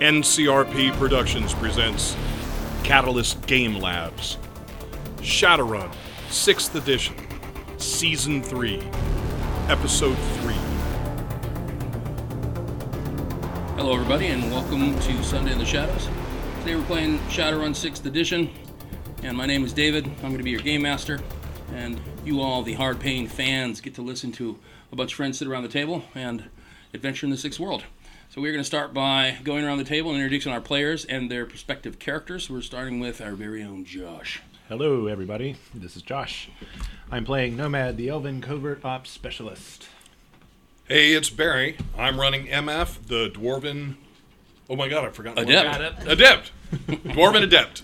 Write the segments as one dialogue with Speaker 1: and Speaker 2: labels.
Speaker 1: NCRP Productions presents Catalyst Game Labs Shadowrun 6th Edition Season 3 Episode 3
Speaker 2: Hello, everybody, and welcome to Sunday in the Shadows. Today we're playing Shadowrun 6th Edition, and my name is David. I'm going to be your game master, and you all, the hard paying fans, get to listen to a bunch of friends sit around the table and adventure in the Sixth World. So we're going to start by going around the table and introducing our players and their respective characters. We're starting with our very own Josh.
Speaker 3: Hello, everybody. This is Josh. I'm playing Nomad, the Elven Covert Ops Specialist.
Speaker 1: Hey, it's Barry. I'm running MF, the Dwarven. Oh my god, I forgot.
Speaker 2: Adept.
Speaker 4: Adept.
Speaker 1: Adept! Dwarven Adept.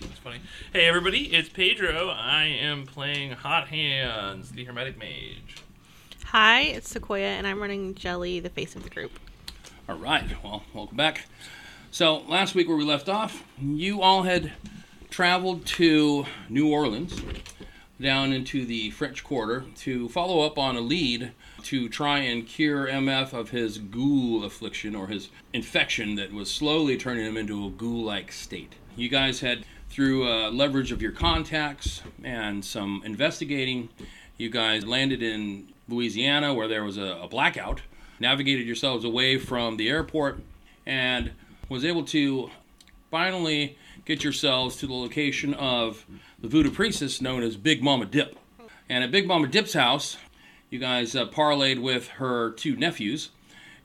Speaker 4: That's funny. Hey everybody, it's Pedro. I am playing Hot Hands, the Hermetic Mage.
Speaker 5: Hi, it's Sequoia, and I'm running Jelly, the face of the group.
Speaker 2: All right, well, welcome back. So, last week where we left off, you all had traveled to New Orleans, down into the French Quarter, to follow up on a lead to try and cure MF of his ghoul affliction or his infection that was slowly turning him into a ghoul like state. You guys had, through uh, leverage of your contacts and some investigating, you guys landed in Louisiana where there was a, a blackout navigated yourselves away from the airport and was able to finally get yourselves to the location of the voodoo priestess known as Big Mama Dip. And at Big Mama Dip's house, you guys uh, parlayed with her two nephews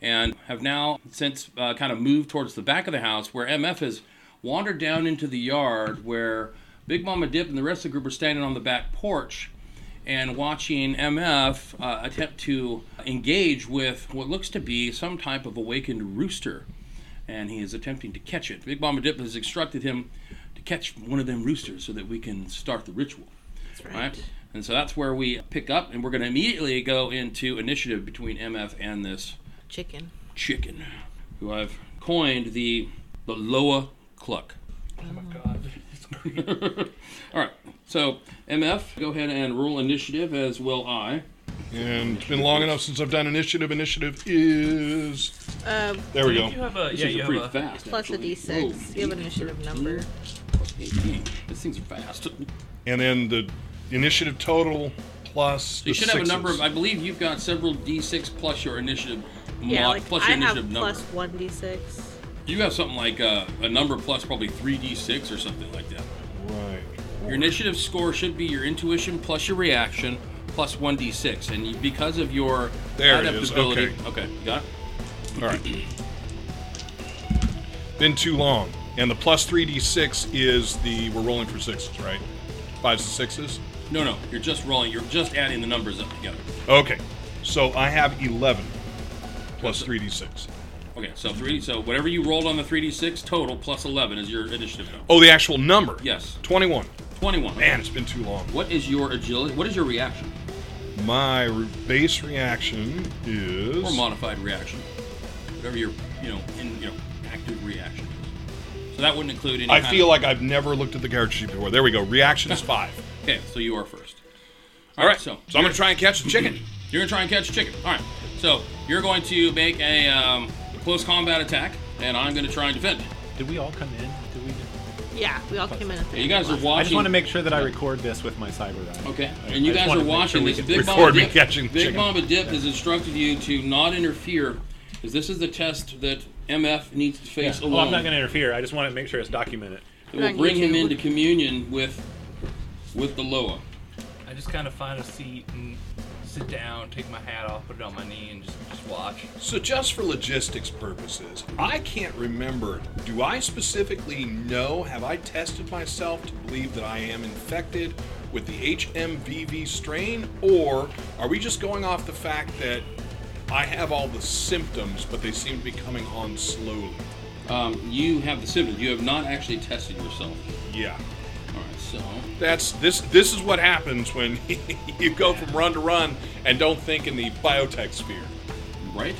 Speaker 2: and have now since uh, kind of moved towards the back of the house where MF has wandered down into the yard where Big Mama Dip and the rest of the group are standing on the back porch and watching MF uh, attempt to engage with what looks to be some type of awakened rooster. And he is attempting to catch it. Big Mama Dip has instructed him to catch one of them roosters so that we can start the ritual.
Speaker 5: That's
Speaker 2: Right. And so that's where we pick up, and we're going to immediately go into initiative between MF and this
Speaker 5: Chicken.
Speaker 2: chicken, who I've coined the the Loa Cluck. Oh my god. All right. So, MF, go ahead and roll initiative as will I.
Speaker 1: And it's been long enough since I've done initiative. Initiative is.
Speaker 5: Uh,
Speaker 1: There we go.
Speaker 4: You have a
Speaker 2: These
Speaker 4: yeah,
Speaker 2: things
Speaker 4: you
Speaker 2: are
Speaker 4: have
Speaker 2: pretty
Speaker 4: a
Speaker 2: fast.
Speaker 5: plus a
Speaker 2: actually.
Speaker 5: d6.
Speaker 2: Whoa,
Speaker 5: you have an initiative number.
Speaker 2: 18. These things are fast. So
Speaker 1: And then the initiative total plus.
Speaker 2: you
Speaker 1: the
Speaker 2: should have a number of,
Speaker 1: sixes.
Speaker 2: I believe you've got several d6 plus your initiative
Speaker 5: Yeah,
Speaker 2: mod,
Speaker 5: like
Speaker 2: plus
Speaker 5: I
Speaker 2: your
Speaker 5: have
Speaker 2: initiative number.
Speaker 5: plus one d6.
Speaker 2: You have something like uh, a number plus probably 3d6 or something like that.
Speaker 1: Right.
Speaker 2: Your initiative score should be your intuition plus your reaction plus 1d6. And you, because of your
Speaker 1: There it is,
Speaker 2: adaptability. Okay. got it?
Speaker 1: All right. Been too long. And the plus 3d6 is the. We're rolling for sixes, right? Fives and sixes?
Speaker 2: No, no. You're just rolling. You're just adding the numbers up together.
Speaker 1: Okay. So I have 11 plus 3d6.
Speaker 2: Okay, so three. So whatever you rolled on the 3d6 total plus 11 is your initiative number.
Speaker 1: Oh, the actual number?
Speaker 2: Yes.
Speaker 1: 21.
Speaker 2: 21.
Speaker 1: Man, it's been too long.
Speaker 2: What is your agility? What is your reaction?
Speaker 1: My re- base reaction is.
Speaker 2: Or modified reaction? Whatever your, you know, in, you know, active reaction is. So that wouldn't include any.
Speaker 1: I
Speaker 2: kind
Speaker 1: feel
Speaker 2: of-
Speaker 1: like I've never looked at the character sheet before. There we go. Reaction is five.
Speaker 2: Okay, so you are first.
Speaker 1: All right.
Speaker 2: so-
Speaker 1: so I'm going to try and catch the chicken.
Speaker 2: You're gonna try and catch a chicken. All right. So you're going to make a um, close combat attack, and I'm gonna try and defend.
Speaker 3: Did we all come in? Did we?
Speaker 5: Yeah, we all came in at the
Speaker 2: Okay, you guys are watching.
Speaker 3: I just want to make sure that I record this with my cyber eye.
Speaker 2: Okay,
Speaker 3: I-
Speaker 2: and you
Speaker 3: I
Speaker 2: guys
Speaker 3: just wanna
Speaker 2: are
Speaker 3: make sure
Speaker 2: watching
Speaker 3: we
Speaker 2: this.
Speaker 3: can-
Speaker 2: Big
Speaker 1: record
Speaker 2: Mama
Speaker 1: me
Speaker 2: Dip,
Speaker 1: catching
Speaker 2: Big
Speaker 1: chicken.
Speaker 2: Mama Dip has instructed you to not interfere, as this is the test that MF needs to face
Speaker 3: Well,
Speaker 2: alone.
Speaker 3: Oh, I'm not going to interfere. I just want to make sure it's documented.
Speaker 2: It will
Speaker 5: On
Speaker 2: bring him
Speaker 5: YouTube.
Speaker 2: into communion with with the Loa.
Speaker 4: a- I just kind of find a seat and sit down, take my hat off, put it on my knee, and just, just watch.
Speaker 1: So, just for logistics purposes, I can't remember. Do I specifically know? Have I tested myself to believe that I am infected with the HMVV strain? Or are we just going off the fact that I have all the symptoms, but they seem to be coming on slowly?
Speaker 2: Um, you have the symptoms. You have not actually tested yourself.
Speaker 1: Yeah.
Speaker 2: All right, so
Speaker 1: That's this. This is what happens when you go from run to run and don't think in the biotech sphere.
Speaker 2: right.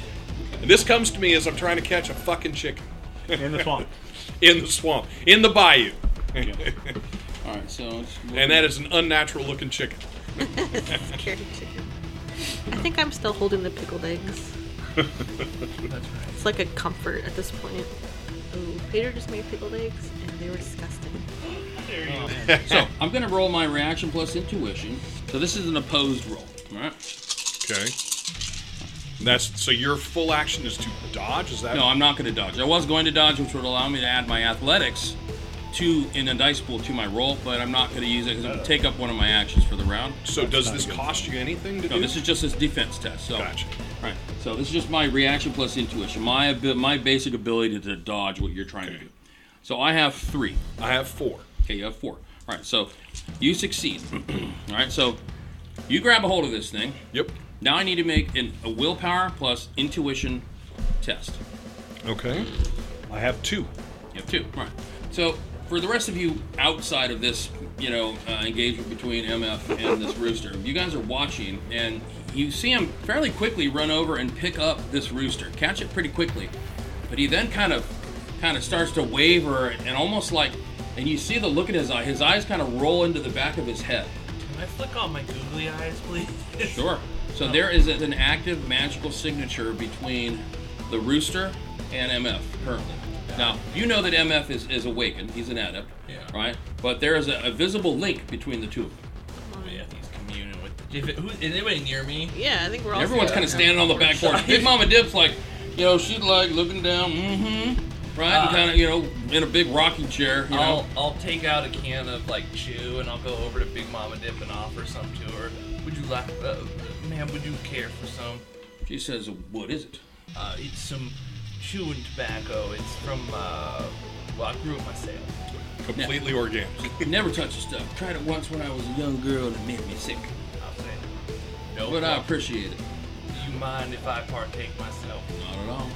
Speaker 1: And this comes to me as I'm trying to catch a fucking chicken
Speaker 3: In the swamp.
Speaker 1: in the swamp, in the bayou.
Speaker 2: All right, so it's-
Speaker 1: And that is an unnatural looking chicken.
Speaker 5: Scared chicken. I think I'm still holding the pickled eggs.
Speaker 4: That's right.
Speaker 5: It's like a comfort at this point. Ooh, Peter just made pickled eggs, and they were disgusting.
Speaker 4: There you go.
Speaker 2: So I'm gonna roll my reaction plus intuition. So this is an opposed roll. All right.
Speaker 1: Okay. And that's so your full action is to dodge. Is that
Speaker 2: No, I'm not gonna dodge. I was going to dodge, which would allow me to add my athletics to in a dice pool to my roll, but I'm not gonna use it because it would take up one of my actions for the round.
Speaker 1: so? Does this cost you anything to
Speaker 2: No,
Speaker 1: do?
Speaker 2: this is just this defense test. So,
Speaker 1: Gotcha.
Speaker 2: All right. So this is just my reaction plus intuition, my abi- my basic ability to dodge what you're trying to
Speaker 1: Okay.
Speaker 2: do. So I have three.
Speaker 1: I have four.
Speaker 2: Okay, you have four. All right. So you succeed. All right. So you grab a hold of this thing.
Speaker 1: Yep.
Speaker 2: Now I need to make an, a willpower plus intuition test.
Speaker 1: Okay. I have two.
Speaker 2: You have two. All right. So for the rest of you outside of this, you know, uh, engagement between MF and this rooster, you guys are watching, and you see him fairly quickly run over and pick up this rooster, catch it pretty quickly, but he then kind of, kind of starts to waver and almost like, and you see the look in his eye. His eyes kind of roll into the back of his head.
Speaker 4: Can I flick on my googly eyes, please?
Speaker 2: Sure. So there is an active magical signature between the rooster and MF currently. Now, you know that MF is, is awakened. He's an adept.
Speaker 4: Yeah.
Speaker 2: Right? But there is a, a visible link between the two of them.
Speaker 4: Yeah, he's communing with. If it, who, is anybody near me?
Speaker 5: Yeah, I think we're all.
Speaker 2: Everyone's kind of standing on the back porch. Big Mama Dip's like, you know, she's like looking down, mm hmm. Right?
Speaker 4: Ah.
Speaker 2: and kind of, you know, in a big rocking chair, you know.
Speaker 4: I'll, I'll take out a can of like chew and I'll go over to Big Mama Dip and offer some to her. Would you like, uh, ma'am? Would you care for some?
Speaker 2: She says, What is it?
Speaker 4: Uh, it's some chewing tobacco. It's from uh, well, I grew it myself.
Speaker 1: Completely organic.
Speaker 2: Never touch this stuff. Tried it once when I was a young girl and it made me sick.
Speaker 4: I'll say. No,
Speaker 2: But I
Speaker 4: problem.
Speaker 2: appreciate it.
Speaker 4: Do you mind if I partake myself?
Speaker 2: Not at all.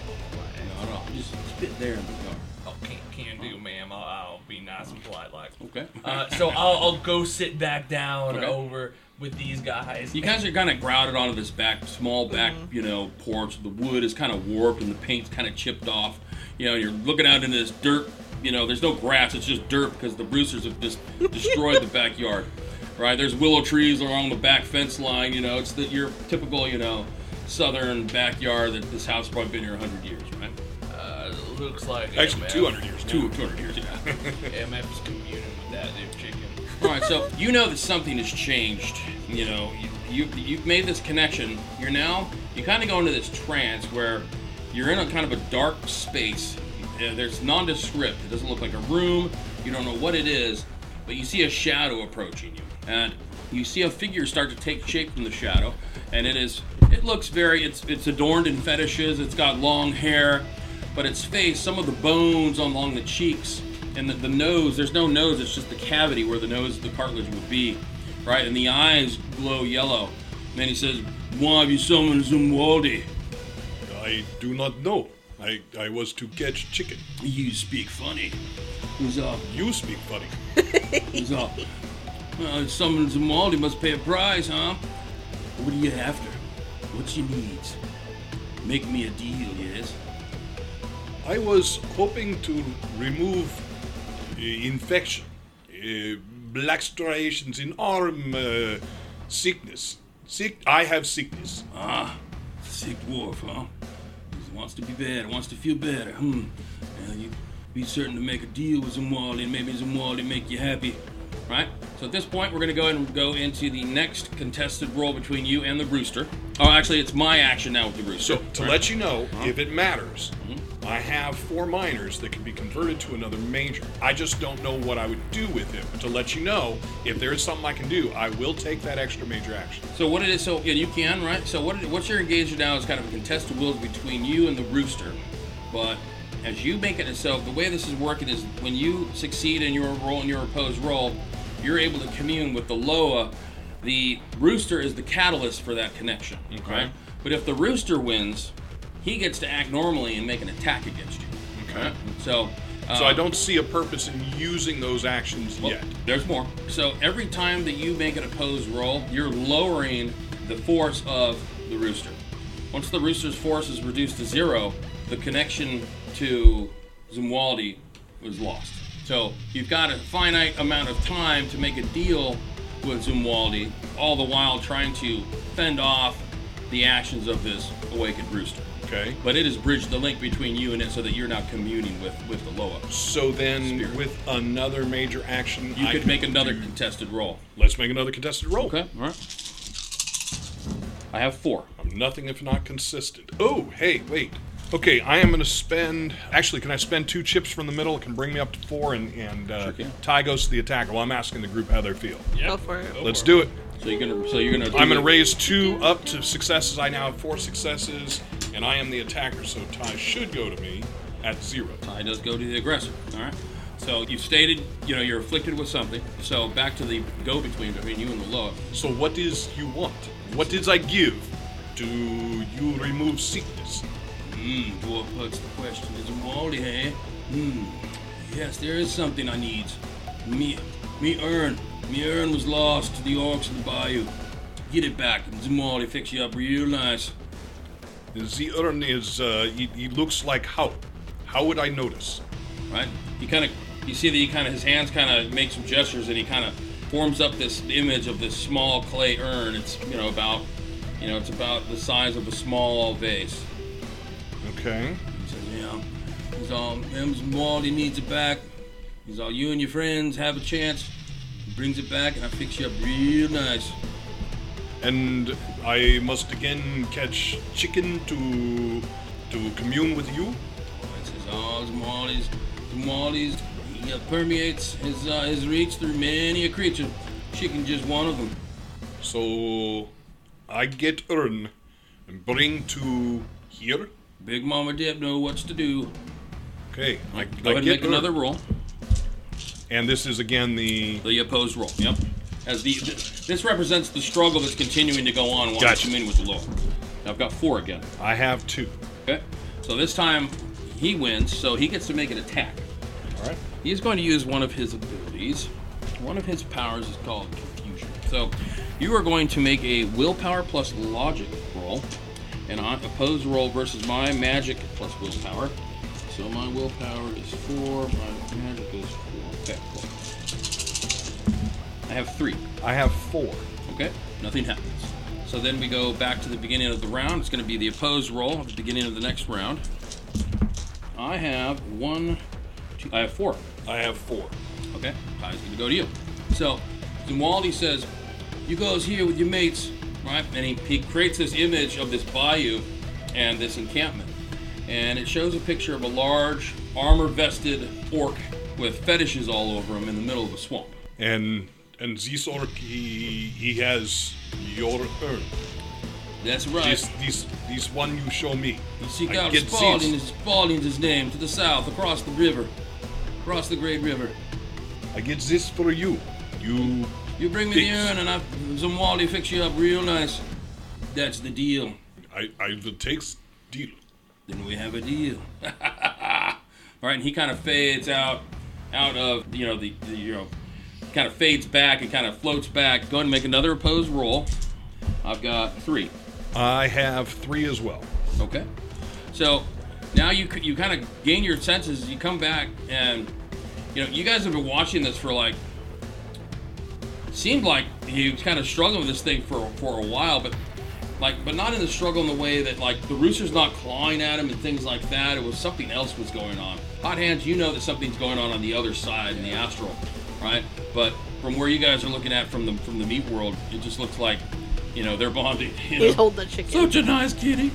Speaker 2: Not at all. Just spit there in the car.
Speaker 4: Oh, can, can do, ma'am. I'll, I'll be nice and polite, like.
Speaker 2: Okay.
Speaker 4: Uh, so I'll, I'll go sit back down
Speaker 2: Okay.
Speaker 4: over with these guys.
Speaker 2: you guys are kind of grouted onto this back, small back, you know, porch. The wood is kind of warped and the paint's kind of chipped off. You know, you're looking out into this dirt. You know, there's no grass. It's just dirt because the roosters have just destroyed the backyard. Right? There's willow trees along the back fence line. You know, it's the, your typical, you know, southern backyard that this house has probably been here 100 years, right?
Speaker 4: Uh, looks like
Speaker 1: Actually,
Speaker 4: MF
Speaker 1: two hundred years. now.
Speaker 2: Two, 200 years, yeah.
Speaker 4: MF's communing with that new chicken.
Speaker 2: All right, so you know that something has changed. You know, you, you you've made this connection. You're now you kind of go into this trance where you're in a kind of a dark space. Uh, There's nondescript. It doesn't look like a room. You don't know what it is, but you see a shadow approaching you, and you see a figure start to take shape from the shadow, and it is it looks very it's it's adorned in fetishes. It's got long hair, but its face, some of the bones along the cheeks and the, the nose, there's no nose, it's just the cavity where the nose, the cartilage would be, right? And the eyes glow yellow. And then he says, Why have you summoned Zumwaldi?
Speaker 1: I do not know. I I was to catch chicken.
Speaker 2: You speak funny. He's up,
Speaker 1: You speak funny.
Speaker 2: he's up. Well, summoned Zumwaldi must pay a price, huh? What are you after? What's your needs? Make me a deal, yes?
Speaker 1: I was hoping to remove uh, infection, uh, black striations in arm, uh, sickness. Sick. I have sickness.
Speaker 2: Ah, sick dwarf, huh? He wants to be better, wants to feel better. Hmm. Now you be certain to make a deal with Zamwali, and maybe Zamwali make you happy. Right? So at this point, we're going to go ahead and go into the next contested role between you and the rooster. Oh, actually, it's my action now with the rooster.
Speaker 1: So to let you know,
Speaker 2: Uh-huh.
Speaker 1: if it matters,
Speaker 2: Mm-hmm.
Speaker 1: I have four minors that can be converted to another major. I just don't know what I would do with it. But to let you know, if there is something I can do, I will take that extra major action.
Speaker 2: So what it is? So yeah, you can right. So what? It, what's your engagement now is kind of a contested wills between you and the rooster, but as you make it, so the way this is working is when you succeed in your role in your opposed role, you're able to commune with the Loa. The rooster is the catalyst for that connection, right? But if the rooster wins, he gets to act normally and make an attack against you.
Speaker 1: Okay.
Speaker 2: So.
Speaker 1: So
Speaker 2: uh,
Speaker 1: I don't see a purpose in using those actions
Speaker 2: well,
Speaker 1: yet.
Speaker 2: There's more. So every time that you make an opposed roll, you're lowering the force of the rooster. Once the rooster's force is reduced to zero, the connection to Zumwaldi is lost. So you've got a finite amount of time to make a deal with Zumwaldi, all the while trying to fend off the actions of this awakened rooster.
Speaker 1: Okay.
Speaker 2: But it has bridged the link between you and it so that you're now communing with, with the Loa.
Speaker 1: So then,
Speaker 2: Spirit.
Speaker 1: with another major action,
Speaker 2: You
Speaker 1: I
Speaker 2: could
Speaker 1: can
Speaker 2: make another
Speaker 1: do-
Speaker 2: contested roll.
Speaker 1: Let's make another contested roll.
Speaker 2: Okay, all right. I have four.
Speaker 1: I'm nothing if not consistent. Oh, hey, wait. Okay, I am going to spend. Actually, can I spend two chips from the middle? It can bring me up to four, and, and uh,
Speaker 2: Sure can.
Speaker 1: Ty goes to the attacker. Well, I'm asking the group how they feel.
Speaker 4: Yeah.
Speaker 5: Go for it.
Speaker 1: Let's do it.
Speaker 2: So you're gonna. So you're gonna. do
Speaker 1: I'm going
Speaker 2: it.
Speaker 1: to raise two up to successes. I now have four successes, and I am the attacker, so Ty should go to me at zero.
Speaker 2: Tie does go to the aggressor. All right. So you've stated, you know, you're afflicted with something. So back to the go-between between you and the Loa.
Speaker 1: So, what is you want? What did I give? Do you remove sickness?
Speaker 2: Hmm. Dwarf puts the question. Is it Wally? Hey. Hmm. Yes, there is something I need. Me, me urn. Me urn was lost to the orcs in the bayou. Get it back, and Zamali fix you up real nice.
Speaker 1: The urn is, uh, he, he looks like how? How would I notice?
Speaker 2: right? He kind of, you see that he kind of, his hands kind of make some gestures, and he kind of forms up this image of this small clay urn. It's you know about, you know, it's about the size of a small vase.
Speaker 1: Okay.
Speaker 2: He says, "Yeah, he's all M's Maldy needs it back. He's all you and your friends have a chance. He brings it back, and I fix you up real nice.
Speaker 1: And I must again catch chicken to to commune with you.
Speaker 2: It says, "Oh, Zamali's, Zamali's, he uh, permeates his uh, his reach through many a creature. Chicken just one of them."
Speaker 1: So I get urn and bring to here.
Speaker 2: Big Mama Dip know what's to do.
Speaker 1: Okay. I,
Speaker 2: Go
Speaker 1: I
Speaker 2: ahead and
Speaker 1: get
Speaker 2: make
Speaker 1: urn.
Speaker 2: another roll.
Speaker 1: And this is again the
Speaker 2: The opposed roll. Yep. As the th- this represents the struggle that's continuing to go on once
Speaker 1: Gotcha.
Speaker 2: you in with the law. I've got four again.
Speaker 1: I have two.
Speaker 2: Okay. So this time he wins, so he gets to make an attack.
Speaker 1: All right.
Speaker 2: He's going to use one of his abilities. One of his powers is called confusion. So you are going to make a willpower plus logic roll, an o- opposed roll versus my magic plus willpower. So my willpower is four, my magic is four. Okay, cool. I have three.
Speaker 1: I have four.
Speaker 2: Okay, nothing happens. So then we go back to the beginning of the round. It's going to be the opposed roll at the beginning of the next round. I have one, two, I have four.
Speaker 1: I have four.
Speaker 2: Okay, Ty's going to go to you. So Zumwaldi says, "You goes here with your mates, right?" And he, he creates this image of this bayou and this encampment, and it shows a picture of a large armor-vested orc with fetishes all over him in the middle of a swamp.
Speaker 1: And and this orc he he has your urn.
Speaker 2: That's right.
Speaker 1: This this this one you show me.
Speaker 2: You seek
Speaker 1: I
Speaker 2: out
Speaker 1: get
Speaker 2: Spalding,
Speaker 1: these.
Speaker 2: is Spalding's his name, to the south, across the river, across the great river.
Speaker 1: I get this for you. You
Speaker 2: You bring me the
Speaker 1: Fix.
Speaker 2: urn and I, Zamwali fix you up real nice. That's the deal.
Speaker 1: I I will take deal.
Speaker 2: Then we have a deal. All right, and he kind of fades out, out of you know the, the you know, kind of fades back and kind of floats back. Go ahead and make another opposed roll. I've got three.
Speaker 1: I have three as well.
Speaker 2: Okay. So now you c- you kind of gain your senses. You come back and you know you guys have been watching this for like seemed like he was kind of struggling with this thing for for a while, but like but not in the struggle in the way that like the rooster's not clawing at him and things like that. It was something else was going on. Hot hands, you know that something's going on on the other side in the astral, right? But from where you guys are looking at from the from the meat world, it just looks like you know they're bonding. You know?
Speaker 5: He's holding the chicken.
Speaker 2: Such a nice kitty.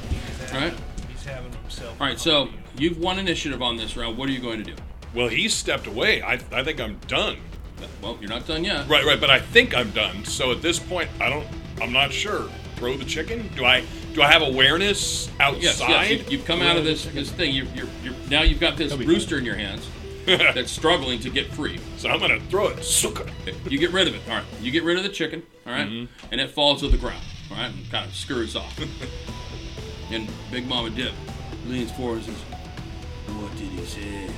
Speaker 2: All right.
Speaker 6: He's having himself.
Speaker 2: All right. So you've won initiative on this round. What are you going to do?
Speaker 1: Well, he stepped away. I, I think I'm done.
Speaker 2: Well, you're not done yet.
Speaker 1: Right, right, but I think I'm done. So at this point, I don't. I'm not sure. Throw the chicken? Do I? Do I have awareness outside?
Speaker 2: Yes. yes you, you've come out of this this thing. You're, you're, you're now you've got this
Speaker 3: be
Speaker 2: rooster in your hands that's struggling to get free.
Speaker 1: so I'm gonna throw it. Sucker.
Speaker 2: You get rid of it. All right. You get rid of the chicken. All right?
Speaker 1: Mm-hmm.
Speaker 2: And it falls to the ground. All right. And kind of screws off. and Big Mama Dip leans forward and says, "What did he say?"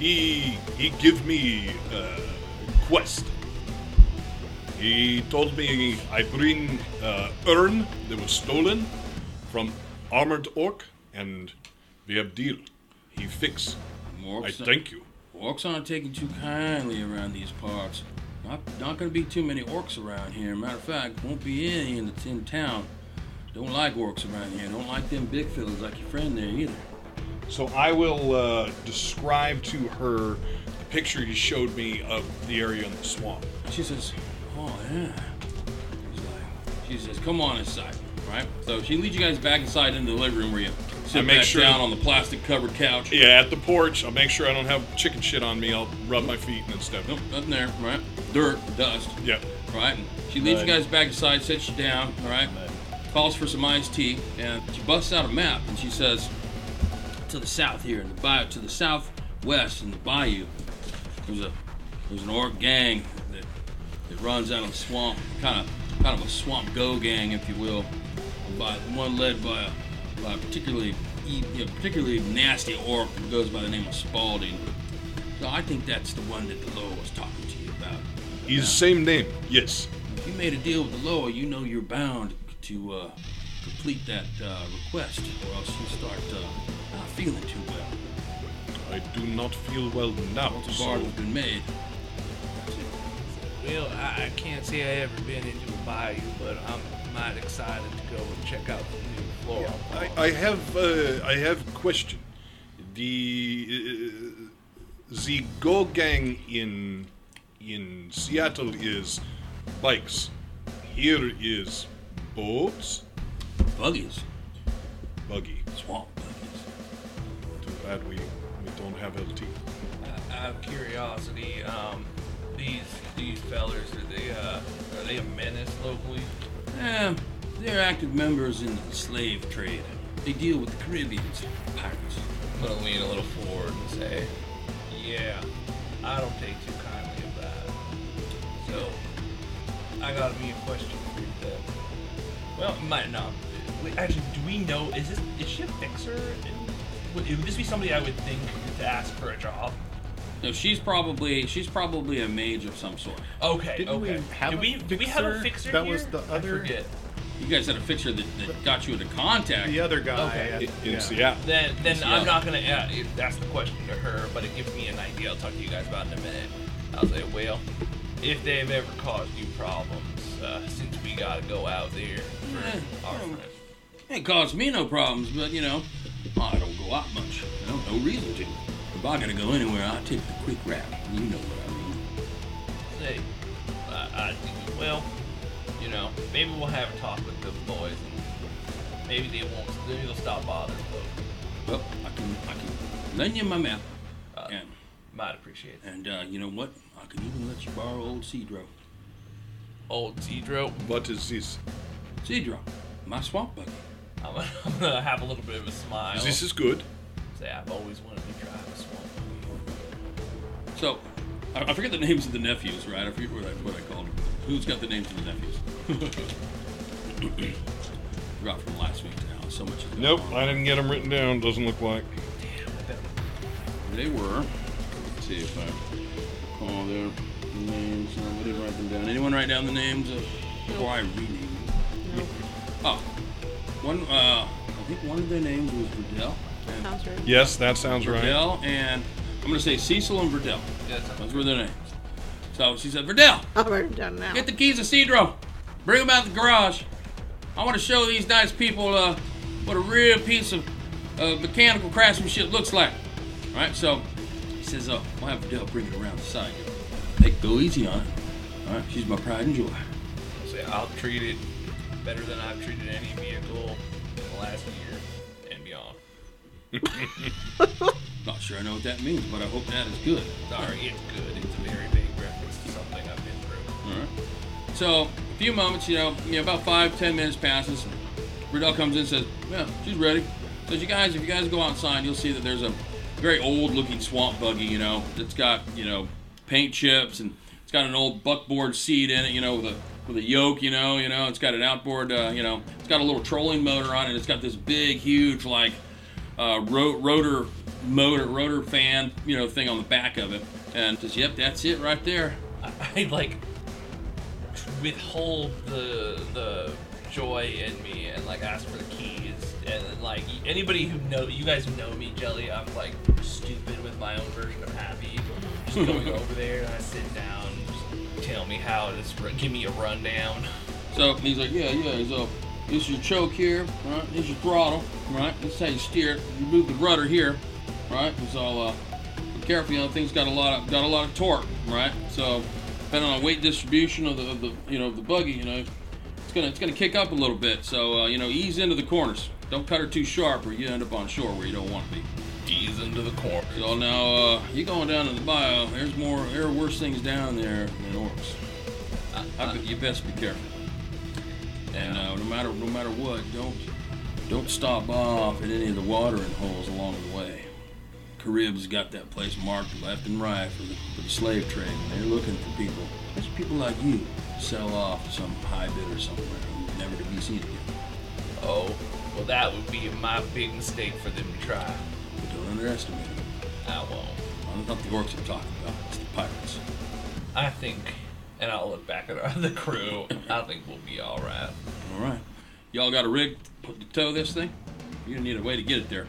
Speaker 1: He he give me uh, quest. He told me I bring uh, urn that was stolen from armored orc, and we have deal. He fix.
Speaker 2: More
Speaker 1: I thank you.
Speaker 2: Orcs aren't taken too kindly around these parts. Not, not gonna be too many orcs around here. Matter of fact, won't be any in the tin town. Don't like orcs around here. Don't like them big fellas like your friend there either.
Speaker 1: So I will uh, describe to her the picture you showed me of the area in the swamp.
Speaker 2: She says, "Oh yeah." She's like, she says, "Come on inside." Right. So she leads you guys back inside into the living room where you
Speaker 1: I
Speaker 2: sit
Speaker 1: make
Speaker 2: back
Speaker 1: sure-
Speaker 2: down on the plastic covered couch.
Speaker 1: Yeah, at the porch. I'll make sure I don't have chicken shit on me. I'll rub my feet and then step.
Speaker 2: Nope, nothing there. Right. Dirt, dust.
Speaker 1: Yeah.
Speaker 2: Right. And she leads you
Speaker 3: Mud.
Speaker 2: guys back inside, sits you down. All right. Calls for some iced tea, and she busts out a map and she says, "To the south here, in the bayou, to the southwest in the bayou, there's a there's an orc gang that that runs out of the swamp, kind of kind of a swamp go gang, if you will, by one led by a, by a particularly e- you know, particularly nasty orc who goes by the name of Spalding. So I think that's the one that the Lord was talking to you about.
Speaker 1: He's the same name. Yes.
Speaker 2: If you made a deal with the law, you know you're bound to uh, complete that uh, request, or else you start uh, not feeling too well.
Speaker 1: I do not feel well now.
Speaker 2: Once a
Speaker 1: so-
Speaker 2: bargain's been made,
Speaker 6: Well, I, I can't say I ever been into a bayou, but I'm mighty excited to go and check out the new flora.
Speaker 1: I, I have uh, I have a question. The uh, the go gang in in Seattle is bikes. Here is boats,
Speaker 2: buggies,
Speaker 1: buggy.
Speaker 2: swamp buggies.
Speaker 1: Too bad we, we don't have LT.
Speaker 6: Out of curiosity, um, these these fellers are they uh, are they a menace locally?
Speaker 2: Eh, they're active members in the slave trade. They deal with the Caribbean's pirates.
Speaker 6: I'm gonna lean a little forward and say, yeah, I don't take too kindly of that. So I got me a question for you. Then. Well, it might not.
Speaker 4: Wait, actually, do we know? Is this is she a fixer? In, would, would this be somebody I would think to ask for a job?
Speaker 2: No, she's probably she's probably a mage of some sort.
Speaker 4: Okay,
Speaker 3: Didn't
Speaker 4: okay.
Speaker 3: we have
Speaker 4: do
Speaker 3: a
Speaker 4: we, do we have a
Speaker 3: fixer?
Speaker 4: fixer
Speaker 3: That
Speaker 4: here?
Speaker 3: was the other-
Speaker 4: I forget.
Speaker 2: You guys had a fixer that, that got you into contact.
Speaker 3: The other guy.
Speaker 4: Okay.
Speaker 3: I-
Speaker 1: In, in
Speaker 3: yeah.
Speaker 1: Seattle.
Speaker 4: Then, then
Speaker 2: Yeah.
Speaker 4: I'm not gonna a- ask the question to her, but it gives me an idea. I'll talk to you guys about in a minute. I'll say, well, if they've ever caused you problems uh, since we gotta go out there for
Speaker 2: Yeah.
Speaker 4: our
Speaker 2: Yeah.
Speaker 4: friend.
Speaker 2: It caused me no problems, but you know, I don't go out much. I don't no reason to. If I gotta go anywhere, I take the quick route. You know what I mean.
Speaker 4: Say, I, I think, well, you know, maybe we'll have a talk with the boys. And maybe they won't. Maybe they'll stop bothering folks.
Speaker 2: Well, I can I can lend you my map,
Speaker 4: Uh,
Speaker 2: and
Speaker 4: Might appreciate it.
Speaker 2: and uh, you know what? I can even let you borrow old Cedro.
Speaker 4: Old Zedro,
Speaker 1: What is this?
Speaker 2: Cedro, my swamp buggy.
Speaker 4: I'm gonna, I'm gonna have a little bit of a smile.
Speaker 1: This is good.
Speaker 4: Say, I've always wanted to drive a swamp.
Speaker 2: So, I, I forget the names of the nephews, right? I forget what I, what I called them. Who's got the names of the nephews? Forgot from last week to now. So much. has gone
Speaker 1: Nope,
Speaker 2: on.
Speaker 1: I didn't get them written down. Doesn't look like.
Speaker 2: They were. Let's see if I call their names. No, we didn't write them down. Anyone write down the names of before I rename them?
Speaker 5: No,
Speaker 2: Oh, one. Uh, I think one of their names was Verdell.
Speaker 5: that sounds right.
Speaker 1: Yes, that sounds right.
Speaker 2: Verdell and I'm gonna say Cecil and Verdell.
Speaker 4: Yeah, that sounds
Speaker 2: Those were their names. So she said, Verdell,
Speaker 5: I'll write them down now.
Speaker 2: get the keys of Cedro. Bring them out the garage. I want to show these nice people uh, what a real piece of uh, mechanical craftsmanship looks like. All right, so he says, uh, we'll have Verdell bring it around the side. They can go easy on it. All right, she's my pride and joy.
Speaker 4: Say, I'll treat it better than I've treated any vehicle in the last year and beyond.
Speaker 2: Not sure I know what that means, but I hope that is good.
Speaker 4: Sorry, it's good. It's a very big reference to something I've been through.
Speaker 2: All right. So a few moments, you know, you know, about five, ten minutes passes. Riddell comes in and says, "Yeah, she's ready." So you guys, if you guys go outside, you'll see that there's a very old-looking swamp buggy. You know, it's got you know paint chips and it's got an old buckboard seat in it. You know, with a with a yoke. You know, you know, it's got an outboard. Uh, you know, it's got a little trolling motor on it. It's got this big, huge like uh, ro- rotor motor rotor fan. You know, thing on the back of it. And says, "Yep, that's it right there."
Speaker 4: I, I like withhold the the joy in me and like ask for the keys and then, like anybody who know you guys who know me, Jelly, I'm like stupid with my own version of happy. Just going over there and I sit down. and just Tell me how this. Give me a rundown.
Speaker 2: So he's like, yeah, yeah. He's all, This is your choke here, right? This is your throttle, right? This is how you steer it. You move the rudder here, right? So uh, be careful, you know, things got a lot of got a lot of torque, right? So depending on weight distribution of the, of the you know of the buggy, you know, it's gonna it's gonna kick up a little bit. So uh, you know, ease into the corners. Don't cut her too sharp, or you end up on shore where you don't want to be.
Speaker 4: Ease into the corner.
Speaker 2: So now uh, you going down to the bio. There's more. There are worse things down there than orcs. I, bet you best be careful. And uh, no matter no matter what, don't don't stop off at any of the watering holes along the way. Caribs got that place marked left and right for the, for the slave trade, and they're looking for people. There's people like you sell off to some high bidder somewhere, who's never to be seen again.
Speaker 4: Oh, well, that would be my big mistake for them to try.
Speaker 2: But don't underestimate them.
Speaker 4: I won't.
Speaker 2: I don't know the orcs I'm talking about. It's the pirates.
Speaker 4: I think, and I'll look back at our- the crew. I think we'll be all right.
Speaker 2: All right, y'all got a rig to tow this thing? You're gonna need a way to get it there.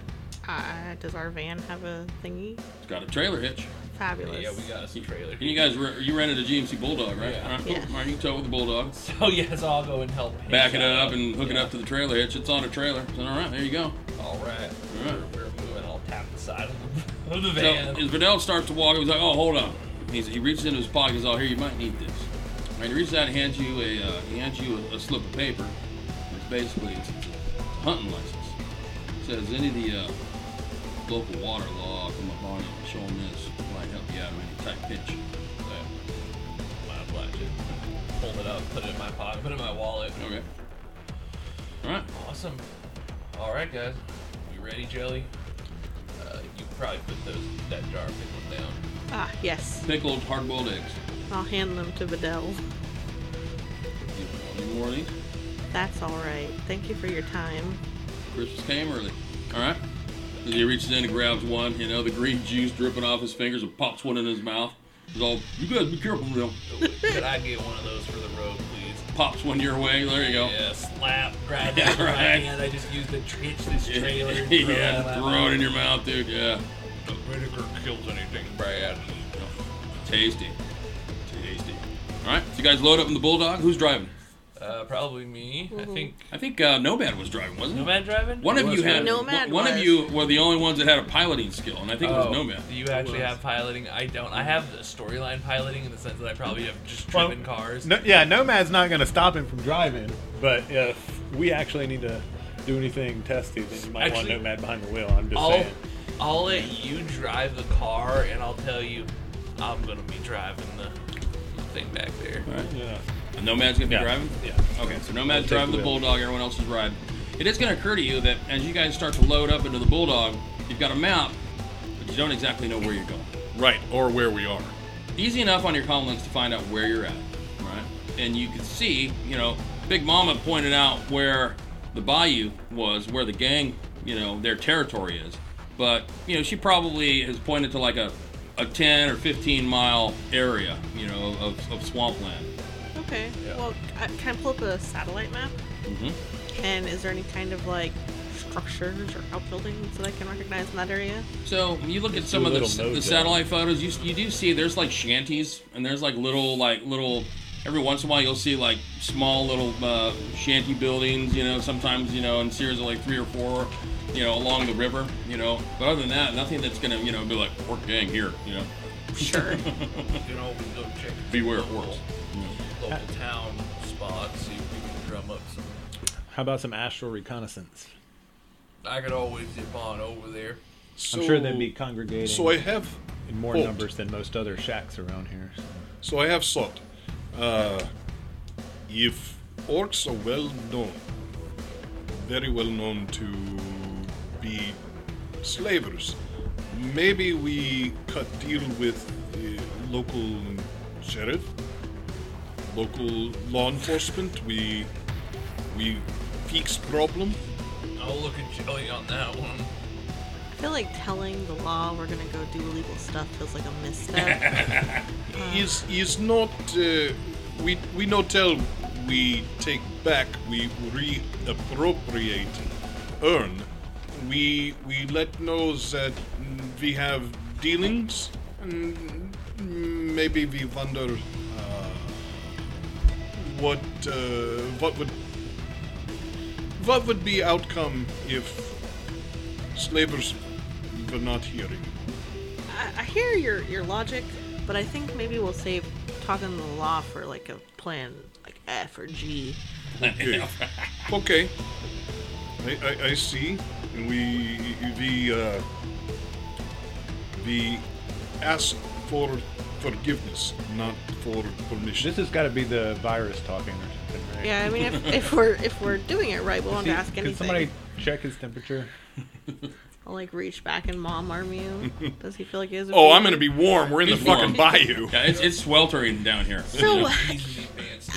Speaker 5: Uh, does our van have a thingy?
Speaker 2: It's got a trailer hitch.
Speaker 5: Fabulous.
Speaker 4: Yeah, we got us a trailer.
Speaker 2: And you guys, re- you rented a GMC Bulldog, right?
Speaker 4: Yeah.
Speaker 2: All right, cool.
Speaker 5: Yeah.
Speaker 2: All right, you can tow it with the Bulldog.
Speaker 4: So yes, I'll go and help. him
Speaker 2: Back it
Speaker 4: out.
Speaker 2: up and hook it
Speaker 4: Yeah.
Speaker 2: up to the trailer hitch. It's on a trailer. So, all right, there you go. All
Speaker 4: All right. We're,
Speaker 2: right.
Speaker 4: we're moving. I'll tap the side of the, of the
Speaker 2: So
Speaker 4: van.
Speaker 2: as Vidal starts to walk, he was like, "Oh, hold on." He's, he reaches into his pocket. He's all, "Here, you might need this." All right, he reaches out and hands you a uh, he hands you a, a slip of paper. It's basically it's, it's a hunting license. It says any of the uh, local water law from up on you. Show him this. Might help you out in any tight pitch.
Speaker 4: I'll flash it. Hold it up. Put it in my pocket. Put it in my wallet.
Speaker 2: Okay. All right.
Speaker 4: Awesome. All right, guys. You ready, Jelly? Uh, you probably put those that jar of pickles down.
Speaker 5: Ah, yes.
Speaker 2: Pickled hard-boiled eggs.
Speaker 5: I'll hand them to Vidal.
Speaker 2: You want any more of these?
Speaker 5: That's all right. Thank you for your time.
Speaker 2: Christmas came early. All right. He reaches in and grabs one. You know, the green juice dripping off his fingers and pops one in his mouth. He's all, you guys be careful, real.
Speaker 4: Could I get one of those for the road, please?
Speaker 2: Pops one your way. There you go.
Speaker 4: Yeah, slap, grab
Speaker 2: Yeah,
Speaker 4: that right.
Speaker 2: right.
Speaker 4: hand. I just used the hitch this trailer. and throw it
Speaker 2: yeah,
Speaker 4: out my
Speaker 2: throw it in your mouth, dude. Yeah.
Speaker 4: mouth. The vinegar kills anything bad.
Speaker 2: Tasty. Tasty. All right. So you guys load up in the Bulldog. Who's driving?
Speaker 4: Uh, probably me. I think
Speaker 2: I think uh, Nomad was driving, wasn't it?
Speaker 4: Nomad driving.
Speaker 2: One of
Speaker 3: was
Speaker 2: you had
Speaker 5: Nomad
Speaker 2: one of
Speaker 5: was.
Speaker 2: you were the only ones that had a piloting skill, and I think it was
Speaker 4: Oh,
Speaker 2: Nomad.
Speaker 4: Do you actually have piloting? I don't. I have the storyline piloting in the sense that I probably have just
Speaker 3: Well,
Speaker 4: driven cars.
Speaker 3: No, yeah, Nomad's not going to stop him from driving, but if we actually need to do anything testy, then you might want
Speaker 4: Actually-
Speaker 3: Nomad behind the wheel. I'm just
Speaker 4: I'll,
Speaker 3: saying.
Speaker 4: I'll let you drive the car, and I'll tell you, I'm gonna be driving the thing back there.
Speaker 2: All right.
Speaker 3: Yeah.
Speaker 2: And Nomad's gonna be
Speaker 3: Yeah.
Speaker 2: driving.
Speaker 3: Yeah.
Speaker 2: Okay, so Nomad's
Speaker 3: I'll take
Speaker 2: driving the
Speaker 3: the wheel.
Speaker 2: Bulldog, everyone else is riding. It is going to occur to you that as you guys start to load up into the Bulldog, you've got a map, but you don't exactly know where you're going.
Speaker 1: Right, or where we are.
Speaker 2: Easy enough on your comm links to find out where you're at, right? And you can see, you know, Big Mama pointed out where the bayou was, where the gang, you know, their territory is. But, you know, she probably has pointed to like a, a 10 or 15 mile area, you know, of, of swampland.
Speaker 5: Okay. Well, I, can I pull up a satellite map?
Speaker 4: Mm-hmm.
Speaker 2: hmm
Speaker 5: And is there any kind of like structures or outbuildings that I can recognize in that area?
Speaker 2: So when you look at some
Speaker 3: do
Speaker 2: of
Speaker 3: a
Speaker 2: the,
Speaker 3: little
Speaker 2: the
Speaker 3: mojo.
Speaker 2: satellite photos, you, you do see there's like shanties and there's like little like little. Every once in a while, you'll see like small little uh, shanty buildings. You know, sometimes you know in series of like three or four. You know, along the river. You know, but other than that, nothing that's gonna you know be like work gang here. You know,
Speaker 5: Sure.
Speaker 4: You can always go check
Speaker 2: beware it
Speaker 4: local-
Speaker 2: works.
Speaker 4: Local town spots, see if we can drum up some.
Speaker 3: How about some astral reconnaissance?
Speaker 4: I could always zip on over there.
Speaker 1: So,
Speaker 3: I'm sure they'd be congregating
Speaker 1: So I have
Speaker 3: in more
Speaker 1: Bolt.
Speaker 3: numbers than most other shacks around here. so.
Speaker 1: So I have salt. Uh, if orcs are well known, very well known to be slavers, maybe we cut deal with the local sheriff, local law enforcement. We we fix problem.
Speaker 4: I'll look at Jelly on that one.
Speaker 5: I feel like telling the law we're gonna go do illegal stuff feels like a misstep.
Speaker 1: is is not uh, we we not tell we take back we reappropriate earn we we let know that mm, we have dealings and maybe we wonder uh, what uh, what would What would be outcome if slavers were not hearing?
Speaker 5: I, I hear your your logic, but I think maybe we'll save talking the law for like a plan like F or G.
Speaker 1: Okay. okay. I, I, I see. And we we uh, we ask for forgiveness, not for permission.
Speaker 3: This has got to be the virus talking or something, right?
Speaker 5: Yeah, I mean if, if we're if we're doing it right, we won't
Speaker 3: See,
Speaker 5: ask anything.
Speaker 3: Could somebody check his temperature?
Speaker 5: I'll like reach back and mom arm you. Does he feel like he is?
Speaker 1: Oh, I'm gonna be warm. We're in the
Speaker 2: It's warm.
Speaker 1: fucking bayou.
Speaker 2: Yeah, it's, it's sweltering down here. You
Speaker 5: So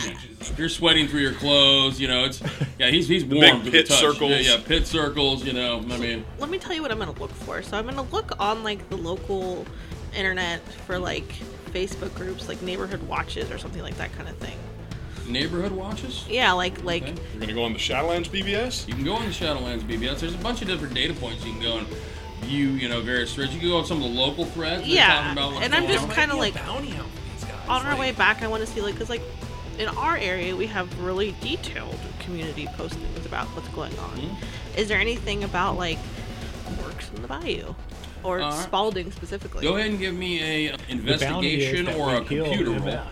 Speaker 2: know, you're sweating through your clothes. You know, it's yeah. He's he's warm
Speaker 1: big
Speaker 2: to
Speaker 1: pit
Speaker 2: the touch.
Speaker 1: circles.
Speaker 2: Yeah, yeah, pit circles. You know, I mean,
Speaker 5: let me tell you what I'm gonna look for. So I'm gonna look on like the local internet for like Facebook groups, like neighborhood watches or something like that kind of thing.
Speaker 2: neighborhood watches.
Speaker 5: Yeah, like like
Speaker 2: Okay.
Speaker 1: We're gonna go on the Shadowlands BBS.
Speaker 2: You can go on the Shadowlands BBS. There's a bunch of different data points you can go and view. You know, various threads. You can go on some of the local threads. They're
Speaker 5: Yeah,
Speaker 2: talking about what's
Speaker 5: and I'm
Speaker 2: going
Speaker 5: just
Speaker 2: on.
Speaker 5: kinda like-
Speaker 4: bounty out for these guys.
Speaker 5: on our
Speaker 4: like,
Speaker 5: way back, I want to see like because like in our area we have really detailed community postings about what's going on. Is there anything about like works in the bayou or
Speaker 2: Uh,
Speaker 5: Spalding specifically?
Speaker 2: Go ahead and give me a
Speaker 3: The bounty is
Speaker 2: investigation
Speaker 3: that
Speaker 2: or a
Speaker 3: we kill
Speaker 2: computer
Speaker 3: MF.
Speaker 2: roll.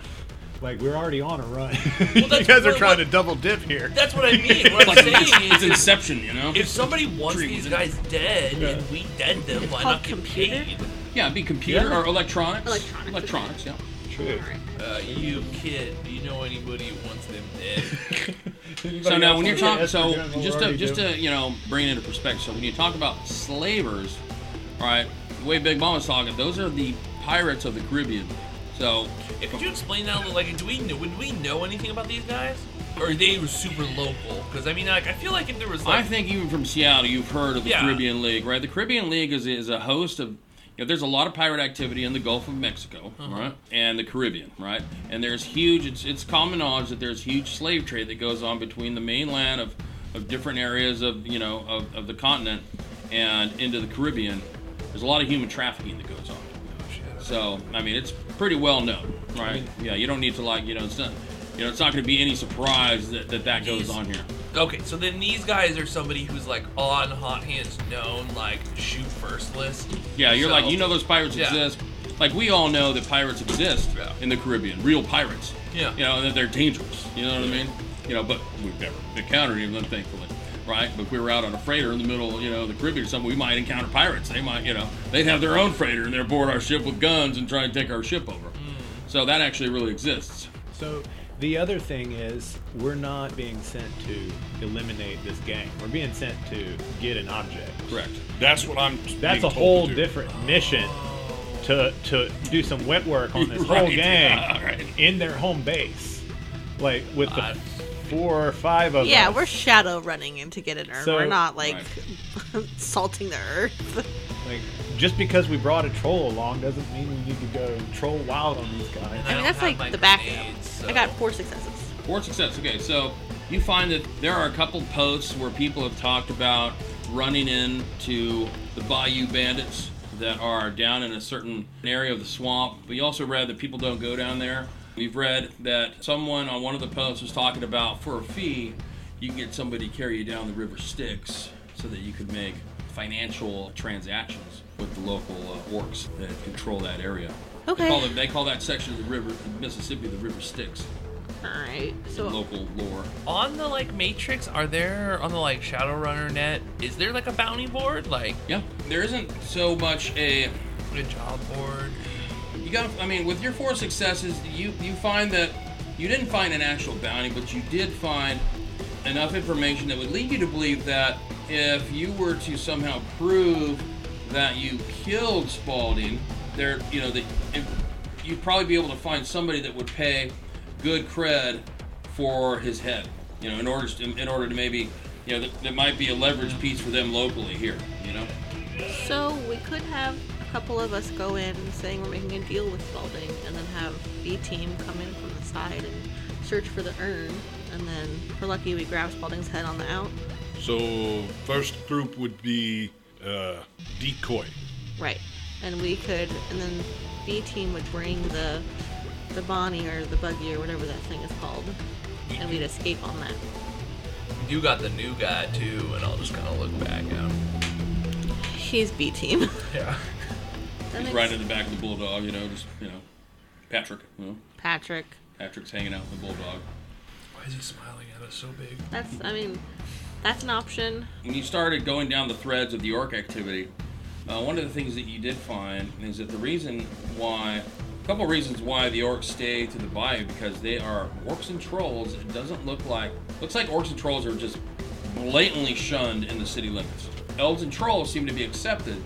Speaker 3: Like we're already on a run. you
Speaker 4: that's
Speaker 3: guys are
Speaker 4: what-
Speaker 3: trying to double dip here.
Speaker 4: That's what I mean.
Speaker 2: It's
Speaker 4: What I'm
Speaker 2: like it's,
Speaker 4: saying
Speaker 2: it's
Speaker 4: is,
Speaker 2: Inception, you know.
Speaker 4: if somebody wants these guys dead and we dead them, why
Speaker 5: called
Speaker 4: not get
Speaker 5: computer?
Speaker 4: paid?
Speaker 2: yeah, it'd be computer
Speaker 3: Yeah.
Speaker 2: or electronics.
Speaker 5: Electronics.
Speaker 2: Electronics. Yeah.
Speaker 3: True.
Speaker 4: Uh, you kid, do you know anybody who wants them dead?
Speaker 2: So now, when you're talking, so just to just to you know bring it into perspective. So when you talk about slavers, all right, the way Big Mom was talking, those are the pirates of the Caribbean. So
Speaker 4: Yeah, could you explain that? a little? Like, do we know? Would we know anything about these guys? Or they were super local? Because I mean, like, I feel like if there was
Speaker 2: I
Speaker 4: like,
Speaker 2: think even from Seattle, you've heard of the
Speaker 4: Yeah.
Speaker 2: Caribbean League, right? The Caribbean League is is a host of. You know, there's a lot of pirate activity in the Gulf of Mexico,
Speaker 4: Uh-huh.
Speaker 2: right, and the Caribbean, right, and there's huge. It's it's common knowledge that there's huge slave trade that goes on between the mainland of, of different areas of you know of, of the continent, and into the Caribbean. There's a lot of human trafficking that goes on. So I mean, it's pretty well known, right? yeah, you don't need to like you know it's not, you know it's not going to be any surprise that that, that goes
Speaker 4: Jeez.
Speaker 2: on here.
Speaker 4: okay, so then these guys are somebody who's like on hot hands known, like shoot first list.
Speaker 2: Yeah, you're
Speaker 4: So-
Speaker 2: like, you know those pirates
Speaker 4: Yeah.
Speaker 2: exist. Like, we all know that pirates exist
Speaker 4: Yeah.
Speaker 2: in the Caribbean, real pirates.
Speaker 4: Yeah.
Speaker 2: You know, and that they're dangerous. You know what I mean? You know, but we've never encountered any of them, thankfully. Right? But if we were out on a freighter in the middle, you know, of the Caribbean or something, we might encounter pirates. They might, you know, they'd have their own freighter and they're board our ship with guns and try and take our ship over.
Speaker 4: Hmm.
Speaker 2: So that actually really exists.
Speaker 3: So the other thing is, we're not being sent to eliminate this gang. We're being sent to get an object.
Speaker 2: Correct.
Speaker 1: That's what I'm.
Speaker 3: That's
Speaker 1: being told
Speaker 3: a
Speaker 1: to
Speaker 3: whole
Speaker 1: do.
Speaker 3: different mission to to do some wet work on this whole
Speaker 2: Right,
Speaker 3: gang
Speaker 2: yeah, right.
Speaker 3: in their home base, like with the
Speaker 1: Uh,
Speaker 4: I-
Speaker 3: four or five of
Speaker 5: yeah,
Speaker 3: us.
Speaker 5: we're shadow running in to get an urn.
Speaker 3: So-
Speaker 5: we're not like salting the earth.
Speaker 3: Like, just because we brought a troll along doesn't mean we need to go troll wild on these guys.
Speaker 5: I mean
Speaker 4: don't
Speaker 5: that's
Speaker 4: have
Speaker 5: like
Speaker 4: my
Speaker 5: the back.
Speaker 4: grenades, so-
Speaker 5: I got four successes.
Speaker 2: Four success. Okay, so you find that there are a couple posts where people have talked about running into the Bayou Bandits that are down in a certain area of the swamp. But you also read that people don't go down there. We've read that someone on one of the posts was talking about for a fee, you can get somebody to carry you down the river Styx so that you could make financial transactions with the local uh, orcs that control that area. They
Speaker 5: Okay.
Speaker 2: call, them, they call that section of the river, Mississippi, the river Styx
Speaker 5: All right.
Speaker 2: in
Speaker 5: So
Speaker 2: local lore.
Speaker 4: on the like Matrix, are there on the like Shadowrunner net? Is there like a bounty board, like
Speaker 2: Yeah, there isn't so much a.
Speaker 4: a job board?
Speaker 2: You got. I mean, with your four successes, you you find that you didn't find an actual bounty, but you did find enough information that would lead you to believe that if you were to somehow prove that you killed Spalding, there, you know, that if, you'd probably be able to find somebody that would pay good cred for his head. You know, in order to, in order to maybe, you know, that, that might be a leverage piece for them locally here. You know.
Speaker 5: so we could have a couple of us go in saying we're making a deal with Spalding, and then have B team come in from the side and search for the urn, and then if we're lucky we grab Spalding's head on the out.
Speaker 1: So first group would be uh, decoy.
Speaker 5: Right. And we could, and then B team would bring the the Bonnie or the buggy or whatever that thing is called, and we'd escape on that.
Speaker 4: you got the new guy too, and I'll just kind of look back at him.
Speaker 5: He's B team.
Speaker 4: Yeah.
Speaker 5: That
Speaker 2: He's
Speaker 5: makes-
Speaker 2: right in the back of the bulldog, you know, just you know, Patrick. You know,
Speaker 5: Patrick.
Speaker 2: Patrick's hanging out with the bulldog.
Speaker 4: Why is he smiling at us so big?
Speaker 5: That's. I mean, that's an option.
Speaker 2: When you started going down the threads of the orc activity, uh, one of the things that you did find is that the reason why, a couple reasons why the orcs stay to the bayou because they are orcs and trolls. It doesn't look like looks like orcs and trolls are just blatantly shunned in the city limits. Elves and trolls seem to be accepted,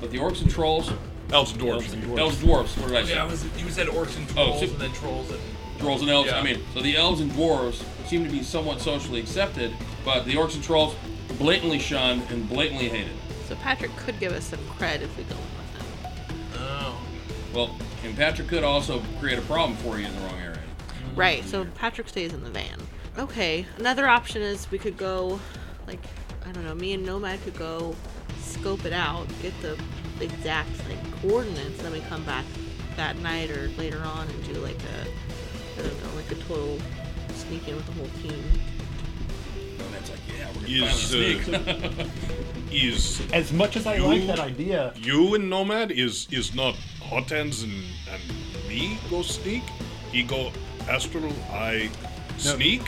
Speaker 2: but the orcs and trolls,
Speaker 1: Elves and dwarves.
Speaker 2: elves dwarves. What did I say?
Speaker 4: Yeah, it was, you said orcs and
Speaker 2: Oh,
Speaker 4: trolls,
Speaker 2: so-
Speaker 4: and then trolls and.
Speaker 2: Trolls and elves.
Speaker 4: Yeah.
Speaker 2: I mean, so the elves and dwarves seem to be somewhat socially accepted, but the orcs and trolls blatantly shunned and blatantly hated.
Speaker 5: So Patrick could give us some cred if we go in with him.
Speaker 4: Oh.
Speaker 2: Well, and Patrick could also create a problem for you in the wrong area.
Speaker 5: Right. So Patrick stays in the van. Okay. Another option is we could go, like, I don't know. Me and Nomad could go scope it out, get the exact like coordinates, then we come back that night or later on and do like a, I don't know, like a total sneak in with the whole team.
Speaker 2: And that's like, yeah, we're gonna
Speaker 1: Is
Speaker 2: finally sneak.
Speaker 1: uh, is
Speaker 3: As much as I
Speaker 1: You-
Speaker 3: like that idea,
Speaker 1: you and Nomad is is not Hot Hands and, and me go sneak. He go astral. I sneak.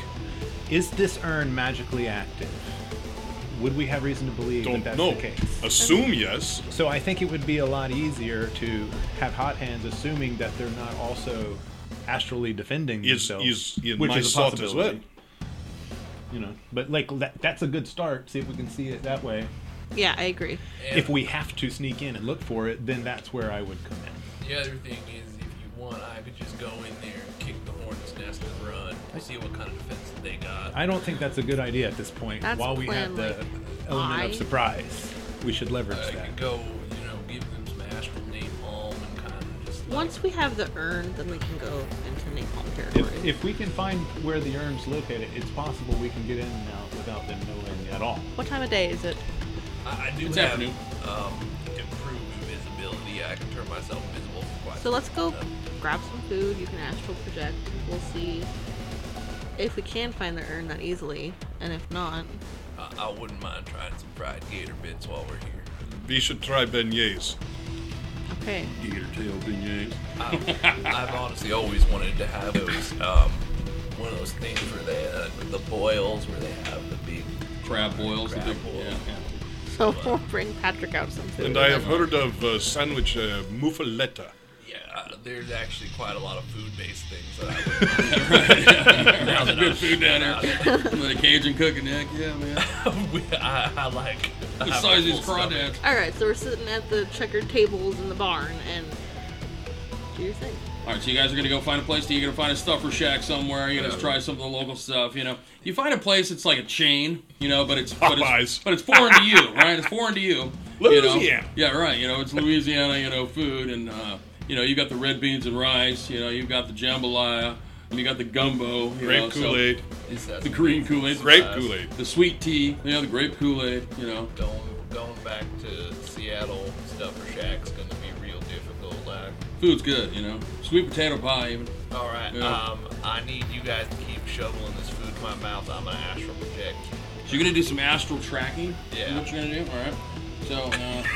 Speaker 3: is this urn magically active? Would we have reason to believe
Speaker 1: Don't
Speaker 3: that that's
Speaker 1: know.
Speaker 3: the case?
Speaker 1: Assume yes.
Speaker 3: So I think it would be a lot easier to have hot hands, assuming that they're not also astrally defending
Speaker 1: Is
Speaker 3: themselves,
Speaker 1: is in
Speaker 3: which
Speaker 1: my
Speaker 3: is a
Speaker 1: thought as well.
Speaker 3: possibility. You know, but like that, that's a good start. See if we can see it that way.
Speaker 5: Yeah, I agree.
Speaker 4: And
Speaker 3: If we have to sneak in and look for it, then that's where I would come in.
Speaker 4: The other thing is, if you want, I could just go in there and kick the hornet's nest and run. See what kind of defense they got.
Speaker 3: I don't think that's a good idea at this point.
Speaker 5: That's
Speaker 3: While we have
Speaker 5: plan,
Speaker 3: the
Speaker 5: like,
Speaker 3: element
Speaker 5: I-
Speaker 3: of surprise, we should leverage
Speaker 1: Uh,
Speaker 4: I
Speaker 3: that.
Speaker 4: could go, you know, give them some astral napalm and kind of just like,
Speaker 5: Once we have the urn, then we can go into napalm territory.
Speaker 3: If, if we can find where the urn's located, it's possible we can get in and out without them knowing at all.
Speaker 5: what time of day is it?
Speaker 4: I, I do
Speaker 2: It's
Speaker 4: have
Speaker 2: afternoon.
Speaker 4: um, improved invisibility. I can turn myself invisible for quite.
Speaker 5: So let's go
Speaker 4: Uh,
Speaker 5: grab some food. You can astral project. We'll see if we can find the urn that easily, and if not,
Speaker 4: I, I wouldn't mind trying some fried gator bits while we're here.
Speaker 1: We should try beignets.
Speaker 5: okay.
Speaker 2: You get her tail beignets.
Speaker 4: I've, I've honestly always wanted to have those, um, one of those things where they, uh, the boils where they have the big.
Speaker 2: Crab boils. the
Speaker 4: Crab
Speaker 2: big-
Speaker 4: boil.
Speaker 2: Yeah, yeah.
Speaker 5: So we'll bring Patrick out some food.
Speaker 1: And I have heard of uh, sandwich uh, muffaletta.
Speaker 4: Yeah, uh, there's actually quite a lot of food-based things that I would.
Speaker 2: Lots of good food down there. With a Cajun cooking neck, yeah, man.
Speaker 4: I, I like. I
Speaker 2: The
Speaker 4: have
Speaker 2: size of
Speaker 4: a
Speaker 2: these
Speaker 4: full stomach.
Speaker 2: crawdads.
Speaker 5: All right, so we're sitting at the checkered tables in the barn, and do your thing.
Speaker 2: All right, so you guys are gonna go find a place. You're gonna find a stuffer shack somewhere. You're gonna
Speaker 4: Yeah.
Speaker 2: try some of the local stuff. You know, you find a place that's like a chain. You know, but
Speaker 1: Oh,
Speaker 2: it's but it's,
Speaker 1: Popeyes.
Speaker 2: but it's foreign to you, right? It's foreign to you.
Speaker 1: Louisiana.
Speaker 2: You know? Yeah, right. You know, it's Louisiana. You know, food and uh, you know you got the red beans and rice. You know, you've got the jambalaya. and You got the gumbo. You know,
Speaker 1: Grape
Speaker 2: so-
Speaker 1: Kool Aid.
Speaker 4: It's that
Speaker 2: the green Kool Aid.
Speaker 1: Grape Kool Aid.
Speaker 2: The sweet tea. You know, the grape Kool Aid. You know.
Speaker 4: Going, going back to Seattle, Stuffer Shack's gonna be real difficult. Like,
Speaker 2: Food's good. You know, sweet potato pie even.
Speaker 4: all right,
Speaker 2: Yeah.
Speaker 4: um, I need you guys to keep shoveling this food in my mouth. I'm gonna astral project.
Speaker 2: So you're gonna do some astral tracking. is
Speaker 4: Yeah.
Speaker 2: What you're gonna do? All right. So. Uh,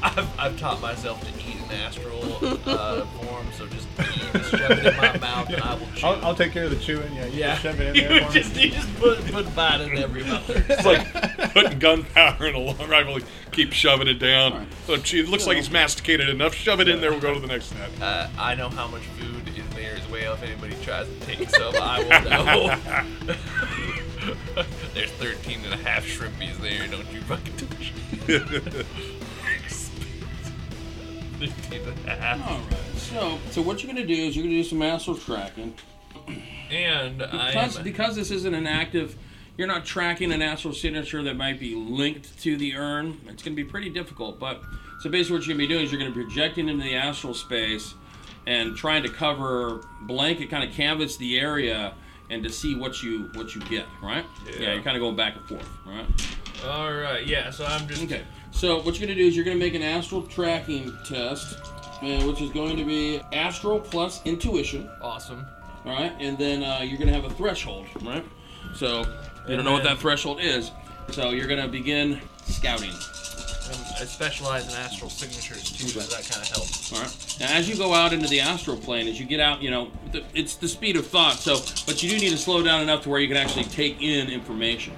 Speaker 4: I've, I've taught myself to eat in astral uh, form, so just eat, just shove it in my mouth, and I will chew.
Speaker 3: I'll, I'll take care of the chewing. Yeah, you
Speaker 4: Yeah.
Speaker 3: just shove it in
Speaker 4: you
Speaker 3: there. for me.
Speaker 4: just, you just put put bite in every mouth.
Speaker 1: It's like putting gunpowder in a long rifle. Keep shoving it down. Look, gee, it looks like he's masticated enough. Shove it in there. We'll go to the next step.
Speaker 4: Uh, I know how much food is there as well. If anybody tries to take some, I will know. There's 13 and a half shrimpies there. Don't you fucking touch it. 13 and a half.
Speaker 2: All right. So, so what you're going to do is you're going to do some astral tracking
Speaker 4: And I
Speaker 2: because
Speaker 4: am,
Speaker 2: because this isn't an active. You're not tracking an astral signature that might be linked to the urn. It's going to be pretty difficult. But so basically, what you're going to be doing is you're going to be projecting into the astral space and trying to cover blanket, kind of canvas the area and to see what you what you get. Right?
Speaker 4: Yeah.
Speaker 2: you're kind of going back and forth. Right?
Speaker 4: all right. Yeah. So I'm just
Speaker 2: Okay. So what you're going to do is you're going to make an astral tracking test, uh, which is going to be astral plus intuition.
Speaker 4: awesome. Um,
Speaker 2: All right, and then uh, you're gonna have a threshold, right? So You don't know what that threshold is, so you're gonna begin scouting.
Speaker 4: Um, I specialize in astral signatures too, so that kind of helps.
Speaker 2: All right. Now, as you go out into the astral plane, as you get out, you know the, it's the speed of thought. So, but you do need to slow down enough to where you can actually take in information.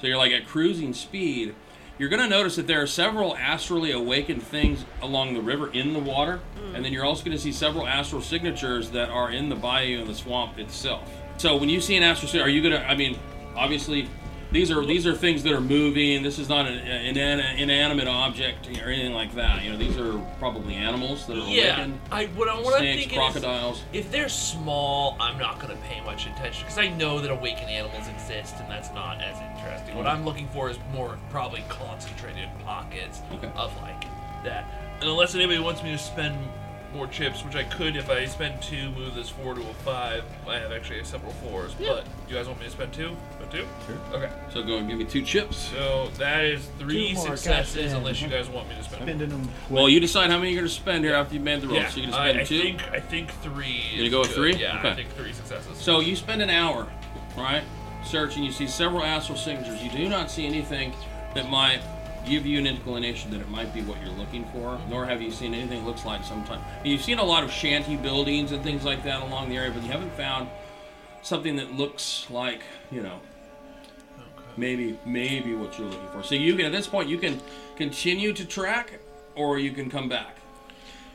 Speaker 2: So you're like at cruising speed. You're going to notice that there are several astrally awakened things along the river in the water, and then you're also going to see several astral signatures that are in the bayou and the swamp itself. So when you see an astral, signature, are you going to? I mean, obviously, these are these are things that are moving. This is not an, an, an inanimate object or anything like that. You know, these are probably animals that are
Speaker 4: Yeah,
Speaker 2: awakened.
Speaker 4: I what, I, what I'm
Speaker 2: Snakes,
Speaker 4: thinking
Speaker 2: crocodiles.
Speaker 4: is if they're small, I'm not gonna pay much attention because I know that awakened animals exist, and that's not as interesting.
Speaker 2: Mm-hmm.
Speaker 4: What I'm looking for is more probably concentrated pockets
Speaker 2: Okay.
Speaker 4: of like that. And unless anybody wants me to spend more chips, which I could if I spend two, move this four to a five. I have actually several fours, but do you guys want me to spend two? Spend two? Sure. Okay.
Speaker 2: So go and give me two chips.
Speaker 4: So that is three
Speaker 3: Two more,
Speaker 4: successes,
Speaker 3: goddamn.
Speaker 4: unless you guys want me to spend.
Speaker 3: Spending them
Speaker 2: Well, you decide how many you're going to spend here after you made the roll.
Speaker 4: Yeah,
Speaker 2: so you can
Speaker 4: I,
Speaker 2: spend
Speaker 4: I
Speaker 2: two.
Speaker 4: think I think three.
Speaker 2: gonna
Speaker 4: is
Speaker 2: go with
Speaker 4: good.
Speaker 2: three?
Speaker 4: Yeah,
Speaker 2: Okay.
Speaker 4: I think three successes.
Speaker 2: So you spend an hour, right, searching. You see several astral signatures. You do not see anything that might give you an inclination that it might be what you're looking for. Nor have you seen anything that looks like sometime. You've seen a lot of shanty buildings and things like that along the area, but you haven't found something that looks like you know maybe maybe what you're looking for. So you can at this point you can continue to track, or you can come back.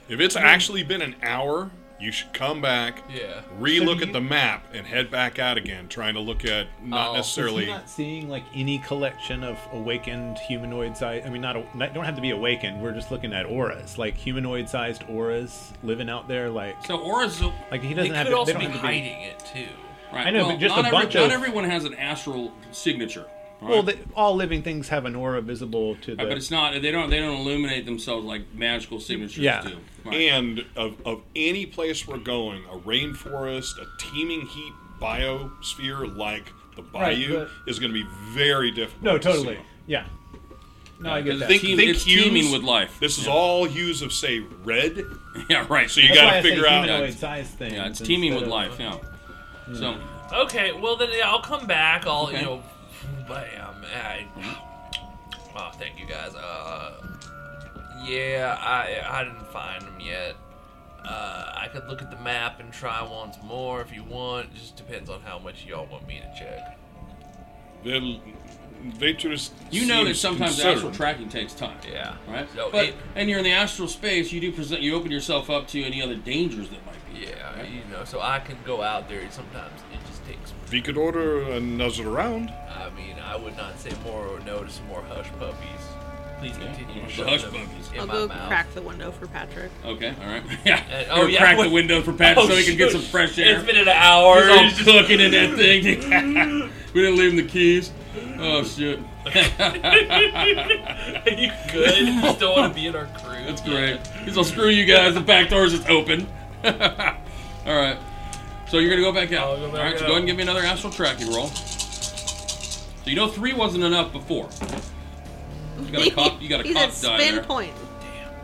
Speaker 1: If it's actually been an hour, you should come back,
Speaker 4: yeah,
Speaker 1: relook
Speaker 3: So
Speaker 1: at
Speaker 3: you-
Speaker 1: the map, and head back out again, trying to look at not
Speaker 4: Oh.
Speaker 1: necessarily.
Speaker 3: Is he not seeing like any collection of awakened humanoid size. I mean, not, a- not don't have to be awakened. We're just looking at auras, like humanoid sized auras living out there. Like
Speaker 2: So auras.
Speaker 3: like he
Speaker 4: they
Speaker 3: doesn't
Speaker 4: could
Speaker 3: have. To, they
Speaker 4: also
Speaker 3: don't
Speaker 4: be
Speaker 3: have to be.
Speaker 4: hiding it too.
Speaker 2: Right.
Speaker 3: I know,
Speaker 2: well,
Speaker 3: but just
Speaker 2: not
Speaker 3: a
Speaker 2: every,
Speaker 3: bunch
Speaker 2: Not
Speaker 3: of-
Speaker 2: everyone has an astral signature. Right?
Speaker 3: Well, they, all living things have an aura visible to the.
Speaker 2: Right, but it's not. They don't. They don't illuminate themselves like magical signatures
Speaker 3: Yeah.
Speaker 2: do. Right.
Speaker 1: And of, of any place we're going, a rainforest, a teeming heat biosphere like the
Speaker 3: Right,
Speaker 1: bayou
Speaker 3: but-
Speaker 1: is going to be very difficult.
Speaker 3: no,
Speaker 1: to see.
Speaker 3: totally. Yeah. No, I get that.
Speaker 1: Think,
Speaker 2: Teem-
Speaker 1: think
Speaker 2: it's
Speaker 1: hues.
Speaker 2: teeming with life.
Speaker 1: This is all hues of say red.
Speaker 2: yeah. Right.
Speaker 1: So you
Speaker 3: That's
Speaker 1: got
Speaker 3: why I
Speaker 1: to
Speaker 3: say
Speaker 1: figure out.
Speaker 3: humanoid size things.
Speaker 2: yeah, it's teeming with
Speaker 3: instead of-
Speaker 2: life. Yeah.
Speaker 4: Hmm.
Speaker 2: So
Speaker 4: Okay, well then yeah, I'll come back. I'll
Speaker 2: Okay.
Speaker 4: you know, bam. I, oh, thank you guys. Uh, yeah, I I didn't find them yet. Uh, I could look at the map and try once more if you want. It just depends on how much y'all want me to check.
Speaker 1: Vel- Vetrus
Speaker 2: you know that
Speaker 1: seems
Speaker 2: sometimes
Speaker 1: concerned.
Speaker 2: astral tracking takes time.
Speaker 4: Yeah.
Speaker 2: Right.
Speaker 4: So
Speaker 2: but
Speaker 4: it-
Speaker 2: and you're in the astral space. You do present. You open yourself up to any other dangers that might be.
Speaker 4: Yeah, you know, so I can go out there. and Sometimes it just takes.
Speaker 1: We could order another round.
Speaker 4: I mean, I would not say more or no to some more hush puppies. Please continue to
Speaker 2: The
Speaker 4: shove
Speaker 2: hush
Speaker 4: them
Speaker 2: puppies.
Speaker 4: in
Speaker 5: I'll
Speaker 4: my
Speaker 5: go
Speaker 4: mouth.
Speaker 5: crack the window for Patrick.
Speaker 2: Okay. All right. Yeah.
Speaker 4: And-
Speaker 2: Or
Speaker 4: oh, yeah,
Speaker 2: Crack the
Speaker 4: what-
Speaker 2: window for Patrick
Speaker 4: Oh,
Speaker 2: so he can get
Speaker 4: shoot.
Speaker 2: some fresh air.
Speaker 4: It's been an hour.
Speaker 2: He's all
Speaker 4: It's just-
Speaker 2: cooking in that thing. we didn't leave him the keys. Oh shit.
Speaker 4: Are you good? You just don't want to be in our crew.
Speaker 2: That's great. He's all screw you guys. The back door's just open. all right. So you're gonna go back out.
Speaker 4: I'll go back
Speaker 2: all right. So go
Speaker 4: out.
Speaker 2: ahead and give me another astral tracking roll. So you know three wasn't enough before. You got a cop. You got a
Speaker 5: He's
Speaker 2: cop
Speaker 5: at
Speaker 2: die
Speaker 5: spin
Speaker 2: there.
Speaker 5: point.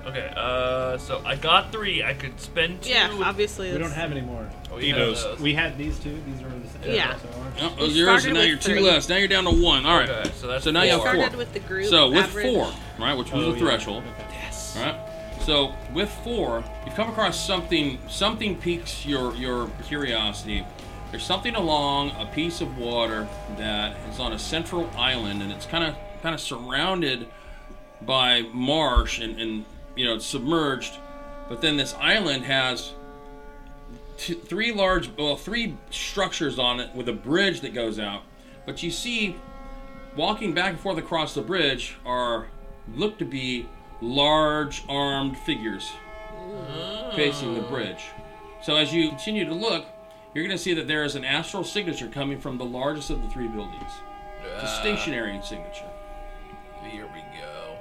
Speaker 4: Okay, uh, so I got three. I could spend two.
Speaker 5: Yeah, obviously.
Speaker 3: We don't
Speaker 5: it's-
Speaker 3: have any more.
Speaker 4: Oh,
Speaker 1: He
Speaker 4: yeah,
Speaker 1: knows.
Speaker 4: those.
Speaker 3: We had these two. These are the same.
Speaker 5: Yeah.
Speaker 3: so ours-
Speaker 2: Yep, those
Speaker 5: You
Speaker 2: are yours,
Speaker 5: started
Speaker 2: and now
Speaker 5: with
Speaker 2: you're two
Speaker 5: three.
Speaker 2: less. Now you're down to one. All right.
Speaker 4: Okay, so that's
Speaker 2: now you have
Speaker 4: four.
Speaker 2: Oh, four.
Speaker 5: Started with the group
Speaker 2: so with
Speaker 5: average.
Speaker 2: four, right, which was
Speaker 3: Oh,
Speaker 2: the
Speaker 3: yeah.
Speaker 2: threshold.
Speaker 3: Okay.
Speaker 4: Yes.
Speaker 2: All right. So with four, you've come across something. Something piques your your curiosity. There's something along a piece of water that is on a central island, and it's kind of kind of surrounded by marsh and, and you know it's submerged. But then this island has t- three large, well, three structures on it with a bridge that goes out. But you see walking back and forth across the bridge are look to be large armed figures facing the bridge. So as you continue to look, you're going to see that there is an astral signature coming from the largest of the three buildings. It's a stationary signature.
Speaker 4: Here we go.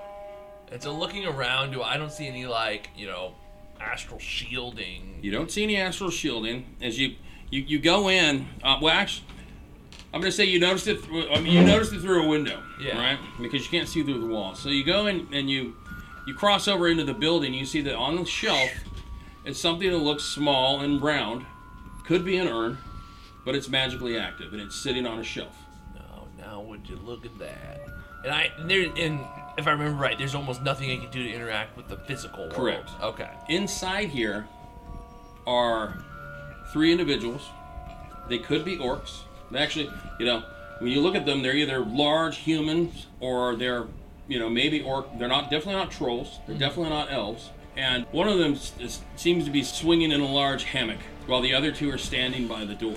Speaker 4: And so looking around, do I I don't see any like you know astral shielding?
Speaker 2: You don't see any astral shielding as you you, you go in. Uh, well, actually, I'm gonna say you noticed it. Through, I mean, you noticed it through a window,
Speaker 4: Yeah.
Speaker 2: right? Because you can't see through the wall. So you go in and you you cross over into the building. You see that on the shelf is something that looks small and round, could be an urn, but it's magically active and it's sitting on a shelf.
Speaker 4: No, no. Wow, Oh, would you look at that? And I and there and if I remember right, there's almost nothing I can do to interact with the physical world.
Speaker 2: Correct.
Speaker 4: Okay.
Speaker 2: Inside here are three individuals. They could be orcs. They actually, you know, when you look at them, they're either large humans or they're, you know, maybe orc. They're not definitely not trolls.
Speaker 4: Mm-hmm.
Speaker 2: They're definitely not elves. And one of them s- is, seems to be swinging in a large hammock, while the other two are standing by the door.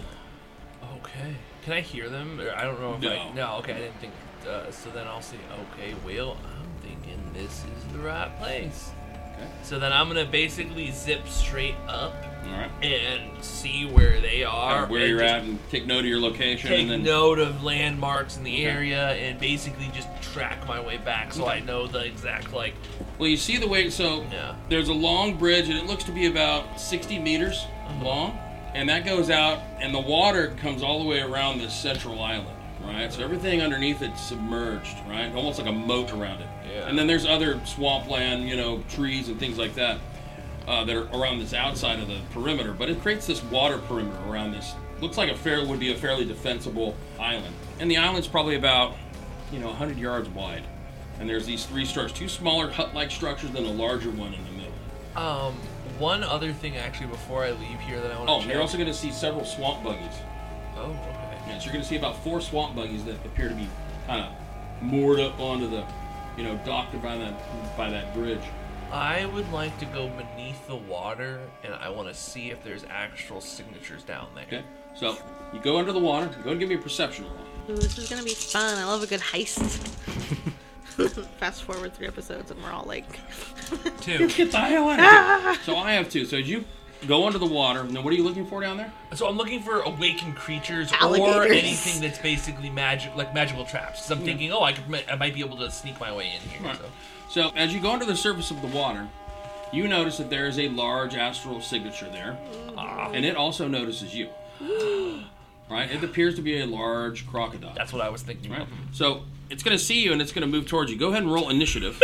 Speaker 4: Okay. Can I hear them? Or I don't know if
Speaker 2: No.
Speaker 4: I no, okay, I didn't think uh, so then I'll say, okay, well, I'm thinking this is the right place.
Speaker 2: Okay.
Speaker 4: So then I'm gonna basically zip straight up
Speaker 2: All right.
Speaker 4: and see where they are.
Speaker 2: Where
Speaker 4: and
Speaker 2: you're
Speaker 4: just
Speaker 2: at, and take note of your location,
Speaker 4: Take
Speaker 2: and then
Speaker 4: note of landmarks in the
Speaker 2: Okay.
Speaker 4: area and basically just track my way back so I know the exact like
Speaker 2: Well, you see the way. So
Speaker 4: Yeah.
Speaker 2: there's a long bridge, and it looks to be about 60 meters long, and that goes out, and the water comes all the way around this central island, right? So everything underneath it's submerged, right? Almost like a moat around it.
Speaker 4: Yeah.
Speaker 2: And then there's other swampland, you know, trees and things like that uh, that are around this outside of the perimeter, but it creates this water perimeter around this. Looks like a fair would be a fairly defensible island, and the island's probably about you know 100 yards wide. And there's these three structures, two smaller hut-like structures, then a larger one in the middle.
Speaker 4: um one other thing actually before I leave here that I want to
Speaker 2: Oh, and
Speaker 4: check.
Speaker 2: you're also going to see several swamp buggies.
Speaker 4: oh, okay.
Speaker 2: Yes, you're going to see about four swamp buggies that appear to be kind of moored up onto the, you know, docked by that by that bridge.
Speaker 4: I would like to go beneath the water and I want to see if there's actual signatures down there.
Speaker 2: Okay, so you go under the water. Go and give me a perception roll.
Speaker 5: Ooh, this is gonna be fun. I love a good heist. Fast forward three episodes and we're all like,
Speaker 4: Two.
Speaker 2: Get the hell out of here. So I have two. So as you go under the water, now what are you looking for down there?
Speaker 4: So I'm looking for awakened creatures or
Speaker 5: Alligators.
Speaker 4: anything that's basically magic, like magical traps. 'Cause I'm thinking, oh, I could, I might be able to sneak my way in here.
Speaker 2: Right.
Speaker 4: So.
Speaker 2: So as you go under the surface of the water, you notice that there is a large astral signature there, and it also notices you. right? It appears to be a large crocodile.
Speaker 4: That's what I was thinking.
Speaker 2: right. So it's going to see you and it's going to move towards you. Go ahead and roll initiative.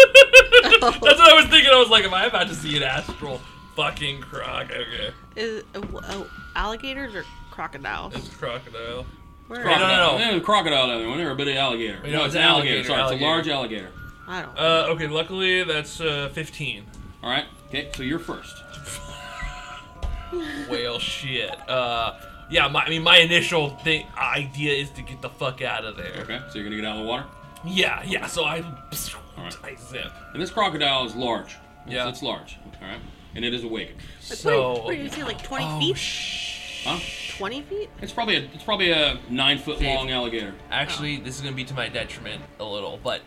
Speaker 4: That's what I was thinking. I was like, am I about to see an astral fucking croc? Okay,
Speaker 5: is, uh, w- oh, alligators or crocodiles?
Speaker 4: it's a crocodile.
Speaker 5: Where
Speaker 4: Crocodile.
Speaker 5: are
Speaker 4: no, no.
Speaker 2: Eh, Uh, crocodile down there, one there, but an alligator.
Speaker 4: Wait,
Speaker 2: no, it's an alligator. Sorry, it's a
Speaker 4: alligator.
Speaker 2: large alligator.
Speaker 5: they? I don't.
Speaker 4: Uh, okay, luckily that's uh, 15.
Speaker 2: All right. Okay. So you're first.
Speaker 4: Whale shit. Uh, yeah, my, I mean, my initial thing idea is to get the fuck out of there.
Speaker 2: Okay. So you're going to get out of the water.
Speaker 4: Yeah, yeah. So I,
Speaker 2: right.
Speaker 4: I zip.
Speaker 2: And this crocodile is large. It's-
Speaker 4: Yeah.
Speaker 2: It's large. All right. And it is awakened.
Speaker 5: Like,
Speaker 4: so
Speaker 5: what, did, what did you say? Like
Speaker 2: oh,
Speaker 4: Oh,
Speaker 5: 20 feet?
Speaker 2: Huh?
Speaker 5: 20 feet?
Speaker 2: It's probably a it's probably a nine foot
Speaker 4: Dave.
Speaker 2: long alligator.
Speaker 4: Actually, this is going to be to my detriment a little, but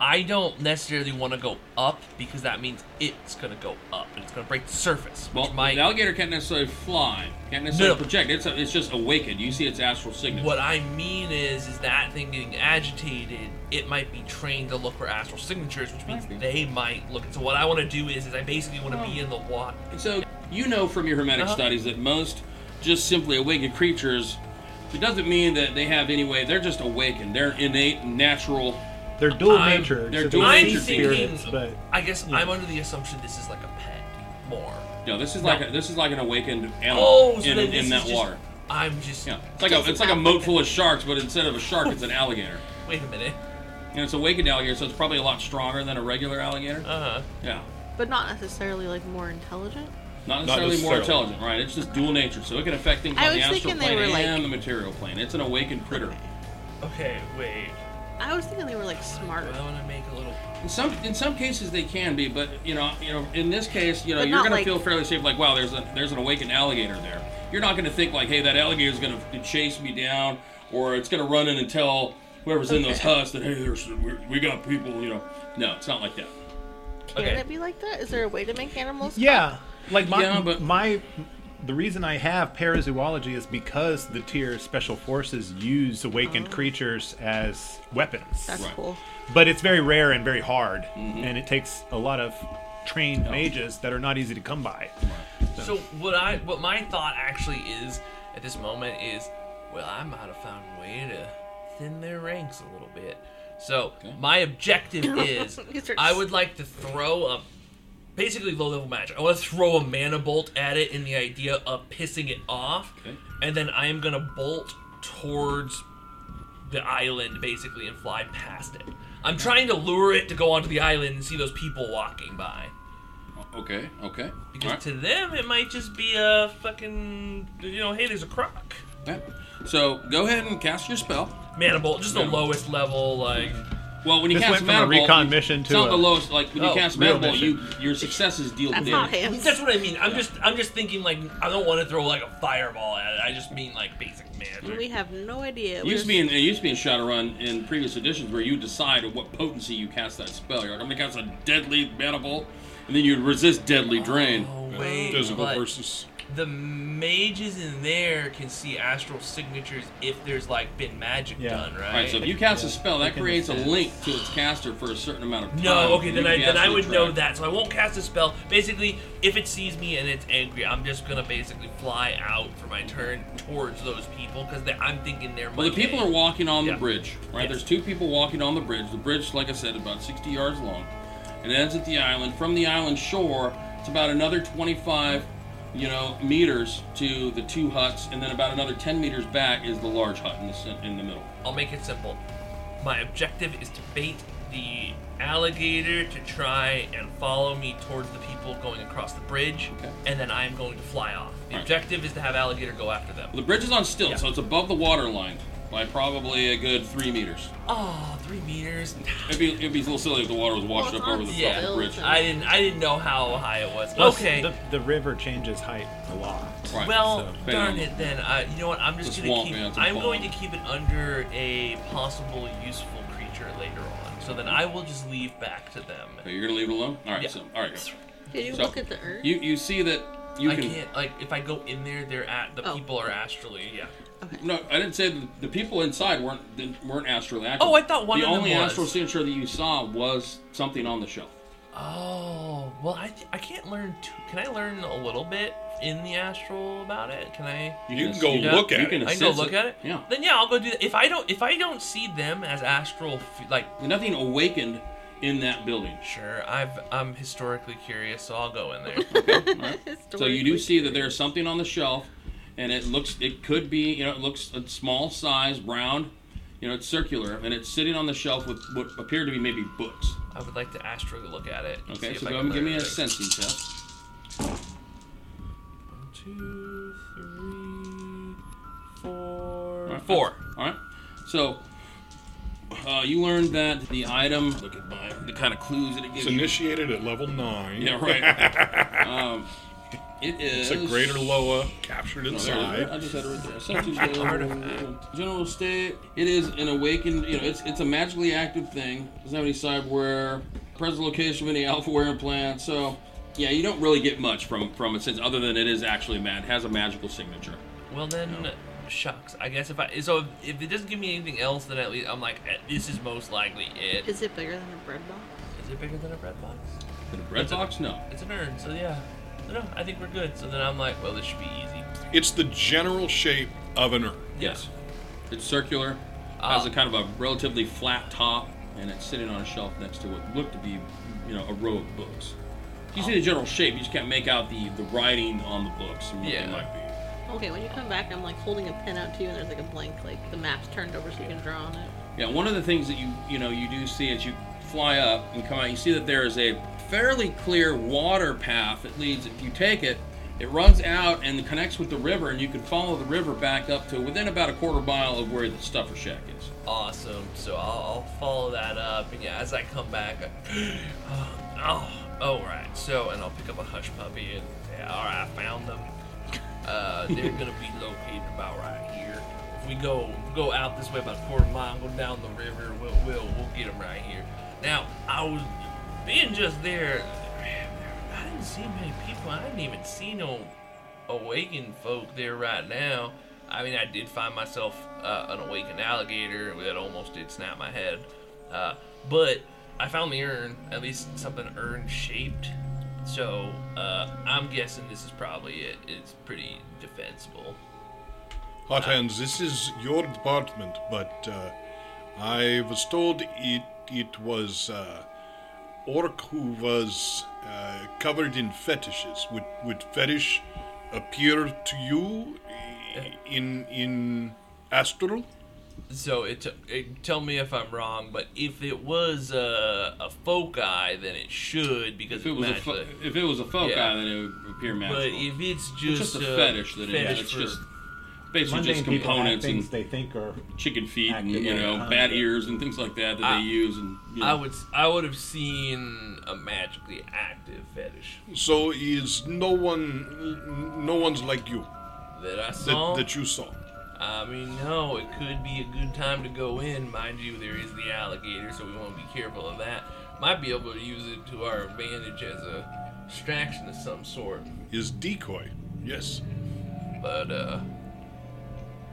Speaker 4: I don't necessarily want to go up because that means it's going to go up and it's going to break the surface. Which
Speaker 2: Well,
Speaker 4: might,
Speaker 2: the alligator can't necessarily fly, can't necessarily
Speaker 4: No.
Speaker 2: project. It's it's just awakened. You see its astral signal.
Speaker 4: what I mean is, is that thing getting agitated, it might be trained to look for astral signatures, which means
Speaker 2: Might be.
Speaker 4: they might look. So what I want to do is, is I basically want to be in the water.
Speaker 2: So you know from your hermetic
Speaker 4: Uh-huh.
Speaker 2: studies that most just simply awakened creatures. It doesn't mean that they have any way. They're just awakened. They're innate, natural.
Speaker 3: They're dual
Speaker 4: I'm-
Speaker 3: nature.
Speaker 2: they're
Speaker 3: so
Speaker 2: dual
Speaker 3: they
Speaker 4: I'm
Speaker 3: see
Speaker 2: nature
Speaker 4: thinking,
Speaker 3: spirits, but
Speaker 4: I guess
Speaker 3: yeah.
Speaker 4: I'm under the assumption this is like a pet more.
Speaker 2: No, this is like
Speaker 4: No.
Speaker 2: a, this is like an awakened animal
Speaker 4: Oh, so
Speaker 2: in,
Speaker 4: then this
Speaker 2: in
Speaker 4: is
Speaker 2: that
Speaker 4: just-
Speaker 2: water.
Speaker 4: I'm just.
Speaker 2: Yeah, it's like a it's like a moat full of sharks, but instead of a shark, it's an alligator.
Speaker 4: Wait a minute.
Speaker 2: And it's awakened alligator, so it's probably a lot stronger than a regular alligator.
Speaker 4: Uh huh.
Speaker 2: Yeah.
Speaker 5: But not necessarily like more intelligent?
Speaker 2: Not
Speaker 3: Not
Speaker 2: necessarily more
Speaker 3: necessarily.
Speaker 2: intelligent, right? It's just dual nature, so it can affect things
Speaker 5: I
Speaker 2: on the
Speaker 5: was
Speaker 2: astral
Speaker 5: thinking they
Speaker 2: plane and
Speaker 5: were, like-
Speaker 2: the material plane. It's an awakened critter.
Speaker 4: Okay, wait.
Speaker 5: I was thinking they were like smart.
Speaker 4: I want to make a little.
Speaker 2: In some in some cases they can be, but you know, you know, in this case, you know,
Speaker 5: But
Speaker 2: you're
Speaker 5: not
Speaker 2: gonna
Speaker 5: like-
Speaker 2: feel fairly safe. Like, wow, there's a there's an awakened alligator there. You're not gonna think like, hey, that alligator's gonna f- chase me down, or it's gonna run in and tell whoever's in those
Speaker 5: Okay.
Speaker 2: huts that hey, there's we, we got people. You know, no, it's not like that.
Speaker 5: Can
Speaker 4: Okay.
Speaker 5: it be like that? Is there a way to make animals?
Speaker 3: yeah, like my
Speaker 2: Yeah, but-
Speaker 3: my the reason I have parazoology is because the tier special forces use awakened creatures as weapons.
Speaker 5: That's
Speaker 2: Right.
Speaker 5: cool.
Speaker 3: but it's very rare and very hard,
Speaker 2: Mm-hmm.
Speaker 3: and it takes a lot of trained mages that are not easy to come by.
Speaker 4: So what I what my thought actually is at this moment is, well, I might have found a way to thin their ranks a little bit. So my objective is,
Speaker 5: You start
Speaker 4: I would like to throw a basically low level magic. I want to throw a mana bolt at it in the idea of pissing it off,
Speaker 2: Okay.
Speaker 4: and then I am gonna bolt towards the island basically and fly past it. I'm trying to lure it to go onto the island and see those people walking by.
Speaker 2: Okay, okay.
Speaker 4: Because
Speaker 2: Alright.
Speaker 4: to them, it might just be a fucking, you know, hey, there's a croc.
Speaker 2: Yeah. So go ahead and cast your spell.
Speaker 4: Manibolt, just the
Speaker 2: Manibolt.
Speaker 4: lowest level, like.
Speaker 2: Well, when you
Speaker 3: This
Speaker 2: cast
Speaker 3: went from a
Speaker 2: Manibolt,
Speaker 3: recon
Speaker 2: you-
Speaker 3: mission
Speaker 2: it's
Speaker 3: to
Speaker 2: not
Speaker 3: a
Speaker 2: the lowest. Like when
Speaker 4: Oh,
Speaker 2: you cast
Speaker 3: real
Speaker 2: Manibolt, you
Speaker 3: mission.
Speaker 2: your successes deal
Speaker 5: That's not
Speaker 2: damage.
Speaker 5: hands.
Speaker 4: That's what I mean. I'm just, I'm just thinking like I don't want to throw like a fireball at it. I just mean like basic magic.
Speaker 5: We have no idea.
Speaker 2: It
Speaker 5: We
Speaker 2: used to
Speaker 5: just-
Speaker 2: be in it used to be in Shadowrun in previous editions where you decide at what potency you cast that spell. You're like, I'm gonna cast a deadly manible, and then you'd resist deadly drain.
Speaker 4: Oh wait,
Speaker 1: Physical
Speaker 4: but
Speaker 1: versus.
Speaker 4: the mages in there can see astral signatures if there's like been magic
Speaker 3: Yeah.
Speaker 4: done, right?
Speaker 2: All right, so if you cast a spell, that
Speaker 3: can
Speaker 2: creates a
Speaker 3: understand.
Speaker 2: link to its caster for a certain amount of time.
Speaker 4: no, okay,
Speaker 2: Um, You
Speaker 4: then
Speaker 2: can
Speaker 4: I then I
Speaker 2: actually
Speaker 4: would know
Speaker 2: track-
Speaker 4: that. So I won't cast a spell. Basically, if it sees me and it's angry, I'm just gonna basically fly out for my turn towards those people because I'm thinking they're.
Speaker 2: Well, the people are walking on
Speaker 4: Yeah.
Speaker 2: the bridge, right?
Speaker 4: Yes.
Speaker 2: There's two people walking on the bridge. The bridge, like I said, is about 60 yards long, and it ends at the island. From the island shore, it's about another 25, you know, meters to the two huts, and then about another 10 meters back is the large hut in the cen- in the middle.
Speaker 4: I'll make it simple. My objective is to bait the alligator to try and follow me towards the people going across the bridge,
Speaker 2: Okay.
Speaker 4: and then I'm going to fly off. The
Speaker 2: Alright.
Speaker 4: objective is to have alligator go after them.
Speaker 2: Well, the bridge is on stilts,
Speaker 4: Yeah.
Speaker 2: so it's above the water line by probably a good three meters.
Speaker 4: Oh, three meters.
Speaker 2: It'd be, it'd be a little silly if the water was washed
Speaker 5: Well,
Speaker 2: up
Speaker 5: it's on
Speaker 2: over the top of the
Speaker 5: stilts.
Speaker 2: bridge.
Speaker 4: I didn't. I didn't know how high it was.
Speaker 3: Plus,
Speaker 4: okay.
Speaker 3: The, the river changes height a lot.
Speaker 2: Right.
Speaker 4: Well,
Speaker 3: So,
Speaker 4: darn
Speaker 2: bam.
Speaker 4: it. Then I. You know what? I'm just
Speaker 2: The
Speaker 4: gonna
Speaker 2: swamp
Speaker 4: keep.
Speaker 2: man's a
Speaker 4: I'm going to
Speaker 2: bomb.
Speaker 4: keep it under a possible useful creature later on. So then I will just leave back to them.
Speaker 2: Okay, you're gonna leave it alone. All right,
Speaker 4: Yeah.
Speaker 2: so all right,
Speaker 5: Did you
Speaker 2: So,
Speaker 5: look at the urn?
Speaker 2: you you see that you
Speaker 4: I
Speaker 2: can.
Speaker 4: can't. Like if I go in there, they're at the
Speaker 5: Oh.
Speaker 4: people are astrally. Yeah.
Speaker 2: No, I didn't say the, the people inside weren't didn't- weren't astral active.
Speaker 4: Oh, I thought one
Speaker 2: the
Speaker 4: of them
Speaker 2: only
Speaker 4: was.
Speaker 2: astral signature that you saw was something on the shelf.
Speaker 4: Oh well, I, I can't learn. Too, can I learn a little bit in the astral about it? Can I?
Speaker 1: You can go look at
Speaker 2: you
Speaker 1: it.
Speaker 2: Can
Speaker 4: I can go
Speaker 2: assess
Speaker 4: look at it.
Speaker 2: Yeah.
Speaker 4: Then yeah, I'll go do that. If I don't, if I don't see them as astral, f- like
Speaker 2: Nothing awakened in that building.
Speaker 4: sure, I've I'm historically curious, so I'll go in there.
Speaker 2: So you do see that there's something on the shelf, and it looks it could be you know it looks a small size round, you know it's circular and it's sitting on the shelf with what appear to be maybe books.
Speaker 4: I would like to astrally look at it. and see
Speaker 2: Okay,
Speaker 4: if
Speaker 2: so
Speaker 4: I
Speaker 2: go
Speaker 4: can
Speaker 2: and give
Speaker 4: learn
Speaker 2: me a
Speaker 4: anything.
Speaker 2: sensing test.
Speaker 4: One, two, three, four,
Speaker 2: Alright.
Speaker 4: four.
Speaker 2: All right. So uh, you learned that the item. Look at my the kind of clues that it gives.
Speaker 1: It's
Speaker 2: you.
Speaker 1: initiated at level nine.
Speaker 2: Yeah, right. um, it is.
Speaker 1: It's a greater Loa captured
Speaker 2: Oh, there it is. I
Speaker 1: inside.
Speaker 2: just had it right there. Substance level, General state. It is an awakened. You know, it's it's a magically active thing. Doesn't have any sideware. Present location of any alphaware implant. So, yeah, you don't really get much from from it since other than it is actually mad. Has a magical signature.
Speaker 4: Well then, shucks. I guess if I so if it doesn't give me anything else, then at least I'm like eh, this is most likely it.
Speaker 5: Is it bigger than a bread box?
Speaker 4: Is it bigger than a bread box?
Speaker 2: The red box, no.
Speaker 4: It's an urn, so yeah. No, no, I think we're good. So then I'm like, well, this should be easy.
Speaker 1: It's the general shape of an urn.
Speaker 2: Yes, it's circular. Has a kind of a relatively flat top, and it's sitting on a shelf next to what looked to be, you know, a row of books. You see the general shape. You just can't make out the the writing on the books and what
Speaker 4: Yeah.
Speaker 2: they might be.
Speaker 5: Okay, when you come back, I'm like holding a pen out to you, and there's like a blank, like the map's turned over so you can draw on it.
Speaker 2: Yeah, one of the things that you you know you do see as you fly up and come out, you see that there is a fairly clear water path that leads. If you take it, it runs out and connects with the river, and you can follow the river back up to within about a quarter mile of where the stuffer shack is.
Speaker 4: Awesome. So I'll, I'll follow that up, and yeah, as I come back, I, oh, oh, right. So, and I'll pick up a hush puppy, and yeah, all right, I found them. Uh, they're gonna be located about right here. If we go go out this way about a quarter mile, go down the river, we'll we'll, we'll get them right here. Now, I was being just there. I didn't see many people. I didn't even see no awakened folk there right now. I mean, I did find myself uh, an awakened alligator that almost did snap my head. Uh, but I found the urn, at least something urn shaped. So uh, I'm guessing this is probably it. It's pretty defensible.
Speaker 1: Hot hands, this is your department, but uh, I was told it it was uh, orc who was uh, covered in fetishes. Would would fetish appear to you i- in in astral?
Speaker 4: So it, t- it tell me if I'm wrong, but if it was a, a foci, then it should because
Speaker 2: If it was a
Speaker 4: matched
Speaker 2: fo-
Speaker 4: the-
Speaker 2: if it was a foci,
Speaker 4: Yeah.
Speaker 2: then it would appear magical.
Speaker 4: But if it's just,
Speaker 2: it's just a fetish that it is.
Speaker 4: fetish
Speaker 2: It's
Speaker 4: for-
Speaker 2: just basically
Speaker 3: Mundane
Speaker 2: just
Speaker 3: people have
Speaker 2: components
Speaker 3: things
Speaker 2: and
Speaker 3: they think are.
Speaker 2: chicken feet and
Speaker 3: active
Speaker 2: you
Speaker 3: in
Speaker 2: know
Speaker 3: kind
Speaker 2: bat
Speaker 3: of-
Speaker 2: ears and things like that that
Speaker 4: I-
Speaker 2: they use. And you know.
Speaker 4: I would s- I would have seen a magically active fetish
Speaker 1: So is no one, no one's like you
Speaker 4: that I saw.
Speaker 1: that, that you saw.
Speaker 4: I mean, no, it could be a good time to go in, mind you. There is the alligator, so we want to be careful of that. Might be able to use it to our advantage as a distraction of some sort.
Speaker 1: Is decoy. Yes.
Speaker 4: But uh,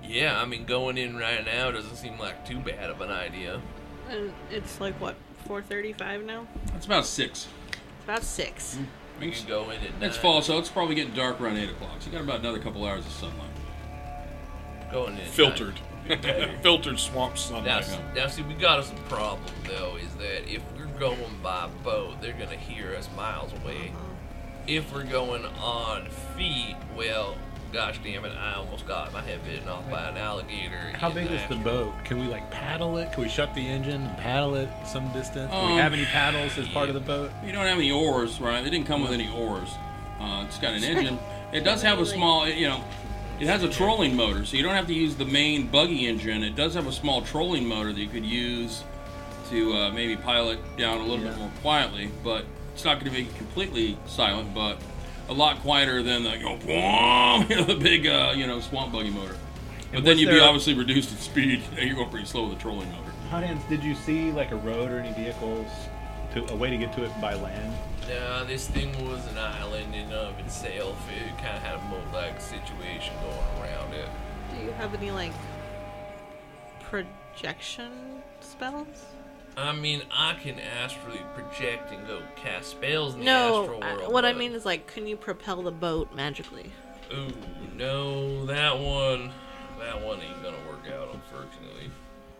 Speaker 4: yeah, I mean, going in right now doesn't seem like too bad of an idea.
Speaker 5: And it's like what, 4:35 now?
Speaker 2: It's about six.
Speaker 5: It's about six.
Speaker 4: We could go in at night.
Speaker 2: It's fall, so it's probably getting dark around eight o'clock. So you got about another couple hours of sunlight.
Speaker 4: Going in at
Speaker 1: Filtered.
Speaker 4: night.
Speaker 1: Filtered swamp
Speaker 4: Now,
Speaker 1: sunlight.
Speaker 4: s- now, see, we got us a problem though. Is that if we're going by boat, they're gonna hear us miles away.
Speaker 5: Uh-huh.
Speaker 4: If we're going on feet, well, gosh damn it, I almost got my head bitten off by an alligator.
Speaker 3: How
Speaker 4: in
Speaker 3: big is the
Speaker 4: Nashville.
Speaker 3: boat? Can we like paddle it? Can we shut the engine and paddle it some distance? Do
Speaker 2: Um,
Speaker 3: we have any paddles as part of the boat?
Speaker 2: You don't have any oars, right? It didn't come with any oars. Uh, it's got an engine. It does have a small, you know, it has a trolling motor, so you don't have to use the main buggy engine. It does have a small trolling motor that you could use to uh, maybe pilot down a little bit more quietly. But it's not going to be completely silent, but a lot quieter than the, you know, whoom, you know, the big, uh, you know, swamp buggy motor. But then
Speaker 3: was
Speaker 2: you'd be
Speaker 3: there a-
Speaker 2: obviously reduced in speed. You're going pretty slow with the trolling motor.
Speaker 3: Hot ends. Did you see like a road or any vehicles to a way to get to it by land?
Speaker 4: Nah, this thing was an island in and of itself. It kind of had a moat-like situation going around it.
Speaker 5: Do you have any like projection spells?
Speaker 4: I mean, I can astrally project and go cast spells in the
Speaker 5: No,
Speaker 4: astral
Speaker 5: I-
Speaker 4: world.
Speaker 5: what I
Speaker 4: but-
Speaker 5: mean is like, can you propel the boat magically?
Speaker 4: Ooh, no, that one, that one ain't gonna work out, unfortunately.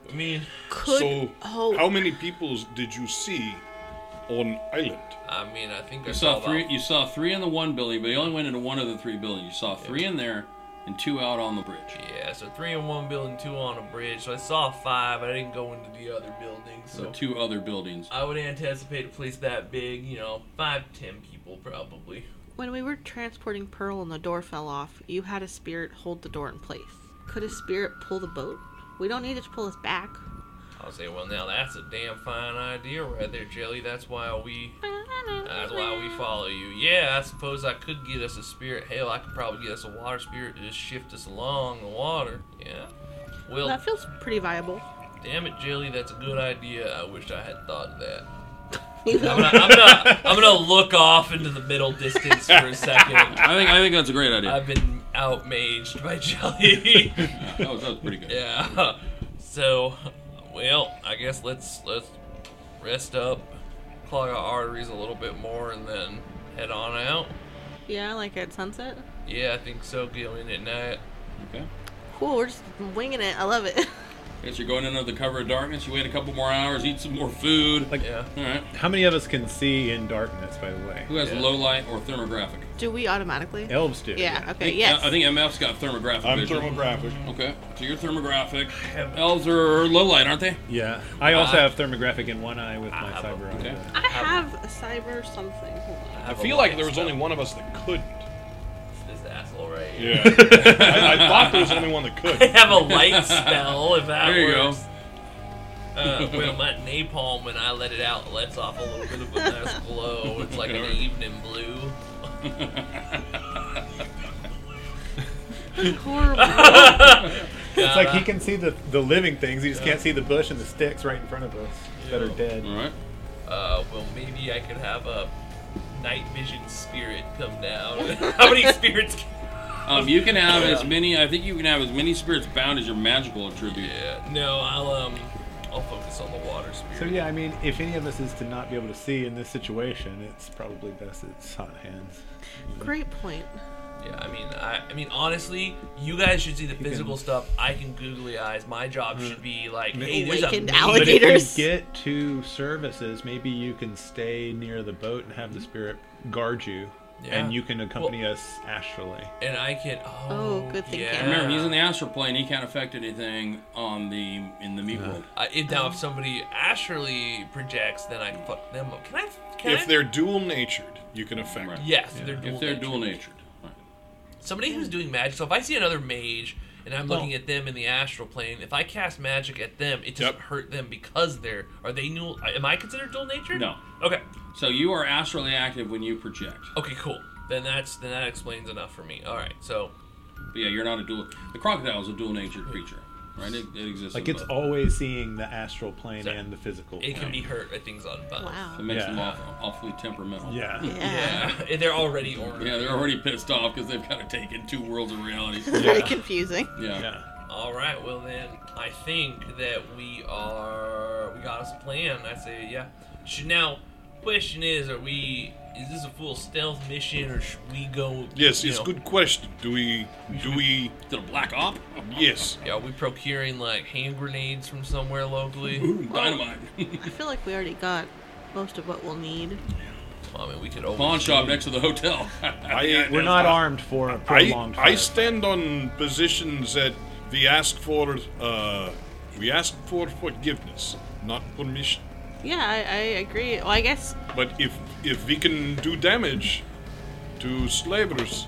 Speaker 4: I mean,
Speaker 5: Could
Speaker 1: so,
Speaker 5: oh
Speaker 1: how many peoples did you see on island?
Speaker 4: I mean, I think I
Speaker 2: You
Speaker 4: saw
Speaker 2: saw three.
Speaker 4: about-
Speaker 2: You saw three in the one building, but you only went into one of the three buildings. You saw three in there, and two out on the bridge.
Speaker 4: Yeah, so three in one building, two on a bridge. So I saw five. I didn't go into the other building,
Speaker 2: So
Speaker 4: so
Speaker 2: two other buildings.
Speaker 4: I would anticipate a place that big, you know, five, ten people probably.
Speaker 5: When we were transporting Pearl and the door fell off, you had a spirit hold the door in place. Could a spirit pull the boat? We don't need it to pull us back.
Speaker 4: I'll say, well, now that's a damn fine idea right there, Jelly. That's why we, that's why we follow you. Yeah, I suppose I could get us a spirit. Hell, I could probably get us a water spirit to just shift us along the water. Yeah. Well,
Speaker 5: That feels pretty viable.
Speaker 4: Damn it, Jelly, that's a good idea. I wish I had thought of that.
Speaker 5: You
Speaker 4: I'm
Speaker 5: know?
Speaker 4: gonna, I'm gonna, I'm gonna look off into the middle distance for a second.
Speaker 2: I think I think that's a great idea.
Speaker 4: I've been outmaged by Jelly.
Speaker 2: that, was, that was pretty good.
Speaker 4: yeah. So, well, I guess let's let's rest up, clog our arteries a little bit more, and then head on out.
Speaker 5: yeah, like at sunset.
Speaker 4: Yeah, I think so. Going at night.
Speaker 2: Okay.
Speaker 5: Cool, we're just winging it. I love it.
Speaker 2: Guess you're going in under the cover of darkness. You wait a couple more hours, eat some more food.
Speaker 3: Like,
Speaker 4: Yeah.
Speaker 2: All right.
Speaker 3: how many of us can see in darkness? By the way,
Speaker 2: Who has
Speaker 4: Yeah.
Speaker 2: low light or thermographic?
Speaker 5: Do we automatically?
Speaker 3: elves do.
Speaker 5: Yeah.
Speaker 2: I
Speaker 5: Okay.
Speaker 2: think,
Speaker 5: Yes.
Speaker 2: I think MF's got thermographic.
Speaker 1: I'm
Speaker 2: vision.
Speaker 1: thermographic.
Speaker 2: Okay. So you're thermographic. Elves are low light, aren't they?
Speaker 3: Yeah. I also
Speaker 4: Uh,
Speaker 3: have thermographic in one eye with my
Speaker 4: have a-
Speaker 3: cyber
Speaker 2: okay.
Speaker 3: eye.
Speaker 5: I have a cyber something. Hold on.
Speaker 1: I feel like there was only one of us that couldn't.
Speaker 4: This asshole right here.
Speaker 1: Yeah. I, I thought there was only one that
Speaker 4: I
Speaker 1: could.
Speaker 4: have a light spell if that
Speaker 2: There you go.
Speaker 4: works. Uh, well, my napalm when I let it out lets off a little bit of a nice glow. It's like an evening blue.
Speaker 5: That's horrible.
Speaker 3: It's like he can see the, the living things, he just can't see the bush and the sticks right in front of us that are dead.
Speaker 2: All right.
Speaker 4: Uh, well, maybe I could have a night vision spirit come down. How many spirits? Can-
Speaker 2: Um, you can have as many. I think you can have as many spirits bound as your magical attribute.
Speaker 4: yeah. No, I'll um, I'll focus on the water spirit.
Speaker 3: So yeah, I mean, if any of us is to not be able to see in this situation, it's probably best it's hot hands.
Speaker 5: Great point.
Speaker 4: Yeah, I mean, I, I mean, honestly, you guys should see the physical
Speaker 3: can-
Speaker 4: stuff. I can googly eyes. My job should be like, hey, there's a
Speaker 5: Awakened
Speaker 4: meat-
Speaker 5: alligator.
Speaker 3: But if
Speaker 5: Alligators.
Speaker 3: you get to services, maybe you can stay near the boat and have the spirit guard you
Speaker 4: Mm-hmm. Yeah.
Speaker 3: and you can accompany us astrally.
Speaker 4: And I can.
Speaker 5: Oh,
Speaker 4: Oh,
Speaker 5: good thing
Speaker 4: Yeah.
Speaker 5: Cameron-
Speaker 2: Remember, he's in the astral plane. He can't affect anything on the in the meat world.
Speaker 4: I, if, now, if somebody astrally projects, then I can fuck them up. Can I? Can I?
Speaker 1: If they're dual natured, you can affect.
Speaker 2: Right.
Speaker 1: them.
Speaker 4: yes, if they're dual
Speaker 2: If they're
Speaker 4: nature.
Speaker 2: dual natured, right.
Speaker 4: somebody who's doing magic. So if I see another mage and I'm
Speaker 3: Well-
Speaker 4: looking at them in the astral plane, if I cast magic at them, it doesn't
Speaker 1: Yep.
Speaker 4: hurt them because they're are they dual? Am I considered dual nature?
Speaker 2: No.
Speaker 4: Okay.
Speaker 2: so you are astrally active when you project.
Speaker 4: Okay. Cool. Then that's then that explains enough for me. All right. So
Speaker 2: But yeah, you're not a dual. The crocodile is a dual natured creature, right? It, it exists.
Speaker 3: Like
Speaker 2: in
Speaker 3: it's
Speaker 2: both.
Speaker 3: always seeing the astral plane
Speaker 4: So-
Speaker 3: and the physical.
Speaker 4: it can
Speaker 3: plane.
Speaker 4: be hurt at things on both.
Speaker 2: It
Speaker 5: Wow.
Speaker 2: makes
Speaker 3: Yeah.
Speaker 2: them awful, awfully temperamental.
Speaker 3: Yeah.
Speaker 5: Yeah.
Speaker 4: Yeah. and they're already ornery.
Speaker 2: Yeah, they're already pissed off because they've got to take in two worlds of reality.
Speaker 5: Very confusing.
Speaker 2: Yeah.
Speaker 3: Yeah.
Speaker 4: All right, well then, I think that we are we got us a plan. I say, yeah. Should now, question is, are we? Is this a full stealth mission, or should we go?
Speaker 1: Yes,
Speaker 4: you
Speaker 1: it's
Speaker 4: know,
Speaker 1: good question. Do we? Do we?
Speaker 2: Did a black op?
Speaker 1: Yes.
Speaker 4: Yeah, are we procuring like hand grenades from somewhere locally?
Speaker 2: Boom, dynamite.
Speaker 5: I feel like we already got most of what we'll need.
Speaker 4: Well, I mean, we could always.
Speaker 2: Pawn shop next to the hotel.
Speaker 1: I,
Speaker 3: We're not armed for a
Speaker 1: I,
Speaker 3: prolonged
Speaker 1: I
Speaker 3: firefight.
Speaker 1: stand on positions that we ask for. Uh, we ask for forgiveness, not permission.
Speaker 5: Yeah, I, I agree. Well, I guess
Speaker 1: But if if we can do damage to slavers,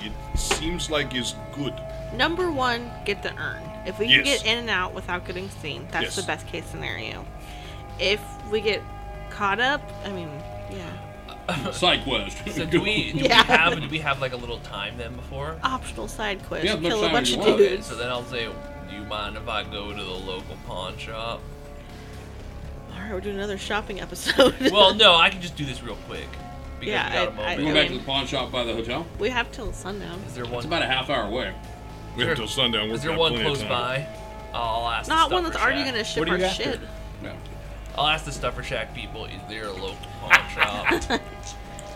Speaker 1: it seems like is good.
Speaker 5: number one, get the urn. If we can
Speaker 1: Yes.
Speaker 5: get in and out without getting seen, that's
Speaker 1: Yes.
Speaker 5: the best case scenario. If we get caught up, I mean, yeah,
Speaker 2: Side quest.
Speaker 4: So do we? Do
Speaker 5: Yeah. Uh,
Speaker 4: we have? Do we have like a little time then before?
Speaker 5: optional side quest,
Speaker 2: Yeah, as much
Speaker 5: kill a
Speaker 2: time
Speaker 5: bunch
Speaker 2: as you
Speaker 5: of
Speaker 2: want.
Speaker 4: Okay,
Speaker 5: dudes.
Speaker 4: so then I'll say, do you mind if I go to the local pawn shop?
Speaker 5: All right, we're doing another shopping episode.
Speaker 4: Well, no, I can just do this real quick because
Speaker 5: Yeah,
Speaker 4: we got a
Speaker 5: I- I-
Speaker 2: We
Speaker 4: moment.
Speaker 2: go back to the pawn shop by the hotel.
Speaker 5: we have till sundown.
Speaker 4: is there one?
Speaker 2: It's about a half hour away.
Speaker 1: We
Speaker 4: Sure.
Speaker 1: have till sundown. We're
Speaker 4: Is there one
Speaker 1: plenty of
Speaker 4: close
Speaker 1: time.
Speaker 4: by? I'll ask.
Speaker 5: Not
Speaker 4: the
Speaker 5: one that's
Speaker 4: Stuffer
Speaker 5: already
Speaker 4: Shack.
Speaker 5: gonna ship
Speaker 3: What are
Speaker 5: our
Speaker 3: you after?
Speaker 5: shit.
Speaker 2: Yeah.
Speaker 4: I'll ask the Stuffer Shack people. Is there a local pawn shop?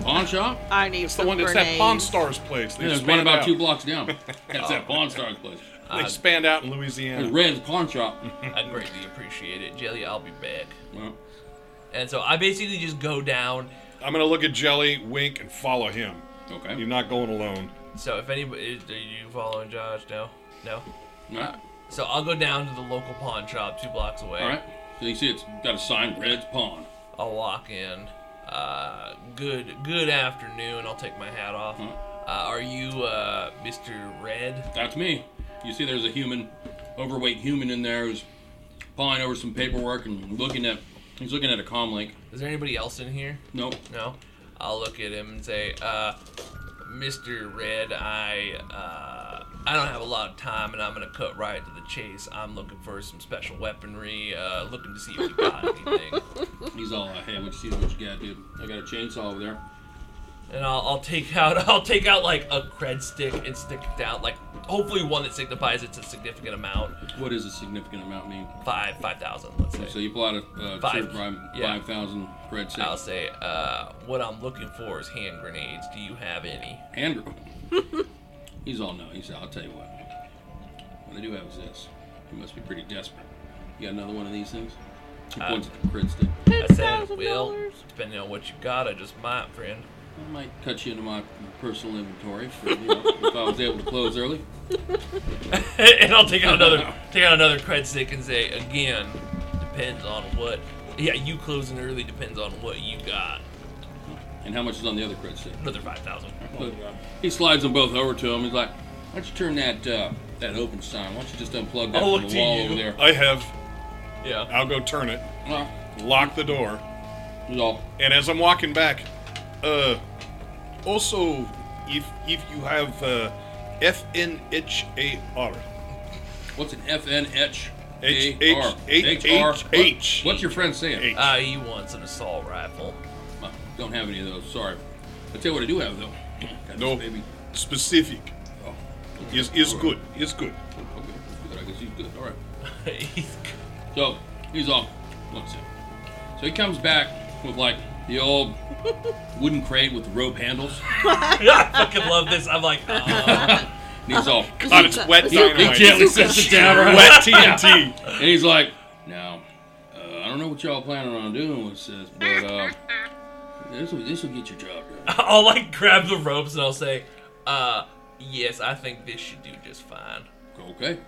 Speaker 2: Pawn shop?
Speaker 5: I need
Speaker 1: It's the
Speaker 5: some
Speaker 1: one. It's that
Speaker 5: grenades.
Speaker 1: Pawn Stars place. They
Speaker 2: Yeah, there's one
Speaker 1: expand
Speaker 2: about
Speaker 1: out.
Speaker 2: two blocks down. That's that
Speaker 4: Oh.
Speaker 2: Pawn Stars place.
Speaker 1: They expand out in Louisiana.
Speaker 2: There's Red's Pawn Shop.
Speaker 4: I greatly appreciate it, Jelly. I'll be back.
Speaker 2: Well,
Speaker 4: And so I basically just go down.
Speaker 1: I'm gonna look at Jelly, wink, and follow him. You're
Speaker 2: okay.
Speaker 1: not going alone.
Speaker 4: So if anybody, is- are you following Josh? No, no.
Speaker 2: All right.
Speaker 4: So I'll go down to the local pawn shop two blocks away.
Speaker 2: All right. So you see, it's got a sign, Red's Pawn.
Speaker 4: I'll walk in. Uh, good, good afternoon. I'll take my hat off. Uh, are you uh, Mr. Red?
Speaker 2: That's me. You see, there's a human, overweight human in there who's pawing over some paperwork and looking at. He's looking at a comm link.
Speaker 4: Is there anybody else in here?
Speaker 2: Nope.
Speaker 4: No. I'll look at him and say, uh, Mr. Red, I, uh, I don't have a lot of time and I'm gonna cut right to the chase. I'm looking for some special weaponry, uh, looking to see if you got anything.
Speaker 2: He's all, uh, hey, what you see? What you got, dude? I got a chainsaw over there.
Speaker 4: And I'll, I'll take out, I'll take out like a cred stick and stick it down, like hopefully one that signifies it's a significant amount,
Speaker 2: What is a significant amount mean?
Speaker 4: five, five thousand, let's say.
Speaker 2: So you pull out a uh,
Speaker 4: Five.
Speaker 2: five thousand
Speaker 4: Yeah.
Speaker 2: red six.
Speaker 4: I'll say, uh, what I'm looking for is hand grenades. Do you have any?
Speaker 2: Andrew. He's all no. He said, I'll tell you what. What I do have is this. You must be pretty desperate. You got another one of these things? He
Speaker 4: Uh,
Speaker 2: points at the crit stick.
Speaker 4: I said, well,
Speaker 5: $10,000.
Speaker 4: depending on what you got, I just might, friend.
Speaker 2: I might cut you into my personal inventory for, you know, if I was able to close early.
Speaker 4: and I'll take out another take out another cred stick and say again, depends on what. Yeah, you closing early depends on what you got.
Speaker 2: And how much is on the other crit stick?
Speaker 4: Another five thousand.
Speaker 1: Oh,
Speaker 2: But he slides them both over to him. He's like, why don't you turn that uh, that open sign? Why don't you just unplug that
Speaker 1: Oh,
Speaker 4: I'll
Speaker 2: from
Speaker 4: look
Speaker 2: the
Speaker 4: to
Speaker 2: wall
Speaker 4: you.
Speaker 2: over there?
Speaker 1: I have.
Speaker 4: Yeah.
Speaker 1: I'll go turn it.
Speaker 2: Well,
Speaker 1: Lock the door.
Speaker 2: he's all,
Speaker 1: And as I'm walking back, uh, also, if if you have uh, FNHAR,
Speaker 2: what's an FNH?
Speaker 1: H- H-
Speaker 2: AR?
Speaker 1: H-
Speaker 2: HR?
Speaker 1: H- H.
Speaker 2: What's your friend saying?
Speaker 1: H.
Speaker 4: Uh, he wants an assault rifle.
Speaker 2: Well, don't have any of those. Sorry. I tell you what I do have though. Got
Speaker 1: No.
Speaker 2: this baby.
Speaker 1: specific
Speaker 2: Oh,
Speaker 1: is is
Speaker 2: All right.
Speaker 1: good. Is good.
Speaker 2: okay. Good. I guess he's good. All right.
Speaker 4: He's-
Speaker 2: So he's off. Let's see. So he comes back with like the old wooden crate with the rope handles.
Speaker 4: I fucking love this. I'm like, uh,
Speaker 2: And he's all.
Speaker 1: Ah, it's wet
Speaker 2: He
Speaker 1: dynamite.
Speaker 2: gently sets it down. Right?
Speaker 1: Wet TNT.
Speaker 2: And he's like, now, uh, I don't know what y'all planning on doing with this, but uh, This will, this will get your job done.
Speaker 4: I'll like grab the ropes and I'll say, uh, yes, I think this should do just fine.
Speaker 2: Okay.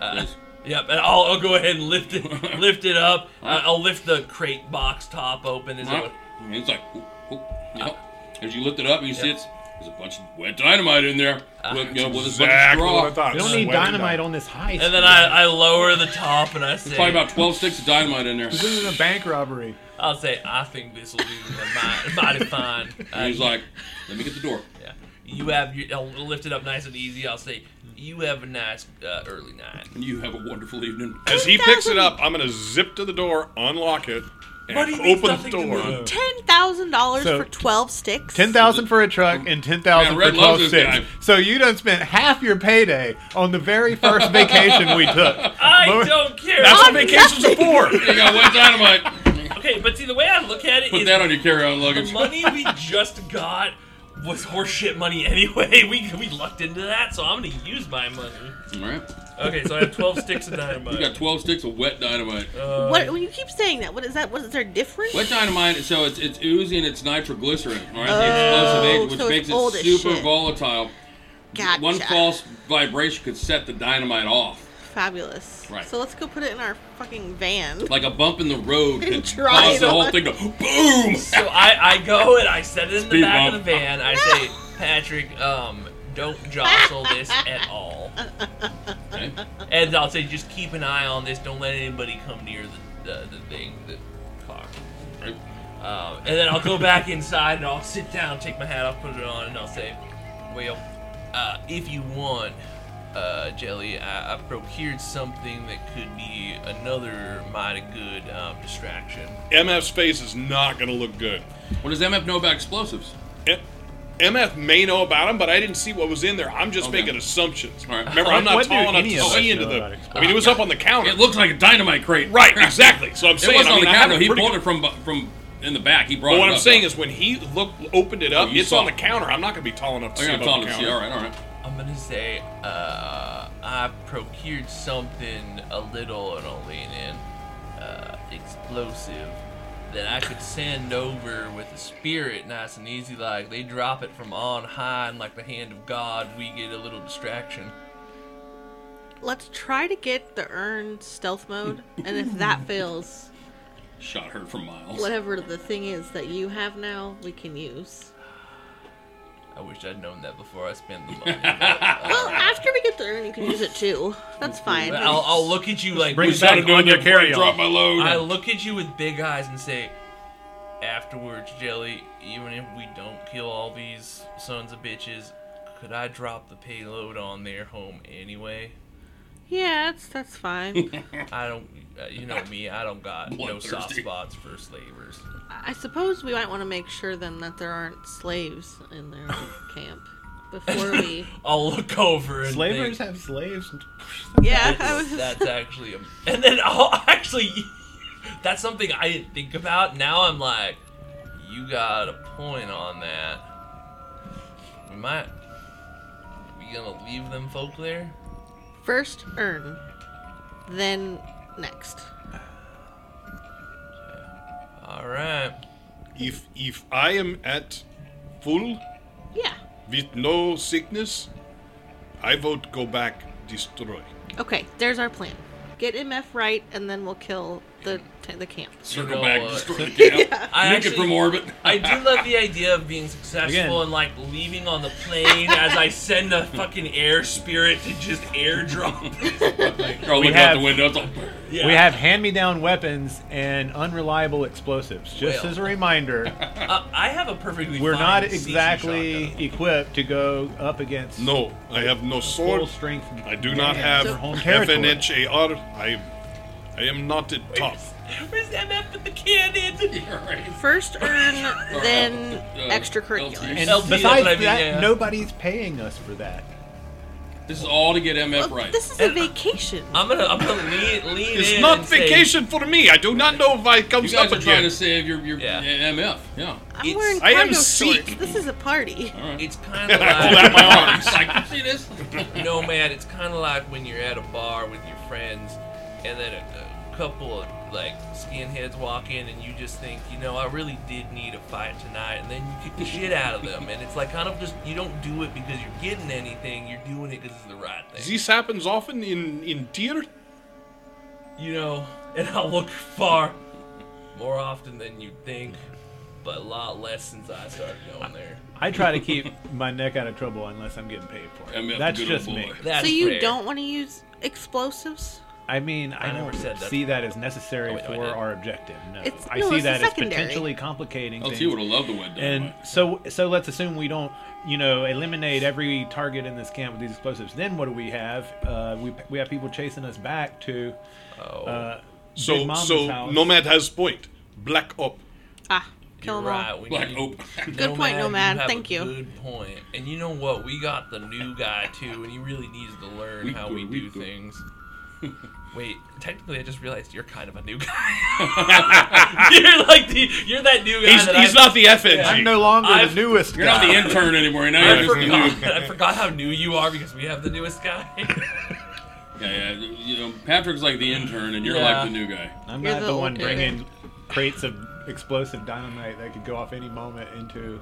Speaker 4: Uh,
Speaker 2: Yes.
Speaker 4: yep, and I'll, I'll go ahead and lift it, lift it up. I- I'll lift the crate box top open. Is
Speaker 2: Huh?
Speaker 4: it,
Speaker 2: And It's like, whoop, whoop, yep. as you lift it up, and you see it's There's a bunch of wet dynamite in there.
Speaker 5: Uh-huh.
Speaker 2: with, you know, with a bunch of
Speaker 1: Exactly what I
Speaker 2: straw.
Speaker 1: thought.
Speaker 3: We don't need dynamite on this heist.
Speaker 4: and then I, I lower the top and I
Speaker 2: There's
Speaker 4: say,
Speaker 2: probably about 12 sticks of dynamite in
Speaker 5: Uh,
Speaker 2: there.
Speaker 7: This isn't a bank robbery.
Speaker 4: I'll say, I think this will do mighty fine. Uh,
Speaker 2: And he's like, let me get the door.
Speaker 4: yeah. you have, your, I'll lift it up nice and easy. I'll say, you have a nice uh, early night.
Speaker 2: You have a wonderful evening.
Speaker 1: As he picks it up, I'm gonna zip to the door, unlock it, and
Speaker 4: Money means
Speaker 1: open the
Speaker 4: nothing to
Speaker 1: door.
Speaker 4: me.
Speaker 5: Ten thousand dollars
Speaker 3: So-
Speaker 5: for twelve sticks.
Speaker 7: Ten thousand for a truck and ten thousand
Speaker 2: Man, Red
Speaker 7: for twelve
Speaker 2: loves this
Speaker 7: sticks.
Speaker 2: guy.
Speaker 7: So you done spent half your payday on the very first vacation we took.
Speaker 4: I
Speaker 7: Mo-
Speaker 4: don't care.
Speaker 1: That's what vacations are for.
Speaker 2: You got wet dynamite.
Speaker 4: okay, but see, the way I look at it
Speaker 2: Put
Speaker 4: is
Speaker 2: that on your carry-on
Speaker 4: the
Speaker 2: luggage.
Speaker 4: money we just got was horseshit money anyway. We, we lucked into that, so I'm gonna use my money.
Speaker 2: All right.
Speaker 4: Okay, so I have 12 sticks of dynamite.
Speaker 2: You got 12 sticks of wet dynamite.
Speaker 4: Uh,
Speaker 5: What? When you keep saying that, what is that? What is there different?
Speaker 2: Wet dynamite, so it's it's oozy and it's nitroglycerin, all right?
Speaker 5: Oh,
Speaker 2: the explosive agent, which
Speaker 5: so it's
Speaker 2: makes
Speaker 5: old
Speaker 2: it
Speaker 5: as
Speaker 2: super
Speaker 5: shit.
Speaker 2: volatile.
Speaker 5: Gotcha.
Speaker 2: One false vibration could set the dynamite off.
Speaker 5: Fabulous.
Speaker 2: Right.
Speaker 5: So let's go put it in our fucking van.
Speaker 2: Like a bump in the road can
Speaker 5: Try
Speaker 2: cause
Speaker 5: it
Speaker 2: the whole
Speaker 5: on.
Speaker 2: thing to boom.
Speaker 4: So I, I go and I set it in the
Speaker 2: Speed
Speaker 4: back of
Speaker 2: bump.
Speaker 4: the van. I say, Patrick, um, don't jostle this at all.
Speaker 2: Okay.
Speaker 4: And I'll say, just keep an eye on this. Don't let anybody come near the, the, the thing, the car.
Speaker 2: Right.
Speaker 4: Um, and then I'll go back inside and I'll sit down, take my hat off, put it on, and I'll say, well, uh, if you want, uh, Jelly, I, I procured something that could be another mighty good um, distraction.
Speaker 1: MF's face is not gonna look good.
Speaker 2: What does MF know about explosives?
Speaker 1: M- MF may know about them, but I didn't see what was in there. I'm just
Speaker 2: Okay.
Speaker 1: making assumptions.
Speaker 2: All right.
Speaker 1: Remember, I'm not
Speaker 7: What do
Speaker 1: tall enough
Speaker 7: any
Speaker 1: to
Speaker 7: of us
Speaker 1: see
Speaker 7: know
Speaker 1: into
Speaker 7: about
Speaker 1: the.
Speaker 7: explosives?
Speaker 1: I mean, it was up on the counter.
Speaker 2: It looks like a dynamite crate.
Speaker 1: right, exactly. So I'm
Speaker 2: It
Speaker 1: saying
Speaker 2: wasn't
Speaker 1: I
Speaker 2: on
Speaker 1: mean,
Speaker 2: the
Speaker 1: I have
Speaker 2: counter.
Speaker 1: a
Speaker 2: He
Speaker 1: pretty
Speaker 2: pulled it from bu- from in the back. He brought
Speaker 1: But
Speaker 2: it
Speaker 1: what
Speaker 2: up. Oh,
Speaker 1: I'm saying is, when he look opened it up,
Speaker 2: you
Speaker 1: it's
Speaker 2: saw
Speaker 1: on the
Speaker 2: it.
Speaker 1: counter. I'm not gonna be tall enough to
Speaker 2: Oh,
Speaker 1: see
Speaker 2: you're not
Speaker 1: above
Speaker 2: telling
Speaker 1: the
Speaker 2: him.
Speaker 1: counter.
Speaker 2: See, all right, all right.
Speaker 4: I'm gonna say, uh, I procured something a little and only an uh, explosive that I could send over with a spirit, nice and easy. Like they drop it from on high, and like the hand of God, we get a little distraction.
Speaker 5: Let's try to get the urn stealth mode, and if that fails,
Speaker 2: Shot heard from miles.
Speaker 5: whatever the thing is that you have now, we can use.
Speaker 4: I wish I'd known that before I spent the money. but
Speaker 5: Well, after we get the urn, you can use it too. That's fine.
Speaker 4: I'll, I'll look at you like
Speaker 7: Bring
Speaker 4: with-
Speaker 7: it back on your
Speaker 2: Drop
Speaker 7: carry-on.
Speaker 2: my load.
Speaker 4: I look at you with big eyes and say, afterwards, Jelly, even if we don't kill all these sons of bitches, could I drop the payload on their home anyway?
Speaker 5: yeah, that's that's fine.
Speaker 4: I don't, uh, you know me, I don't got no soft
Speaker 2: Bloodthirsty.
Speaker 4: spots for slavers.
Speaker 5: I suppose we might want to make sure then that there aren't slaves in their camp before we.
Speaker 4: I'll look over and
Speaker 3: Slavers
Speaker 4: think,
Speaker 3: have slaves.
Speaker 5: Yeah, I
Speaker 4: "That's-
Speaker 5: was.
Speaker 4: that's actually a, and then I'll actually, that's something I didn't think about. Now I'm like, you got a point on that. We might, we gonna leave them folk there?
Speaker 5: First urn, then next.
Speaker 4: All right.
Speaker 1: If if I am at full
Speaker 5: Yeah.
Speaker 1: with no sickness, I vote go back destroy.
Speaker 5: Okay, there's our plan. Get MF right, and then we'll kill the the camp.
Speaker 2: Circle
Speaker 4: You know
Speaker 2: back.
Speaker 4: what?
Speaker 2: Destroy the camp.
Speaker 4: I
Speaker 2: Nuke it from
Speaker 4: actually,
Speaker 2: orbit.
Speaker 4: I do love the idea of being successful
Speaker 3: Again.
Speaker 4: and like leaving on the plane as I send a fucking air spirit to just airdrop.
Speaker 2: Or looking out
Speaker 3: have-
Speaker 2: the window. It's all,
Speaker 4: Yeah.
Speaker 3: We have hand-me-down weapons and unreliable explosives. Just
Speaker 4: Well.
Speaker 3: as a reminder,
Speaker 4: Uh, I have a perfectly.
Speaker 3: we're not
Speaker 4: fine CC
Speaker 3: exactly
Speaker 4: shotgun.
Speaker 3: equipped to go up against
Speaker 1: No, I have no sword.
Speaker 3: full strength.
Speaker 1: I do not
Speaker 3: Yeah,
Speaker 1: have
Speaker 3: it's our home territory.
Speaker 1: FNHAR. I I am not a tough.
Speaker 4: Where's MF with the cannon?
Speaker 2: All right.
Speaker 5: First urn, then
Speaker 2: uh,
Speaker 5: extracurricular.
Speaker 2: LT.
Speaker 3: And
Speaker 4: LP, that's
Speaker 3: besides
Speaker 4: what I
Speaker 3: that,
Speaker 4: mean, yeah.
Speaker 3: nobody's paying us for that.
Speaker 2: This is all to get MF
Speaker 5: Well,
Speaker 2: right.
Speaker 5: This is a vacation.
Speaker 4: I'm gonna, I'm gonna lean, lean in.
Speaker 1: It's not
Speaker 4: and say,
Speaker 1: vacation for me. I do not know if I
Speaker 2: You
Speaker 1: comes
Speaker 2: guys
Speaker 1: up
Speaker 2: are trying to
Speaker 1: again.
Speaker 2: save your, your
Speaker 4: Yeah.
Speaker 2: MF. Yeah.
Speaker 5: I'm
Speaker 4: it's-
Speaker 5: wearing
Speaker 1: I
Speaker 5: cargo
Speaker 1: am
Speaker 5: shorts.
Speaker 1: Sikh.
Speaker 5: This is a party.
Speaker 2: All right.
Speaker 4: It's kind of
Speaker 1: I pull out
Speaker 4: like
Speaker 1: my arms.
Speaker 2: It's like, you see this?
Speaker 4: nomad. It's kind of like when you're at a bar with your friends, and then a, a couple of like skinheads walk in and you just think, you know, I really did need a fight tonight, and then you kick the shit out of them, and it's like kind of just you don't do it because you're getting anything, you're doing it because it's the right thing.
Speaker 1: This happens often in in theater.
Speaker 4: you know, and I look far more often than you'd think, but a lot less since I started going there.
Speaker 3: I try to keep my neck out of trouble unless I'm getting paid for it.
Speaker 2: I mean, that's
Speaker 3: That's
Speaker 2: a good old
Speaker 3: just me.
Speaker 2: boy.
Speaker 4: That's
Speaker 5: so you
Speaker 4: fair.
Speaker 5: don't want to use explosives?
Speaker 3: I mean, I,
Speaker 4: I never
Speaker 3: don't
Speaker 4: said that.
Speaker 3: see that as necessary
Speaker 4: Oh, wait, no, I
Speaker 3: for
Speaker 4: did.
Speaker 3: our objective. No,
Speaker 5: It's-
Speaker 3: I
Speaker 5: no,
Speaker 3: see
Speaker 5: it's a
Speaker 3: that as
Speaker 5: secondary.
Speaker 3: potentially complicating
Speaker 2: LT
Speaker 3: things.
Speaker 2: would have loved the wet
Speaker 3: And
Speaker 2: dynamite.
Speaker 3: so, so let's assume we don't, you know, eliminate every target in this camp with these explosives. Then what do we have? Uh, we we have people chasing us back to.
Speaker 4: Oh,
Speaker 3: Uh, Big
Speaker 1: So
Speaker 3: Mama's
Speaker 1: so
Speaker 3: house.
Speaker 1: Nomad has point. Black up.
Speaker 5: Ah, kill
Speaker 4: you're
Speaker 5: 'em all.
Speaker 4: right. We
Speaker 2: Black
Speaker 4: need-
Speaker 2: Oak.
Speaker 5: Good point, Nomad.
Speaker 4: have a
Speaker 5: Thank you.
Speaker 4: Good point. And you know what? We got the new guy too, and he really needs to learn
Speaker 2: We
Speaker 4: how
Speaker 2: do,
Speaker 4: we
Speaker 2: we
Speaker 4: do
Speaker 2: do.
Speaker 4: things. Wait, technically, I just realized you're kind of a new guy. you're like the, you're that new guy.
Speaker 1: He's,
Speaker 4: that
Speaker 1: he's
Speaker 4: I,
Speaker 1: not the FNG.
Speaker 7: I'm no longer
Speaker 4: I've-
Speaker 7: the newest
Speaker 2: You're
Speaker 7: guy.
Speaker 2: not the intern anymore. Now
Speaker 4: I
Speaker 2: you're just the new.
Speaker 4: forgot, I forgot how new you are because we have the newest guy.
Speaker 2: Yeah, yeah. You know, Patrick's like the intern, and you're
Speaker 4: Yeah.
Speaker 2: like the new guy.
Speaker 3: I'm
Speaker 5: You're
Speaker 3: not
Speaker 5: the
Speaker 3: the
Speaker 5: old
Speaker 3: one
Speaker 5: guy.
Speaker 3: bringing crates of explosive dynamite that could go off any moment into.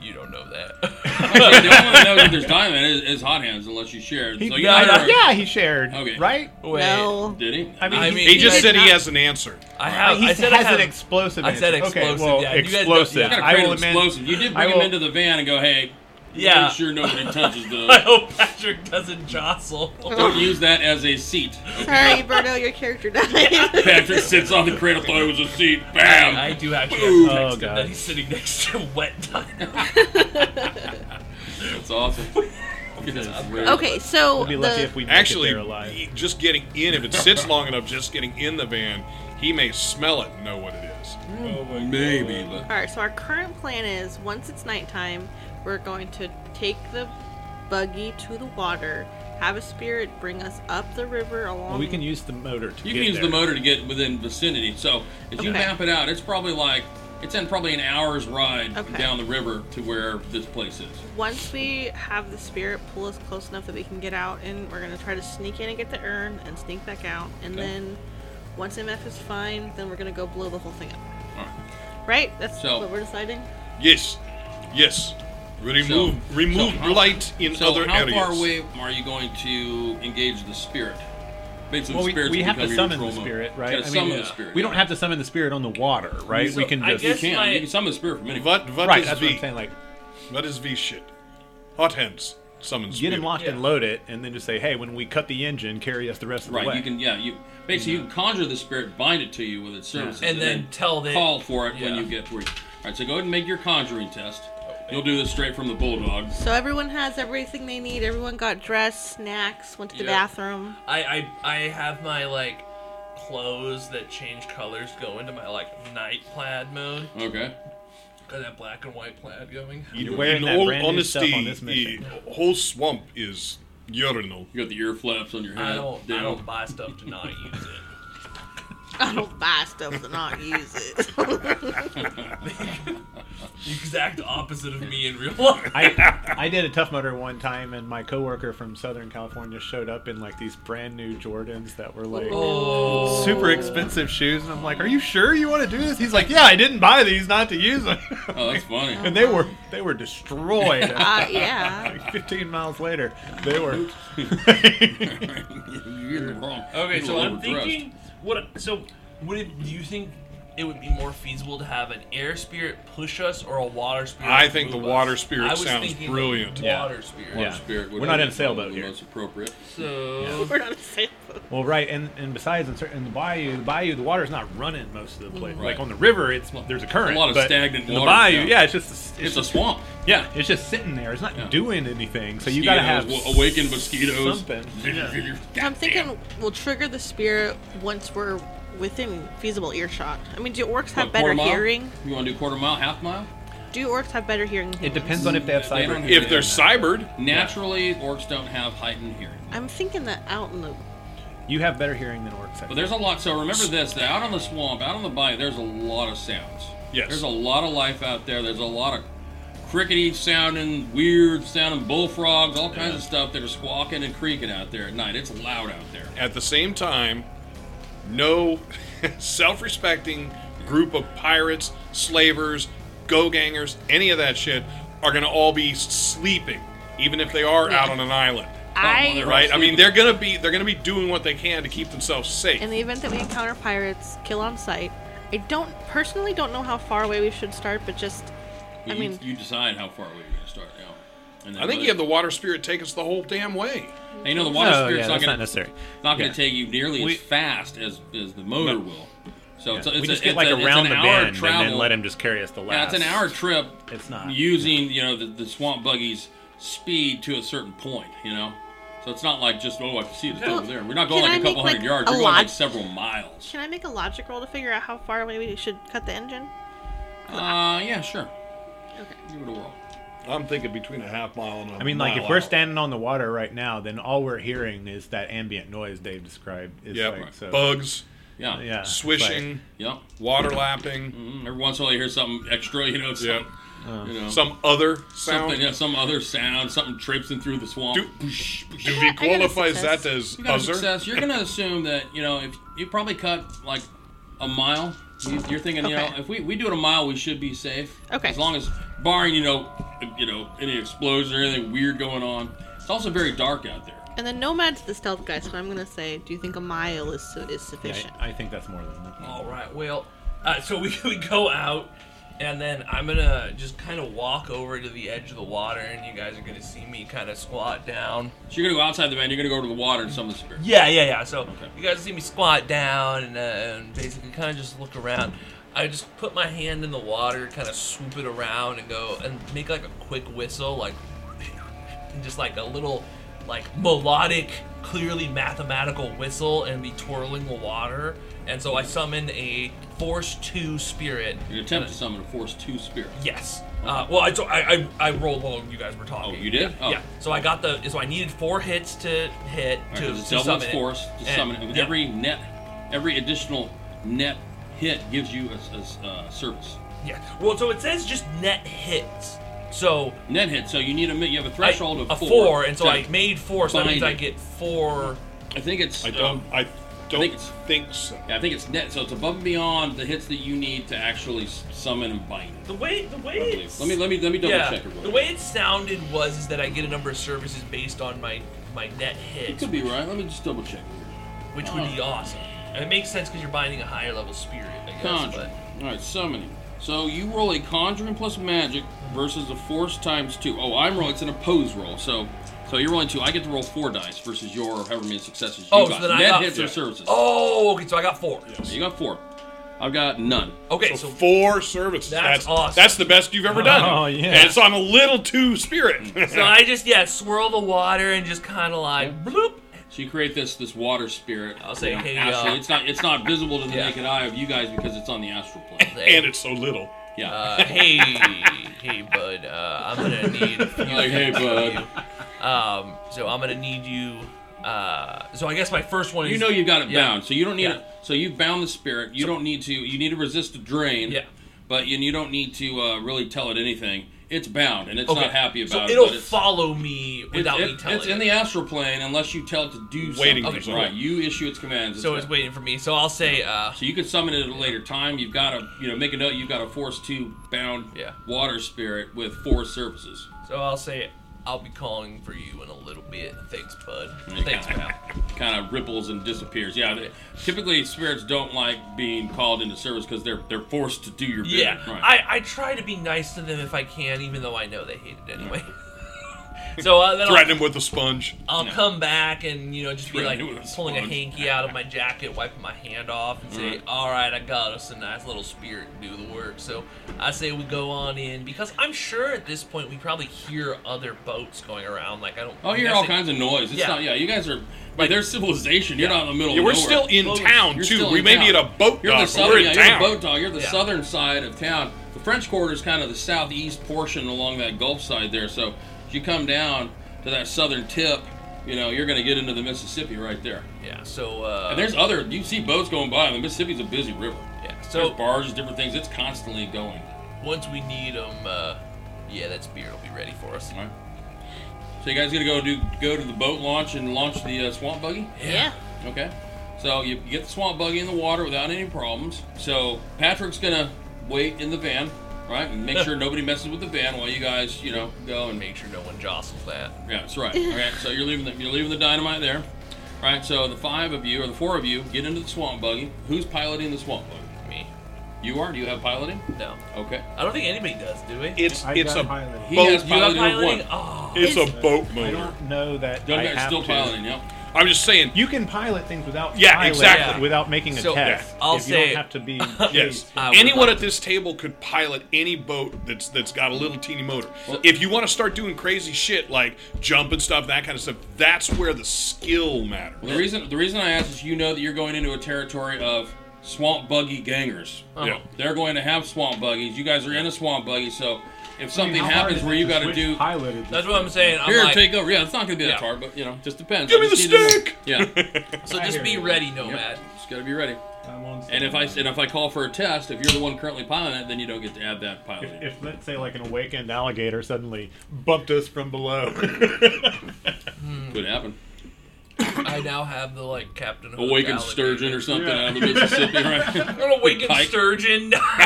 Speaker 4: you don't know that.
Speaker 2: Actually, the only one that knows that there's diamond is, is hot hands, unless you share. it. So you
Speaker 4: no,
Speaker 2: never-
Speaker 4: no,
Speaker 3: yeah, he shared.
Speaker 2: Okay.
Speaker 3: Right.
Speaker 4: Wait,
Speaker 5: No.
Speaker 2: Did he?
Speaker 3: I mean,
Speaker 4: I
Speaker 3: he-
Speaker 4: mean,
Speaker 1: He just
Speaker 5: did
Speaker 1: said he
Speaker 5: not-
Speaker 1: has an answer.
Speaker 4: I have.
Speaker 3: he
Speaker 4: I said I
Speaker 3: has
Speaker 4: have.
Speaker 3: an explosive.
Speaker 4: I said
Speaker 3: in it.
Speaker 4: explosive,
Speaker 3: Okay, well,
Speaker 4: yeah, you guys know-
Speaker 3: explosive.
Speaker 4: yeah.
Speaker 2: Gotta
Speaker 3: I
Speaker 2: create
Speaker 3: will
Speaker 2: an
Speaker 3: amend.
Speaker 2: explosive. You did
Speaker 3: I
Speaker 2: bring him
Speaker 3: will-
Speaker 2: into the van and go, hey,
Speaker 4: Yeah.
Speaker 2: make sure nobody touches
Speaker 4: I
Speaker 2: the.
Speaker 4: hope Patrick doesn't jostle.
Speaker 2: Don't use that as a seat.
Speaker 5: Sorry, Berto, your character died.
Speaker 2: Patrick sits on the cradle, thought it was a seat. Bam!
Speaker 4: I do actually
Speaker 2: Boom.
Speaker 4: have
Speaker 3: Oh,
Speaker 4: to text him
Speaker 3: God.
Speaker 4: that he's sitting next to wet dino.
Speaker 2: That's awesome. Goodness, weird.
Speaker 5: okay, so
Speaker 3: We'll be lucky
Speaker 5: the-
Speaker 3: if we make
Speaker 1: Actually,
Speaker 3: it there alive.
Speaker 1: he- just getting in, if it sits long enough, just getting in the van, he may smell it and know what it is.
Speaker 2: Maybe, but
Speaker 5: All right, so our current plan is once it's nighttime, we're going to take the buggy to the water, have a spirit bring us up the river along.
Speaker 3: Well, we can use the motor to
Speaker 2: you
Speaker 3: get
Speaker 2: can use
Speaker 3: there.
Speaker 2: the motor to get within vicinity. So if you
Speaker 5: Okay.
Speaker 2: map it out, it's probably like it's in probably an hour's ride
Speaker 5: Okay.
Speaker 2: down the river to where this place is.
Speaker 5: Once we have the spirit pull us close enough that we can get out, and we're gonna try to sneak in and get the urn and sneak back out, and
Speaker 2: Okay.
Speaker 5: then once MF is fine, then we're gonna go blow the whole thing up.
Speaker 2: All right.
Speaker 5: Right? That's
Speaker 2: So-
Speaker 5: what we're deciding.
Speaker 1: Yes, yes. Remove
Speaker 2: So-
Speaker 1: remove
Speaker 2: so how-
Speaker 1: light in
Speaker 2: So
Speaker 1: other
Speaker 2: how
Speaker 1: areas.
Speaker 2: far away are you going to engage the spirit? Basically,
Speaker 3: Well,
Speaker 2: the
Speaker 3: we,
Speaker 2: spirits
Speaker 3: we
Speaker 2: will
Speaker 3: have to
Speaker 2: become your
Speaker 3: summon the
Speaker 2: control mode.
Speaker 3: spirit, right?
Speaker 2: Gotta summon
Speaker 3: yeah.
Speaker 2: the spirit.
Speaker 3: We don't have to summon the spirit on the water, right? we
Speaker 4: So,
Speaker 3: can
Speaker 4: I
Speaker 3: just
Speaker 2: You
Speaker 4: guess-
Speaker 2: can.
Speaker 4: my-
Speaker 2: You can summon the spirit from any.
Speaker 1: What what
Speaker 3: right.
Speaker 1: is
Speaker 3: That's
Speaker 1: V?
Speaker 3: what I'm saying. Like,
Speaker 1: What is V shit? Hot hands. Summons.
Speaker 3: get him locked
Speaker 4: Yeah.
Speaker 3: and load it, and then just say, "Hey, when we cut the engine, carry us the rest of the
Speaker 2: Right.
Speaker 3: way."
Speaker 2: You can. Yeah. You basically you can conjure the spirit, bind it to you with its services,
Speaker 4: And then tell the-
Speaker 2: call for it when
Speaker 4: yeah.
Speaker 2: you get where. you- All right. So go ahead and make your conjuring test. You'll do this straight from the bulldog.
Speaker 5: So everyone has everything they need. Everyone got dressed, snacks, went to the
Speaker 4: Yeah.
Speaker 5: bathroom.
Speaker 4: I, I I have my like clothes that change colors go into my like night plaid mode.
Speaker 2: Okay.
Speaker 4: Got that black and white plaid going.
Speaker 3: You're wearing
Speaker 1: in
Speaker 3: that
Speaker 1: all
Speaker 3: brand new stuff
Speaker 1: honesty,
Speaker 3: on this mission.
Speaker 1: the whole swamp is urinal.
Speaker 2: You got the ear flaps on your head.
Speaker 4: I don't I
Speaker 2: down.
Speaker 4: don't buy stuff to not use it.
Speaker 5: I don't buy stuff to not use it.
Speaker 4: The exact opposite of me in real life.
Speaker 3: I, I did a tough motor one time, and my coworker from Southern California showed up in like these brand new Jordans that were like
Speaker 4: Oh.
Speaker 3: super expensive shoes, and I'm like, "Are you sure you want to do this?" He's like, "Yeah, I didn't buy these not to use them,"
Speaker 2: Oh, that's funny.
Speaker 3: and they were they were destroyed.
Speaker 5: uh, yeah.
Speaker 3: Like 15 miles later, they were.
Speaker 2: You're in the wrong.
Speaker 4: Okay,
Speaker 2: you're
Speaker 4: so I'm
Speaker 2: overdressed.
Speaker 4: thinking what so would it, do you think it would be more feasible to have an air spirit push us or a water spirit?
Speaker 1: I think the
Speaker 4: move
Speaker 1: water
Speaker 4: us?
Speaker 1: spirit
Speaker 4: I was
Speaker 1: sounds
Speaker 4: thinking
Speaker 1: brilliant.
Speaker 4: Water
Speaker 3: Yeah.
Speaker 4: spirit.
Speaker 3: Yeah.
Speaker 2: Spirit.
Speaker 3: We're
Speaker 2: would
Speaker 3: not
Speaker 2: be
Speaker 3: in a sailboat
Speaker 2: probably
Speaker 3: here.
Speaker 2: Most appropriate.
Speaker 4: So
Speaker 5: We're not a sailboat.
Speaker 3: Well, right, and, and besides, in, certain, in the bayou, the bayou, the water's not running most of the place.
Speaker 2: Mm-hmm. Right.
Speaker 3: Like on the river, it's there's a current.
Speaker 2: a lot of
Speaker 3: but
Speaker 2: stagnant
Speaker 3: in
Speaker 2: water,
Speaker 3: The bayou,
Speaker 2: yeah.
Speaker 3: yeah, it's just
Speaker 2: It's a swamp.
Speaker 3: yeah, it's just sitting there. It's not
Speaker 2: Yeah.
Speaker 3: doing anything. So you gotta have
Speaker 2: Mosquitoes, wa- awaken mosquitoes.
Speaker 3: something.
Speaker 5: I'm thinking we'll trigger the spirit once we're within feasible earshot. I mean, do orcs have
Speaker 2: What,
Speaker 5: better
Speaker 2: quarter mile?
Speaker 5: hearing?
Speaker 2: You want to do quarter mile, half mile?
Speaker 5: Do orcs have better hearing? than
Speaker 3: It
Speaker 5: humans?
Speaker 3: depends on if they have
Speaker 2: They don't
Speaker 3: cyber.
Speaker 2: have-
Speaker 1: If they're cybered,
Speaker 2: Naturally, orcs don't have heightened hearing.
Speaker 5: I'm thinking that out in the.
Speaker 3: You have better hearing than orcs.
Speaker 2: But
Speaker 3: I think.
Speaker 2: there's a lot. So remember this: that out on the swamp, out on the bayou, there's a lot of sounds.
Speaker 1: Yes.
Speaker 2: There's a lot of life out there. There's a lot of crickety sounding, weird sounding bullfrogs, all kinds of stuff that are squawking and creaking out there at night. It's loud out there.
Speaker 1: at the same time, no self respecting group of pirates, slavers, go gangers, any of that shit are going to all be sleeping, even if they are out on an island.
Speaker 5: I
Speaker 2: they're
Speaker 1: Right? I mean, they're gonna be they're gonna be doing what they can to keep themselves safe.
Speaker 5: in the event that we encounter pirates, kill on sight. I don't personally don't know how far away we should start, but just I
Speaker 2: You-
Speaker 5: mean,
Speaker 2: you, decide how far away you're gonna start. You know. And then
Speaker 1: I think
Speaker 2: let-
Speaker 1: you have the water spirit take us the whole damn way.
Speaker 2: and You know the water
Speaker 3: No,
Speaker 2: spirit's
Speaker 3: Oh, yeah,
Speaker 2: not
Speaker 3: that's
Speaker 2: gonna
Speaker 3: not necessary.
Speaker 2: not gonna
Speaker 3: Yeah.
Speaker 2: take you nearly
Speaker 3: We-
Speaker 2: as fast as, as the motor
Speaker 3: No.
Speaker 2: will. So it's, a-
Speaker 3: we
Speaker 2: it's
Speaker 3: just
Speaker 2: a,
Speaker 3: get
Speaker 2: it's
Speaker 3: like
Speaker 2: a- it's
Speaker 3: around
Speaker 2: an
Speaker 3: the
Speaker 2: hour
Speaker 3: bend
Speaker 2: travel.
Speaker 3: and then let him just carry us the last.
Speaker 2: Yeah, it's an hour trip.
Speaker 3: It's not.
Speaker 2: using you know the, the swamp buggy's speed to a certain point. You know, so it's not like just oh I can see it
Speaker 5: Well,
Speaker 2: over there. We're not going
Speaker 5: can
Speaker 2: like a
Speaker 5: I
Speaker 2: couple
Speaker 5: make,
Speaker 2: hundred
Speaker 5: like,
Speaker 2: yards.
Speaker 5: a
Speaker 2: We're going like
Speaker 5: lot-
Speaker 2: several miles.
Speaker 5: can I make a logic roll to figure out how far away we should cut the engine?
Speaker 2: Uh, yeah, sure.
Speaker 5: Okay.
Speaker 2: Give it a whirl.
Speaker 1: I'm thinking between a half mile and a
Speaker 3: I mean, like
Speaker 1: mile
Speaker 3: if we're
Speaker 1: out.
Speaker 3: standing on the water right now, then all we're hearing is that ambient noise Dave described. It's
Speaker 1: Yep.
Speaker 3: like, so,
Speaker 1: bugs,
Speaker 2: Yeah.
Speaker 3: yeah, it's
Speaker 1: swishing,
Speaker 3: like-
Speaker 2: Yep.
Speaker 1: water lapping,
Speaker 2: Mm, Every once in a while you hear something extra. You know. Some,
Speaker 1: Yeah.
Speaker 2: You know.
Speaker 1: some other sound.
Speaker 2: Something, yeah, some other sound, something trips in through the swamp.
Speaker 1: Do-
Speaker 2: Whoosh, whoosh.
Speaker 1: Do
Speaker 5: I
Speaker 1: we
Speaker 5: got a
Speaker 1: qualify
Speaker 5: success.
Speaker 1: that as
Speaker 2: You got a
Speaker 1: other?
Speaker 2: success. You're gonna assume that you know if you probably cut like a mile. You- You're thinking, you know,
Speaker 5: Okay.
Speaker 2: if we, we do it a mile, we should be safe.
Speaker 5: Okay.
Speaker 2: As long as barring you know, you know, any explosion or anything weird going on. It's also very dark out there.
Speaker 5: And the nomad's the stealth guy, so I'm gonna say, do you think a mile is su- is
Speaker 3: yeah,
Speaker 5: sufficient?
Speaker 3: I, I think that's more than enough.
Speaker 4: All right. Well, uh, so we, we go out, and then I'm gonna just kind of walk over to the edge of the water, and you guys are gonna see me kind of squat down.
Speaker 2: So you're gonna go outside the van. You're gonna go to the water and summon the spirit.
Speaker 4: Yeah, yeah, yeah. So
Speaker 2: Okay.
Speaker 4: you guys see me squat down and, uh, and basically kind of just look around. I just put my hand in the water, kind of swoop it around, and go and make like a quick whistle, like and just like a little like melodic, clearly mathematical whistle, and be twirling the water. And so I summon a force two spirit.
Speaker 2: You attempt to summon a force two spirit.
Speaker 4: Yes. Uh, well, I, so I, I I rolled while you guys were talking.
Speaker 2: Oh, you did?
Speaker 4: Yeah.
Speaker 2: Oh.
Speaker 4: yeah. So I got the. So I needed four hits to hit
Speaker 2: All right,
Speaker 4: to,
Speaker 2: 'cause it's
Speaker 4: to
Speaker 2: double
Speaker 4: summon
Speaker 2: its
Speaker 4: it.
Speaker 2: force to
Speaker 4: And-
Speaker 2: summon it. With
Speaker 4: yeah.
Speaker 2: Every net, every additional net hit gives you a, a, a service.
Speaker 4: Yeah. Well, so it says just net hits. So
Speaker 2: Net hit. So you need a mi- you have a
Speaker 4: I-
Speaker 2: threshold of
Speaker 4: a
Speaker 2: four.
Speaker 4: four, and so
Speaker 2: to-
Speaker 4: I made four, so that means
Speaker 2: bind
Speaker 4: I
Speaker 2: it.
Speaker 4: get four.
Speaker 2: I think it's.
Speaker 1: I don't.
Speaker 2: um,
Speaker 1: I don't
Speaker 2: think
Speaker 1: think,
Speaker 2: it's-
Speaker 1: so.
Speaker 2: Yeah, I think it's net, so it's above and beyond the hits that you need to actually s- summon and bind.
Speaker 4: The way the way
Speaker 2: I believe.
Speaker 4: it's,
Speaker 2: Let me let me let me double
Speaker 4: yeah,
Speaker 2: check it. real
Speaker 4: the
Speaker 2: quick.
Speaker 4: way it sounded was is that I get a number of services based on my my net
Speaker 2: it
Speaker 4: hits,
Speaker 2: could be right. Let me just double check.
Speaker 4: which would be awesome. And it makes sense because you're binding a higher level spirit, I guess.
Speaker 2: Conjuring. All right, summoning. So you roll a conjuring plus magic versus a force times two. Oh, I'm rolling. It's an opposed roll. So so you're rolling two. I get to roll four dice versus your however many successes you
Speaker 4: Oh, so
Speaker 2: got.
Speaker 4: then I
Speaker 2: net
Speaker 4: got-
Speaker 2: hits or
Speaker 4: yeah.
Speaker 2: services.
Speaker 4: But, oh, okay. So I got four.
Speaker 2: You got four. I've got none.
Speaker 4: Okay,
Speaker 1: So,
Speaker 4: so,
Speaker 1: four services.
Speaker 4: That's
Speaker 1: That's,
Speaker 4: awesome.
Speaker 1: That's the best you've ever done.
Speaker 3: Oh, yeah.
Speaker 1: And it's on a little two spirit.
Speaker 4: so I just yeah swirl the water and just kind of like bloop.
Speaker 2: So you create this this water spirit.
Speaker 4: I'll say,
Speaker 2: you know,
Speaker 4: hey,
Speaker 2: astral-
Speaker 4: uh,
Speaker 2: it's not it's not visible to the
Speaker 4: Yeah.
Speaker 2: naked eye of you guys because it's on the astral plane.
Speaker 1: and it's so little.
Speaker 2: Yeah.
Speaker 4: Uh, hey, hey, bud. Uh, I'm gonna need a few
Speaker 2: Like, hey,
Speaker 4: things from
Speaker 2: bud.
Speaker 4: you. Um, so I'm gonna need you. Uh, so I guess my first one is
Speaker 2: You know you've got it
Speaker 4: Yeah.
Speaker 2: bound, so you don't need
Speaker 4: Yeah.
Speaker 2: it. So you've bound the spirit. You don't need to. You need to resist the drain.
Speaker 4: Yeah.
Speaker 2: But you, you don't need to uh, really tell it anything. It's bound, and it's
Speaker 4: Okay.
Speaker 2: not happy about
Speaker 4: so
Speaker 2: it.
Speaker 4: will
Speaker 2: but it's,
Speaker 4: follow me
Speaker 2: it's-
Speaker 4: without
Speaker 2: it-
Speaker 4: me telling.
Speaker 2: It's in
Speaker 4: it.
Speaker 2: the astral plane unless you tell it to do
Speaker 1: Waiting
Speaker 2: something.
Speaker 1: for
Speaker 2: Right.
Speaker 1: something.
Speaker 2: You issue its commands.
Speaker 4: so it's
Speaker 2: got-
Speaker 4: waiting for me. So I'll say. Uh,
Speaker 2: So you can summon it at a later time. You've got to, you know, make a note. You've got a force two bound
Speaker 4: Yeah.
Speaker 2: water spirit with four services.
Speaker 4: uh, so I'll say. I'll be calling for you in a little bit. Thanks, bud.
Speaker 2: And it
Speaker 4: Thanks, pal.
Speaker 2: Kind of ripples and disappears. Yeah. they- typically, spirits don't like being called into service because they're they're forced to do your bidding.
Speaker 4: Yeah,
Speaker 2: Right.
Speaker 4: I, I try to be nice to them if I can, even though I know they hate it anyway. so uh, then I'll
Speaker 1: Threaten him with a sponge.
Speaker 4: I'll come back and you know just be
Speaker 2: Really
Speaker 4: like
Speaker 2: knew it was
Speaker 4: pulling a
Speaker 2: sponge.
Speaker 4: hanky out of my jacket, wiping my hand off, and say,
Speaker 2: Mm-hmm.
Speaker 4: "All right, I got us a nice little spirit to do the work." So I say we go on in because I'm sure at this point we probably hear other boats going around. Like I don't.
Speaker 2: Oh, you hear
Speaker 4: guys
Speaker 2: all
Speaker 4: think-
Speaker 2: kinds of noise. It's
Speaker 4: Yeah.
Speaker 2: not. Yeah, you guys are. By their civilization, you're not in the middle.
Speaker 1: Yeah,
Speaker 2: of
Speaker 1: we're
Speaker 2: nowhere.
Speaker 1: still in
Speaker 2: Well,
Speaker 1: town,
Speaker 2: you're
Speaker 1: too.
Speaker 2: still
Speaker 1: We
Speaker 2: in
Speaker 1: may be at a boat dock,
Speaker 2: You're the
Speaker 1: but we're
Speaker 2: southern.
Speaker 1: in
Speaker 2: Yeah,
Speaker 1: town.
Speaker 2: you're a boat dog. You're the
Speaker 4: Yeah.
Speaker 2: southern side of town. The French Quarter is kind of the southeast portion along that Gulf side there. So if you come down to that southern tip, you know you're going to get into the Mississippi right there.
Speaker 4: Yeah. So uh,
Speaker 2: And there's other. You see boats going by. and The Mississippi's a busy river.
Speaker 4: yeah.
Speaker 2: There's
Speaker 4: So
Speaker 2: barges, different things. It's constantly going.
Speaker 4: once we need them, uh, yeah, that spirit will be ready for us.
Speaker 2: All right. So you guys gonna go do go to the boat launch and launch the uh, swamp buggy?
Speaker 5: Yeah.
Speaker 2: Okay. So you get the swamp buggy in the water without any problems. So Patrick's gonna wait in the van, right, and make sure nobody messes with the van while you guys, you know, go and
Speaker 4: Make sure no one jostles that.
Speaker 2: yeah, that's right. All right, so you're leaving the you're leaving the dynamite there. All right, so the five of you or the four of you get into the swamp buggy. Who's piloting the swamp buggy?
Speaker 4: Me.
Speaker 2: You are. Do you have piloting?
Speaker 4: No.
Speaker 2: Okay.
Speaker 4: I don't think anybody does, do we?
Speaker 1: It's
Speaker 7: I
Speaker 1: it's
Speaker 7: got
Speaker 1: a
Speaker 7: piloting.
Speaker 2: He
Speaker 1: boat.
Speaker 2: has
Speaker 4: you have
Speaker 2: piloting,
Speaker 4: piloting?
Speaker 2: of one.
Speaker 4: Oh,
Speaker 1: it's
Speaker 5: Is-
Speaker 1: a boat
Speaker 3: I
Speaker 1: motor.
Speaker 3: don't know that I
Speaker 2: Dunbar's
Speaker 3: have
Speaker 2: still
Speaker 3: to.
Speaker 2: piloting. Yep.
Speaker 1: I'm just saying.
Speaker 3: You can pilot things without
Speaker 1: Yeah,
Speaker 3: pilot-
Speaker 1: exactly.
Speaker 3: without making a
Speaker 4: So,
Speaker 3: test.
Speaker 4: yeah, I'll
Speaker 3: if you
Speaker 4: say-
Speaker 3: don't have to be
Speaker 1: Yes.
Speaker 4: I would
Speaker 1: Anyone
Speaker 4: like-
Speaker 1: at this table could pilot any boat that's that's got a little teeny motor. if you want to start doing crazy shit like jump and stuff, that kind of stuff, that's where the skill matters.
Speaker 2: The reason the reason I ask is you know that you're going into a territory of swamp buggy gangers.
Speaker 7: Uh-huh.
Speaker 1: Yeah.
Speaker 2: They're going to have swamp buggies. You guys are in a swamp buggy, so if something
Speaker 7: How hard
Speaker 2: happens
Speaker 7: is
Speaker 2: where
Speaker 7: it
Speaker 2: you
Speaker 7: to
Speaker 2: got to
Speaker 7: switch
Speaker 2: do
Speaker 7: Piloted.
Speaker 4: that's what I'm saying. I'm
Speaker 2: here,
Speaker 4: like,
Speaker 2: take over. Yeah, it's not going to be that
Speaker 4: Yeah.
Speaker 2: hard, but you know, just depends.
Speaker 1: Give
Speaker 2: I
Speaker 1: me
Speaker 2: just
Speaker 1: the
Speaker 2: need to know-
Speaker 1: stick!
Speaker 2: Yeah,
Speaker 4: so
Speaker 7: I
Speaker 4: just
Speaker 7: hear
Speaker 4: be
Speaker 7: you.
Speaker 4: ready, Nomad.
Speaker 2: just got to be ready.
Speaker 7: I'm on
Speaker 2: And if I
Speaker 7: standby.
Speaker 2: and if I call for a test, if you're the one currently piloting it, then you don't get to add that pilot.
Speaker 7: If, if let's say like an awakened alligator suddenly bumped us from below,
Speaker 2: Could happen.
Speaker 4: I now have the like Captain Hook
Speaker 2: Awakened
Speaker 4: alligator.
Speaker 2: sturgeon or something
Speaker 7: Yeah.
Speaker 2: out of the Mississippi, right?
Speaker 4: An awakened
Speaker 2: Pike.
Speaker 4: sturgeon.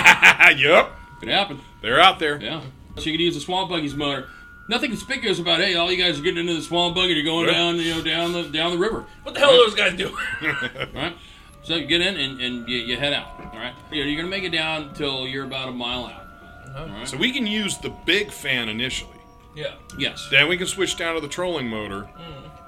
Speaker 1: yep,
Speaker 2: Could happen.
Speaker 1: they're out there.
Speaker 2: Yeah. So you could use the swamp buggy's motor. Nothing conspicuous about hey, all you guys are getting into the swamp buggy, you're going
Speaker 1: Yeah.
Speaker 2: down, you know, down the down the river.
Speaker 4: what the hell are those guys doing?
Speaker 2: All right. So you get in and, and you, you head out. All right. You know, you're gonna make it down till you're about a mile out.
Speaker 1: So we can use the big fan initially.
Speaker 4: yeah.
Speaker 2: Yes.
Speaker 1: Then we can switch down to the trolling motor,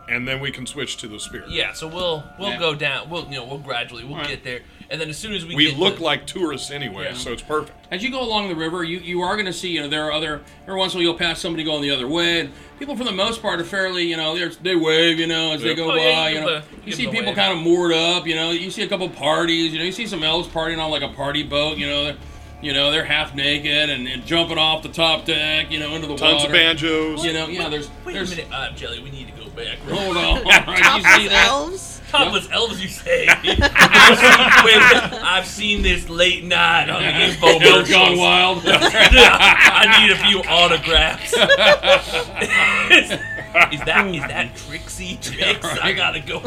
Speaker 1: and then we can switch to the spear.
Speaker 4: Yeah. So we'll we'll
Speaker 2: Mm. Yeah.
Speaker 4: go down. We'll you know we'll gradually we'll
Speaker 2: Alright.
Speaker 4: get there, and then as soon as we
Speaker 1: We
Speaker 4: get
Speaker 1: look
Speaker 4: the-
Speaker 1: like tourists anyway,
Speaker 2: Yeah.
Speaker 1: so it's perfect.
Speaker 2: As you go along the river, you, you are going to see, you know, there are other, every once in a while you'll pass somebody going the other way. And people, for the most part, are fairly, you know, they're, they wave, you know, as they
Speaker 1: Yeah.
Speaker 2: go
Speaker 4: Oh,
Speaker 2: by.
Speaker 4: yeah, you
Speaker 2: you
Speaker 4: give
Speaker 2: know,
Speaker 4: the-
Speaker 2: you
Speaker 4: give
Speaker 2: see
Speaker 4: the
Speaker 2: people
Speaker 4: wave.
Speaker 2: kind of moored up, you know, you see a couple parties, you know, you see some elves partying on like a party boat, you know, they're, you know, they're half naked and, and jumping off the top deck, you know, into the
Speaker 1: Tons
Speaker 2: water.
Speaker 1: of banjos.
Speaker 2: You know, yeah, there's,
Speaker 4: Wait
Speaker 2: there's,
Speaker 4: a minute, uh, Jelly. We need to go back.
Speaker 2: hold on, all right,
Speaker 7: Ah,
Speaker 2: you see
Speaker 5: Topless
Speaker 2: that?
Speaker 5: elves.
Speaker 4: Topless elves, you say? I've seen, wait, wait, I've seen this late night on the info
Speaker 2: They're gone wild.
Speaker 4: I need a few autographs. is that is that Trixie Tricks? I
Speaker 2: right.
Speaker 4: gotta go.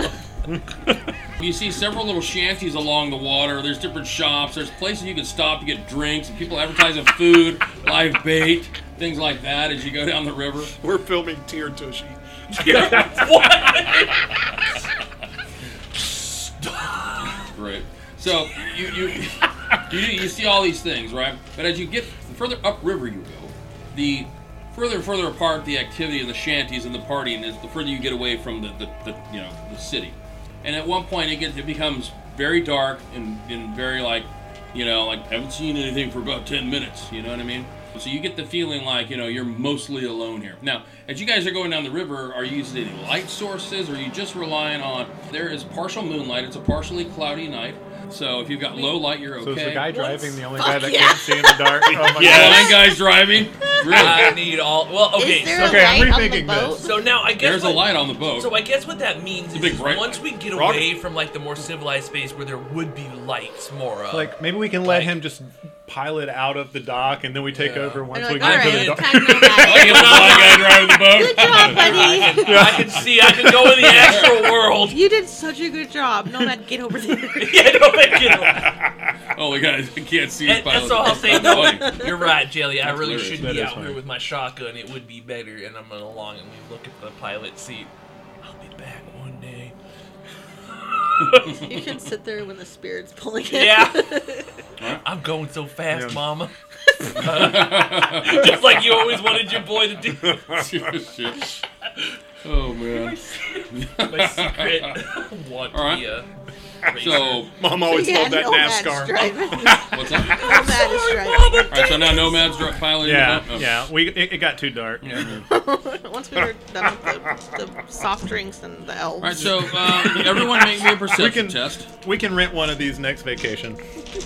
Speaker 2: You see several little shanties along the water. There's different shops. There's places you can stop to get drinks. And people advertising food, live bait, things like that as you go down the river.
Speaker 1: We're filming Tear Tushy.
Speaker 2: Right. So you you you, do- you see all these things, right? But as you get further upriver you go, the further and further apart the activity and the shanties and the partying is, the further you get away from the, the, the you know the city. And at one point it gets it becomes very dark and, and very like you know like haven't seen anything for about ten minutes. You know what I mean? So you get the feeling like you know you're mostly alone here. Now, as you guys are going down the river, are you using any light sources, or are you just relying on? There is partial moonlight. It's a partially cloudy night. So if you've got low light, you're okay.
Speaker 7: so is the guy driving the only guy
Speaker 5: Fuck
Speaker 7: that
Speaker 5: yeah.
Speaker 7: can't see in the dark? Oh my
Speaker 1: Yes.
Speaker 2: Blind guys driving. Really?
Speaker 4: I need all. Well, okay.
Speaker 5: Is there
Speaker 7: okay,
Speaker 5: a
Speaker 7: I'm
Speaker 5: light on the
Speaker 7: rethinking
Speaker 5: boat?
Speaker 7: this.
Speaker 4: so, so now I guess
Speaker 2: There's a
Speaker 4: what-
Speaker 2: light on the boat.
Speaker 4: So I guess what that means is,
Speaker 2: big
Speaker 4: is
Speaker 2: bright
Speaker 4: once we get
Speaker 1: rocket.
Speaker 4: away from like the more civilized space where there would be lights more of.
Speaker 7: God. Like maybe we can let him just pilot out of the dock, and then we take
Speaker 4: Yeah.
Speaker 7: over once
Speaker 5: And
Speaker 7: we
Speaker 5: like, all
Speaker 7: get
Speaker 5: right,
Speaker 7: into the
Speaker 5: it's
Speaker 7: dock.
Speaker 5: time to
Speaker 2: I guess the
Speaker 5: ride.
Speaker 2: blind guy driving the boat.
Speaker 5: Good job, buddy.
Speaker 4: I can see. I can go in the actual world.
Speaker 5: You did such a good job. Nomad, get over there.
Speaker 4: yeah, no, I can.
Speaker 2: Oh my god, I can't see his
Speaker 4: And,
Speaker 2: pilot.
Speaker 4: and so I'll say
Speaker 2: That's
Speaker 4: no.
Speaker 2: funny.
Speaker 4: You're right, Jelly. I really
Speaker 2: hilarious.
Speaker 4: should
Speaker 7: That
Speaker 4: be
Speaker 7: is
Speaker 4: out
Speaker 7: funny.
Speaker 4: here with my shotgun. It would be better. And I'm gonna along and we look at the pilot seat. I'll be back one day.
Speaker 5: You should sit there when the spirit's pulling in.
Speaker 7: Oh,
Speaker 4: Yeah. I'm going so fast,
Speaker 7: Yeah.
Speaker 4: Mama. Just like you always wanted your boy to do.
Speaker 2: Shit. Oh man.
Speaker 4: My secret. what?
Speaker 2: All right.
Speaker 4: The, uh,
Speaker 2: So
Speaker 1: Mom always
Speaker 5: yeah,
Speaker 1: loved that
Speaker 5: Nomad's
Speaker 1: NASCAR.
Speaker 5: driving.
Speaker 2: what's up?
Speaker 5: Nomad is driving.
Speaker 2: All right, so now Nomad's dri- piloting. the
Speaker 7: Yeah,
Speaker 2: boat. Oh.
Speaker 7: yeah. We it, it got too dark.
Speaker 5: Once we were done with the, the soft drinks and the elves.
Speaker 2: All right, so uh, everyone make me a perception
Speaker 7: can-
Speaker 2: test. raise
Speaker 7: We can rent one of these next vacation.